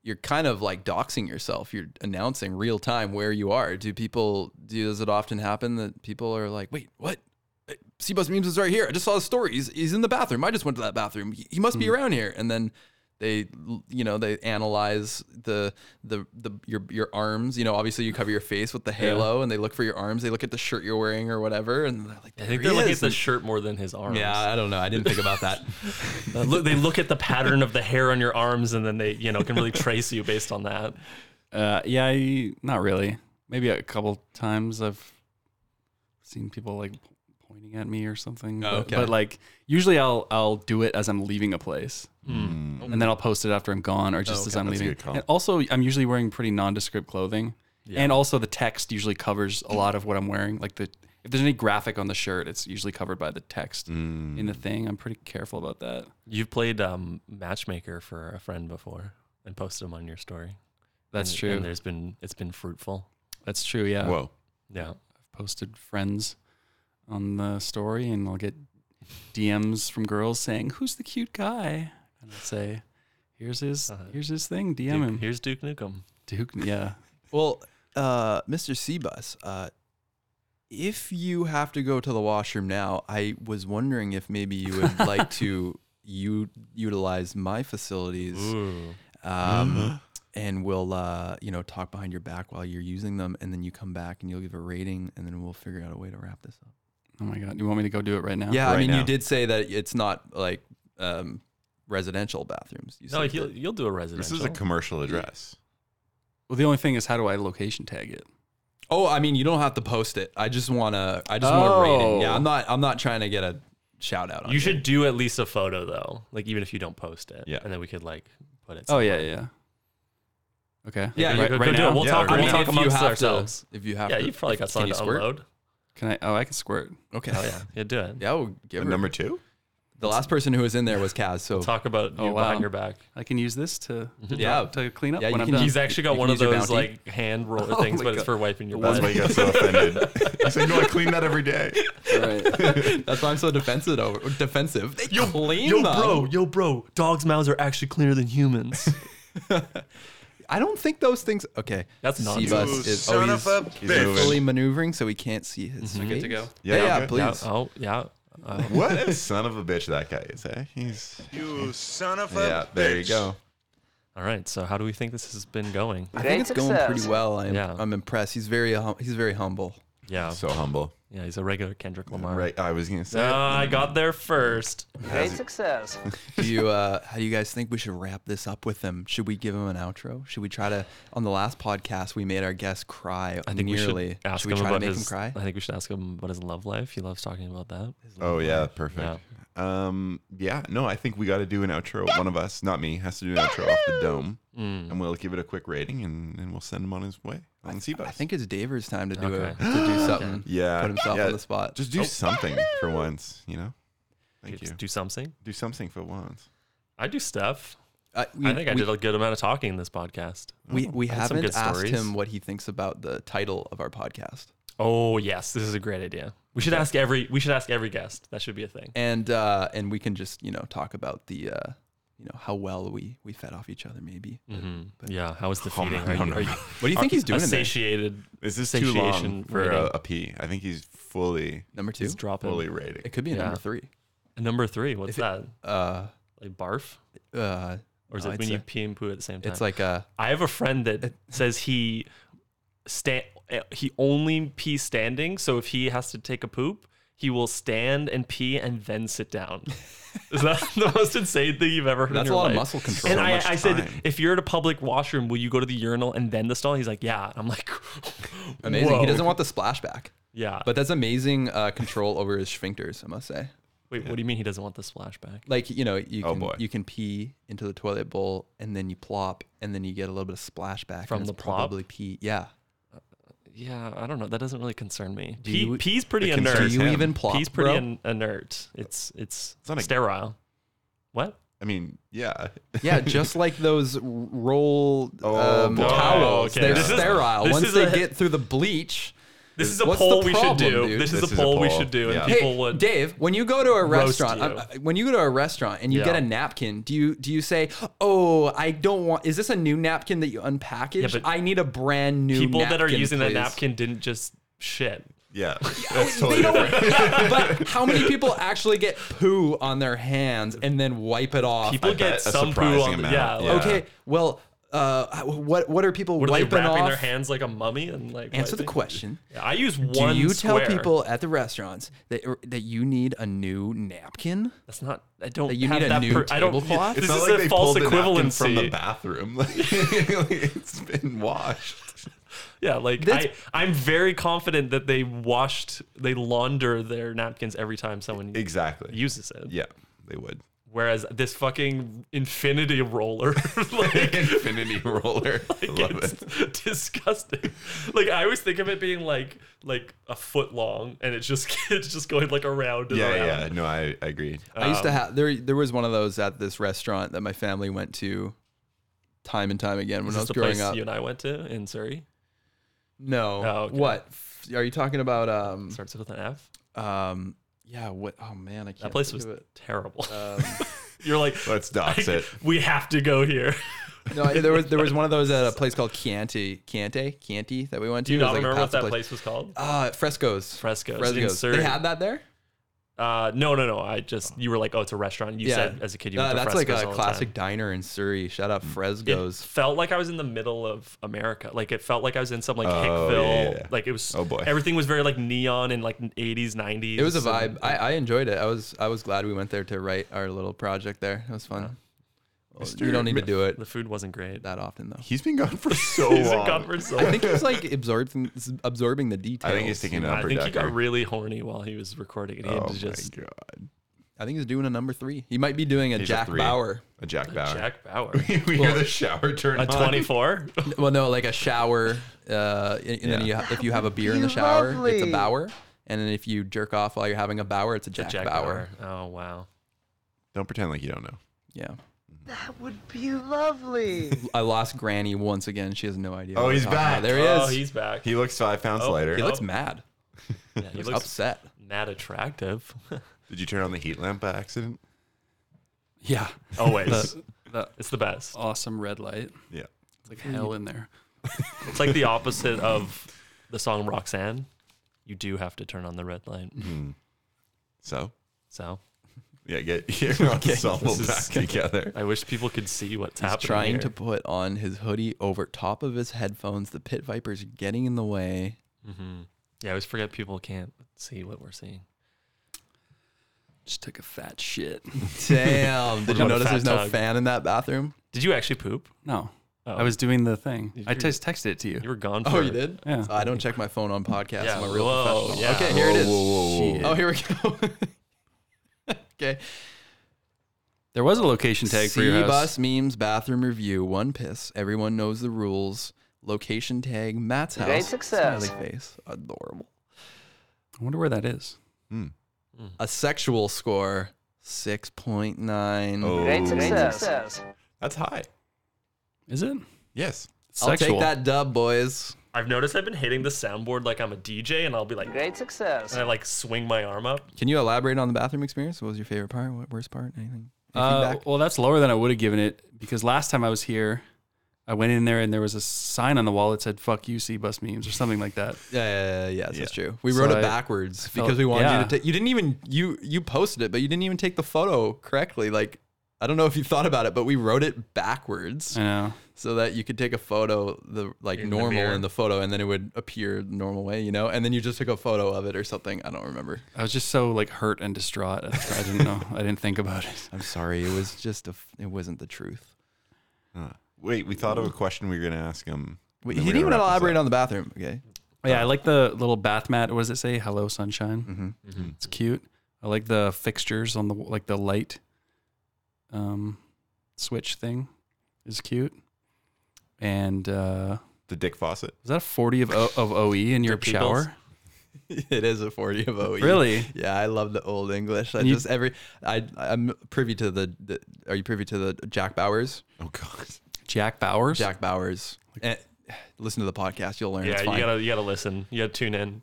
you're kind of like doxing yourself. You're announcing real time where you are. Do people do does it often happen that people are like, wait, what? Uh, Seabus memes is right here. I just saw his story. He's, he's in the bathroom. I just went to that bathroom. He, he must be around here. And then they, l- you know, they analyze the the the your your arms. You know, obviously you cover your face with the halo, and they look for your arms. They look at the shirt you're wearing or whatever, and they're like, I think "There they're he looking is." at the And- shirt more than his arms. Yeah, I don't know. I didn't think about that. Uh, look, they look at the pattern of the hair on your arms, and then they, you know, can really trace you based on that. Uh, yeah. I, not really. Maybe a couple times I've seen people like pointing at me or something. Oh, but- okay. But, like usually I'll I'll do it as I'm leaving a place. Mm. Mm-hmm. Oh. And then I'll post it after I'm gone or just as I'm That's a leaving. good call. And also I'm usually wearing pretty nondescript clothing. And also the text usually covers a lot of what I'm wearing. Like the if there's any graphic on the shirt, it's usually covered by the text Mm. in the thing. I'm pretty careful about that. You've played um, matchmaker for a friend before and posted them on your story. That's And- true. And there's been it's been fruitful. That's true, uh, yeah. Whoa. Yeah. posted friends on the story and I'll get DMs from girls saying, "Who's the cute guy?" And I'll say, "Here's his here's his thing, DM Uh-huh. Duke- him." here's Duke Nukem. Duke, yeah. Well, uh, Mr. Seabus, uh, if you have to go to the washroom now, I was wondering if maybe you would like to u- utilize my facilities, Mm-hmm. Uh-huh. um, and we'll uh, you know talk behind your back while you're using them, and then you come back and you'll give a rating, and then we'll figure out a way to wrap this up. Oh my god, you want me to go do it right now? Yeah, I Right mean, now. you did say that it's not like um, residential bathrooms. You No, said you'll, that- you'll do a This residential. is a commercial address. Well, the only thing is, how do I location tag it? Oh, I mean, you don't have to post it. I just want to. I just want a rating. Yeah, Oh. I'm not. I'm not trying to get a shout out. on you should do at least a photo though, like even if you don't post it. Yeah. And then we could like put it. Oh yeah, yeah. Okay. Yeah, right, go- go right do it. now. We'll Yeah, talk. right We'll now. talk if you amongst have ourselves. To, if you have, yeah, to, you've probably got can something you to squirt? unload. Can I? Oh, I can squirt. Okay. Oh yeah, yeah, do it. Yeah, we'll give And her. Number two? the last person who was in there was Kaz. So Talk about you Oh, wow. behind your back. I can use this to Mm-hmm. Yeah. to clean up Yeah, you when I'm can done. use He's actually got you one can of use your those bounty. like hand roller Oh things, my but it's God. for wiping your That's butt. why you got so offended. He said, No, I clean that every day. Right. that's why I'm so defensive. Over, defensive. They clean them. yo, bro, dogs' mouths are actually cleaner than humans. I don't think those things. Okay, That's Seabus nonsense. You Is, son oh, of a he's bitch. fully maneuvering, so we can't see Mm-hmm. his. Face. Good to go. Yeah, Yeah, yeah, okay. please. oh, yeah. Uh, What a son of a bitch that guy is, eh? He's. You son of a Yeah, bitch. there you go. all right. So, how do we think this has been going? I think it's going pretty well. I'm, Yeah. I'm impressed. He's very hum- he's very humble. Yeah. So humble. Yeah, he's a regular Kendrick Lamar. Right, I was gonna say. Uh, it. I got there first. Great success. Do you, uh, how do you guys think we should wrap this up with him? Should we give him an outro? Should we try to? On the last podcast, we made our guest cry. I think nearly. we should ask we him try about to make his. him cry? I think we should ask him about his love life. He loves talking about that. Oh yeah, perfect. Um, yeah, no, I think we got to do an outro. One of us, not me, has to do an outro off the dome, and we'll give it a quick rating, and, and we'll send him on his way on the I think it's Daver's time to do Okay. it. To do something. yeah, Put himself yeah, on the spot. Oh, Just do something for once, you know. Thank Do- you. Do something. Oh. Do something for once. I do stuff. Uh, we, I think I we, did a good amount of talking in this podcast. We, we I had some haven't good asked stories. him what he thinks about the title of our podcast. Oh yes, this is a great idea. We should ask every. We should ask every guest. That should be a thing. and uh, and we can just you know talk about the uh, you know how well we we fed off each other maybe. Mm. Mm-hmm. Yeah. How is the Oh, feeding? no, are, you, no, are you- no. What do you think he's a doing in there? satiated? This is too long satiation for rating? a, a P. I think he's fully Number two, He's dropping. fully rating. it could be a Yeah. number three. Number three. What's that? Uh, Like barf, uh, or is no, it it's when you a- pee and poo at the same time? it's like uh, a I have a friend that says he stand he only pees standing, so if he has to take a poop, he will stand and pee and then sit down. Is that the most insane thing you've ever heard? That's in your a lot of life? muscle control. And So I, much I said, time. if you're at a public washroom, will you go to the urinal and then the stall? He's like, yeah. I'm like, amazing. whoa. He doesn't want the splashback, Yeah, but that's amazing uh, control over his sphincters. I must say, wait, what do you mean he doesn't want the splashback? like you know you Oh, can boy. you can pee into the toilet bowl and then you plop and then you get a little bit of splashback From and the it's plop? probably pee. Yeah. Yeah, I don't know. That doesn't really concern me. Do Pee, you- pee's pretty it concerns inert. Do you him. even plop? Pee's pretty bro? in, inert. It's it's, not a- sterile. What? I mean, yeah. Yeah, just like those r- roll Oh, um, boy. towels. Okay. They're This is- sterile. this Once is they a- get through the bleach. This is a What's the poll we should problem, do. dude? This, This is is a a poll we poll. should do, and Yeah. people Hey, would. Dave, when you go to a roast restaurant, you. I'm- I- when you go to a restaurant and you get Yeah. a napkin, do you do you say, "Oh, I don't want"? Is this a new napkin that you unpackage? Yeah, but I need a brand new. people that are napkin, using please." that napkin didn't just shit. Yeah. That's They totally don't, different. but how many people actually get poo on their hands and then wipe it off? People I bet get a some poo surprising on. The, amount, yeah. yeah. Like, Okay, well, uh, what what are people what are they wiping wrapping off? their hands like a mummy and like? Answer the wiping? question. Yeah, I use Do one. you square. tell people at the restaurants that er, that you need a new napkin? that's not? I don't. that you have need a that new per, I don't. tablecloth? This It's not is like a they false pulled the napkin equivalency. from the bathroom. Like, it's been washed. Yeah, like That's- I, I'm very confident that they washed, they launder their napkins every time someone Exactly. uses it. yeah, they would. Whereas this fucking infinity roller, like Infinity roller. I love it's it. disgusting. Like I always think of it being like like a foot long, and it's just it's just going like around and Yeah, around. yeah. No, I, I agree. I used Um, to have there. There was one of those at this restaurant that my family went to, time and time again when Is I this was the growing place up. you and I went to in Surrey? No, Oh, okay. what F- are you talking about? Um, Starts with an F. um, yeah. What? Oh man, I can't. That place think was of it. terrible. Um, You're like, Let's dox it. we have to go here. no, I- there was there was one of those at a place called Chianti, Chianti, Chianti that we went to. Do you It was not like a remember what pasta that place was called? Uh, Fresco's. Fresco's in Fresco's. They Surrey. had that there. Uh, no, no, no. I just you were like, oh, it's a restaurant. You said as a kid you Uh, went to that's like Fresco's a all the time. Mm. classic diner in Surrey. Shout out It Fresco's. felt like I was in the middle of America. Like it felt like I was in some like Oh, yeah, Hickville. yeah, yeah. Like it was. Oh, boy. Everything was very like neon and like 80s, 90s. It was a and- vibe. I, I enjoyed it. I was I was glad we went there to write our little project there. It was fun. Well, you don't need to do it the food wasn't great. that often though. He's been gone for so He's a long. god for so I think he was like absorbing absorbing the details. I think he's taking an I upper think he got decker. really horny while he was recording it. He had oh to just my god. I think he's doing a number three. He might be doing a He's a Jack three. Bauer. A Jack Bauer. Jack Bauer. we hear the shower turn A on. 24? Well, no, like a shower. Uh, and and then you, Yeah. ha- if you have a beer in the shower, it's a lovely. Bauer. And then if you jerk off while you're having a Bauer, it's a Jack, Jack Bauer. Bauer. Oh wow. Don't pretend like you don't know. Yeah. That would be lovely. I lost Granny once again. She has no idea. Oh, what we're he's talking back. about. There he Oh, is. he's back. He looks five pounds Oh, lighter. he looks Oh. mad. Yeah, he He's looks upset. mad attractive. Did you turn on the heat lamp by accident? Yeah. Always. That Oh, it's the best. awesome red light. Yeah. It's like hell in there. It's like the opposite of the song Roxanne. You do have to turn on the red light. Hmm. So So yeah, get your ensemble this is- back together. I wish people could see what's He's happening. trying here. to put on his hoodie over top of his headphones. The pit vipers are getting in the way. Mm-hmm. Yeah, I always forget people can't see what we're seeing. Just took a fat shit. Damn. Did you What a notice fat there's no tug. fan in that bathroom? Did you actually poop? No, Oh. I was doing the thing. You I were- just texted it to you. You were gone. For Oh, you did? Yeah. I don't check my phone on podcasts. Yeah. I'm a real Whoa, professional. yeah. Okay, here it is. Shit. Oh, here we go. okay. There was a location tag for your house. bus memes bathroom review. One piss. Everyone knows the rules. Location tag Matt's house. Great success. Smiley face. Adorable. I wonder where that is. Hmm. A sexual score. Six point nine. Oh. Great success. That's high. Is it? Yes. I'll Sexual. take that dub, boys. I've noticed I've been hitting the soundboard like I'm a DJ, and I'll be like, and Great success. I like swing my arm up. Can you elaborate on the bathroom experience? What was your favorite part? What worst part? Anything? Any Uh, feedback? well, that's lower than I would have given it because last time I was here, I went in there and there was a sign on the wall that said "fuck you, C bus memes" or something like that. Yeah, yeah, yeah, yeah, yes, that's true. We So wrote it I- backwards felt- because we wanted you yeah. to take. You didn't even you you posted it, but you didn't even take the photo correctly. Like I don't know if you thought about it, but we wrote it backwards I know. so that you could take a photo the like In the normal mirror. in the photo, and then it would appear the normal way, you know. And then you just took a photo of it or something. I don't remember. I was just so like hurt and distraught. I I didn't know. I didn't think about it. I'm sorry. It was just a. f- It wasn't the truth. Uh, Wait, we thought of a question we were going to ask um, him. Wait, he didn't even elaborate on the bathroom. Okay. Yeah, I like the little bath mat. What does it say? Hello, sunshine. Mm-hmm. Mm-hmm. It's cute. I like the fixtures on the w- like the light um, switch thing is cute. And uh, the Dick Fawcett. was that a forty of o- of OE in your Dick Eagles? shower? it is a 40 of E. E. OE. Really? Yeah, I love the old English. I And you- just every I I'm privy to the, the are you privy to the Jack Bowers? Oh, God. Jack Bowers. Jack Bowers. Eh, listen to the podcast, you'll learn. Yeah, it's you fine. gotta you gotta listen. You gotta tune in.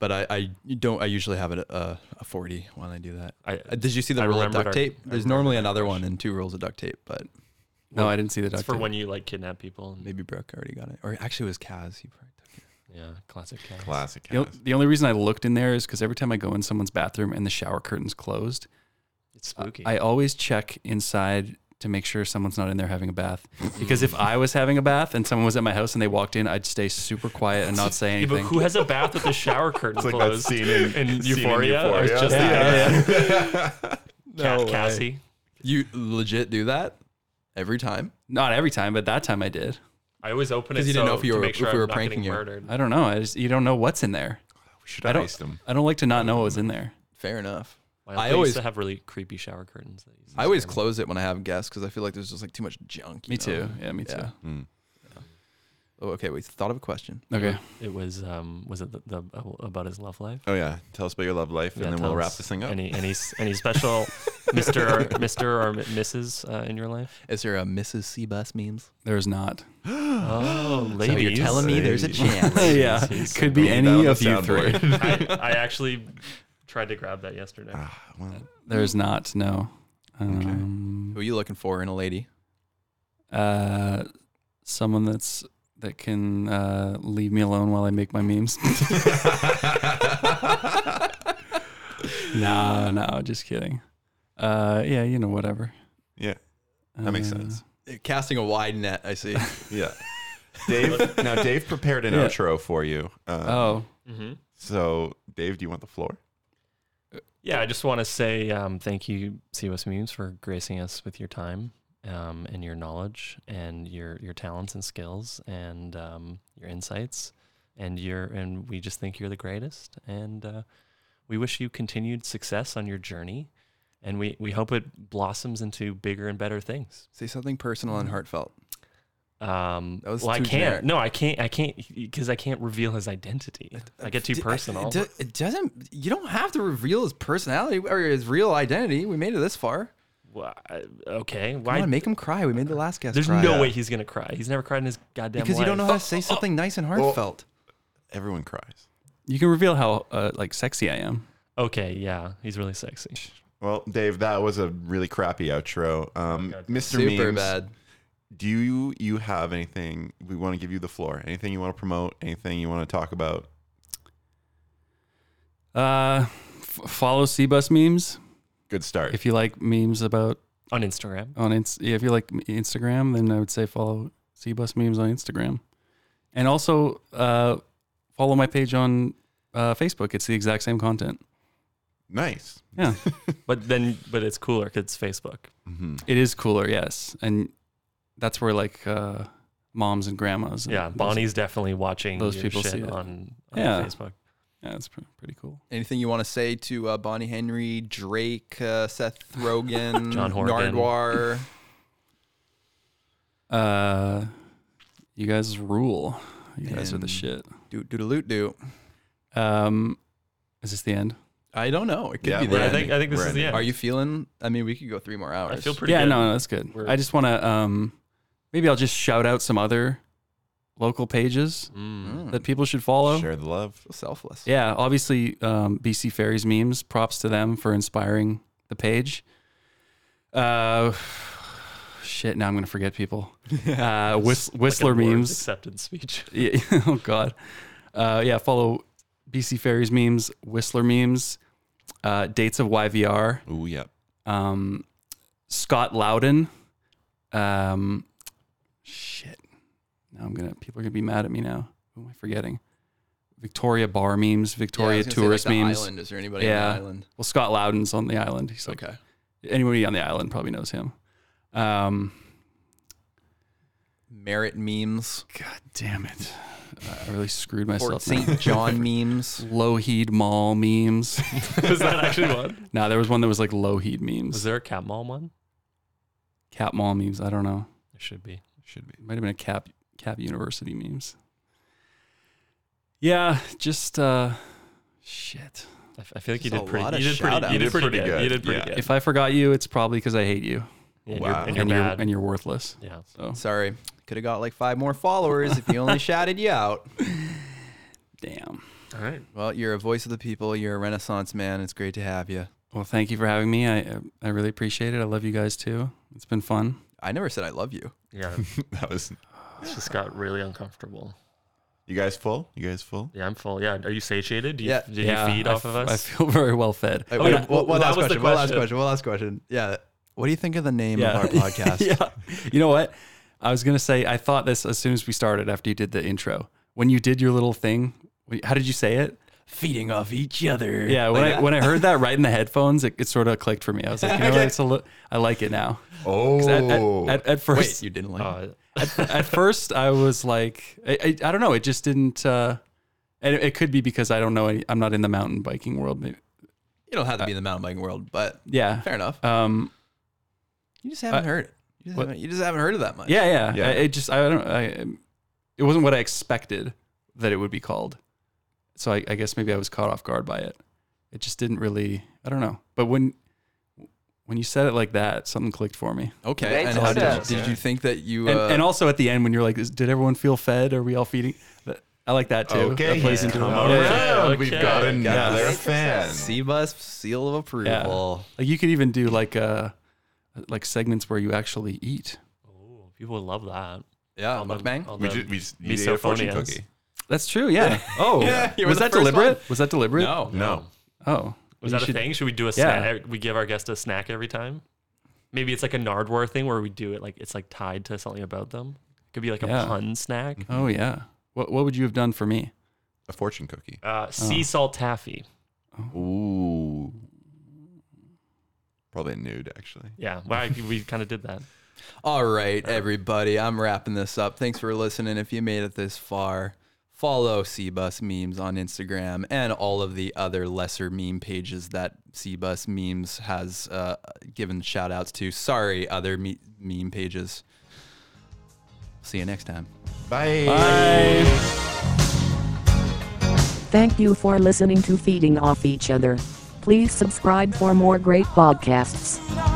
But I I you don't I usually have it a, a 40 when I do that. I- Uh, Did you see the I rule of remembered duct our- tape? I There's remembered normally our another one and two rules of duct tape, but No, I didn't see the It's duct for tape. when you like kidnap people. And, maybe Brooke already got it. Or actually it was Kaz. He probably took it. yeah, classic. Cast. Classic. The, o- Cass. the only reason I looked in there is because every time I go in someone's bathroom and the shower curtain's closed, It's spooky. I always check inside to make sure someone's not in there having a bath. Because if I was having a bath and someone was at my house and they walked in, I'd stay super quiet and not say Yeah, but anything. who has a bath with the shower curtain It's like that closed? scene in, in scene Euphoria, I was Euphoria. just thinking yeah. Ca- No way. Cassie. You legit do that every time? not every time, but that time I did. I always open it 'Cause you so didn't know if you to were- make sure if we were I'm not pranking getting you. murdered. I don't know. I just you don't know what's in there. We should I have don't- iced him. I don't like to not know what was in there. Fair enough. I My uncle always- used to have really creepy shower curtains. That used to I always scare me. close it when I have guests because I feel like there's just like too much junk. you Me know? too. Yeah, me too. Yeah. Hmm. Oh, okay, we thought of a question. Okay. It was um was it the, the about his love life? Oh, yeah. Tell us about your love life, Yeah, and then tell we'll wrap us this thing up. Any any s- any special Mister or, Mister or mi- Mrs. Uh, in your life? Is there a Mrs. C bus memes? There's not. Oh, So ladies. you're telling me there's a chance. yeah. he's- Could be Leave that on any the of you three. soundboard. I, I actually tried to grab that yesterday. Ah, well, There's not. No. Um, Who are you looking for in a lady? Uh, someone that's that can uh, leave me alone while I make my memes. no, no, just kidding. Uh, yeah, you know, whatever. yeah. That makes Uh, sense. Eh, Casting a wide net, I see. Yeah. Dave, now Dave prepared an Yeah. outro for you. Uh, Oh, Mm-hmm. So, Dave, do you want the floor? Yeah, I just want to say um, thank you, COS Memes, for gracing us with your time um, and your knowledge and your your talents and skills and um, your insights. And you're and we just think you're the greatest. And uh, we wish you continued success on your journey. And we, we hope it blossoms into bigger and better things. Say something personal and heartfelt. Um, That was well, I too can't. generic. No, I can't. I can't because I can't reveal his identity. I get too D- personal. It, do- it doesn't. You don't have to reveal his personality or his real identity. We made it this far. Wha- I- okay, Come why? on, make him cry. We made the last guest There's cry. no way he's gonna cry. He's never cried in his goddamn because life. you don't know how to say something nice and heartfelt. Everyone cries. you can reveal how uh, like sexy I am. Oh. Okay, yeah, he's really sexy. Well, Dave, that was a really crappy outro. Um, Mr. Super Memes, bad. do you, you have anything? We want to give you the floor. Anything you want to promote? Anything you want to talk about? Uh, f- follow Cbus memes Good start. if you like memes about On Instagram, on ins- yeah, if you like m- Instagram, then I would say follow Cbus memes on Instagram, and also uh, follow my page on uh, Facebook. It's the exact same content. Nice. Yeah, But then, but it's cooler because it's Facebook. Mm-hmm. it is cooler. Yes, and that's where like uh, moms and grandmas. And Yeah, those- Bonnie's definitely watching those your people shit see it. on, on Yeah. Facebook. Yeah, it's pre- pretty cool. Anything you want to say to uh, Bonnie Henry, Drake, uh, Seth Rogen, John Horgan. Nardwar? Uh, you guys rule. You guys are the And- shit. Doot doodaloot doot. Um, is this the end? I don't know. It could Yeah, be we're Yeah, I that. think I think this We're is the ending. end. Are you feeling? I mean, we could go three more I hours. feel pretty yeah, good. no, no, that's good. We're- I just want to um, maybe I'll just shout out some other local pages Mm. that people should follow. Share the love. So Hmm. selfless. Yeah, obviously, um, BC Fairies memes. Props to them for inspiring the page. Uh, shit, now I'm gonna forget people. Uh, Whist- Whistler Like a Lord's memes. acceptance speech. Yeah, oh God. Uh, yeah, follow BC Fairies memes, Whistler memes, uh, dates of YVR, Ooh, yep. um, Scott Loudon. Um, shit. Now I'm gonna. People are gonna be mad at me now. Who am I forgetting? Victoria bar memes, Yeah, I Victoria was gonna say, tourist like the memes. Island. Is there anybody Yeah. on the island? Well, Scott Loudon's on the island. He's like Okay. anybody on the island probably knows him. Um, Merit memes. God damn it! Uh, I really screwed myself. Fort St. John memes. Loheed Mall memes. Was that actually one? Nah, there was one that was like Loheed memes. Was there a cat mall one? Cap Mall memes. I don't know. There should be. Should be. It might have been a Cap Cap University memes. Yeah, just uh, shit. I, f- I feel like you Just a did pretty. lot You of did pretty. shout-outs. You You did pretty good. You did pretty Yeah. good. If I forgot you, it's probably because I hate you and Wow. you're, and you're and bad. you're and you're worthless. yeah. So Sorry, could have got like five more followers if you only shouted you out. damn. All right. Well, you're a voice of the people. You're a renaissance man. It's great to have you. Well, thank you for having me. I I really appreciate it. I love you guys too. It's been fun. I never said I love you. Yeah. That was. It's just got really uncomfortable. You guys full? You guys full? Yeah, I'm full. Yeah. Are you satiated? Do you, Yeah. Did you feed I off f- of us? I feel very well fed. Hey, Oh, wait, yeah. one- Well, one that last was the question. One last question. question. One last question. Yeah. What do you think of the name of our podcast? yeah. You know what? I was going to say, I thought this as soon as we started after you did the intro. When you did your little thing, wh- how did you say it? Feeding off each other. Yeah, when I when I heard that right in the headphones, it, it sort of clicked for me. I was like, you know what? It's a li- I like it now. Oh. 'Cause At, at, at, at Wait, first, you didn't like. Uh, at, at first, I was like, I, I, I don't know. It just didn't. Uh, and it, it could be because I don't know. any- I'm not in the mountain biking world. Maybe. you don't have to be in the mountain biking world, but Yeah. fair enough. Um. You just haven't I- heard it. You just, What? haven't, you just haven't heard of that much. Yeah. Yeah. Yeah. I, it just. I don't. I. It wasn't what I expected that it would be called. So I, I guess maybe I was caught off guard by it. It just didn't really. I don't know. But when when you said it like that, something clicked for me. Okay. Great And how did, success. you- did you think that you? and, uh, and also at the end when you're like, is, did everyone feel fed? Are we all feeding? That- I like that too. Okay. That plays he's into it. come Yeah, around. yeah, yeah. Okay. We've got Okay. another Great fan. success. C bus seal of approval. Like you could even do like uh like segments where you actually eat. ooh, people would love that. Yeah. All the- mukbang. all We the just, we just you ate a fortune misophonias. cookie. That's true. Yeah. Oh, Yeah, you were was the that first deliberate? Was that deliberate? No. Oh, Was You that should- a thing? Should we do a Yeah. snack? We give our guest a snack every time. Maybe it's like a Nardwar thing where we do it like it's like tied to something about them. It could be like a Yeah. pun snack. Oh yeah. What what would you have done for me? A fortune cookie. Uh, sea Oh. salt taffy. Ooh. Probably a nude, actually. Yeah, well, I, we kind of did that. All right, everybody. I'm wrapping this up. Thanks for listening. If you made it this far, follow Cbus Memes on Instagram and all of the other lesser meme pages that Cbus Memes has uh, given shout outs to. Sorry, other me- meme pages. See you next time. Bye. Thank you for listening to Feeding Off Each Other. Please subscribe for more great podcasts.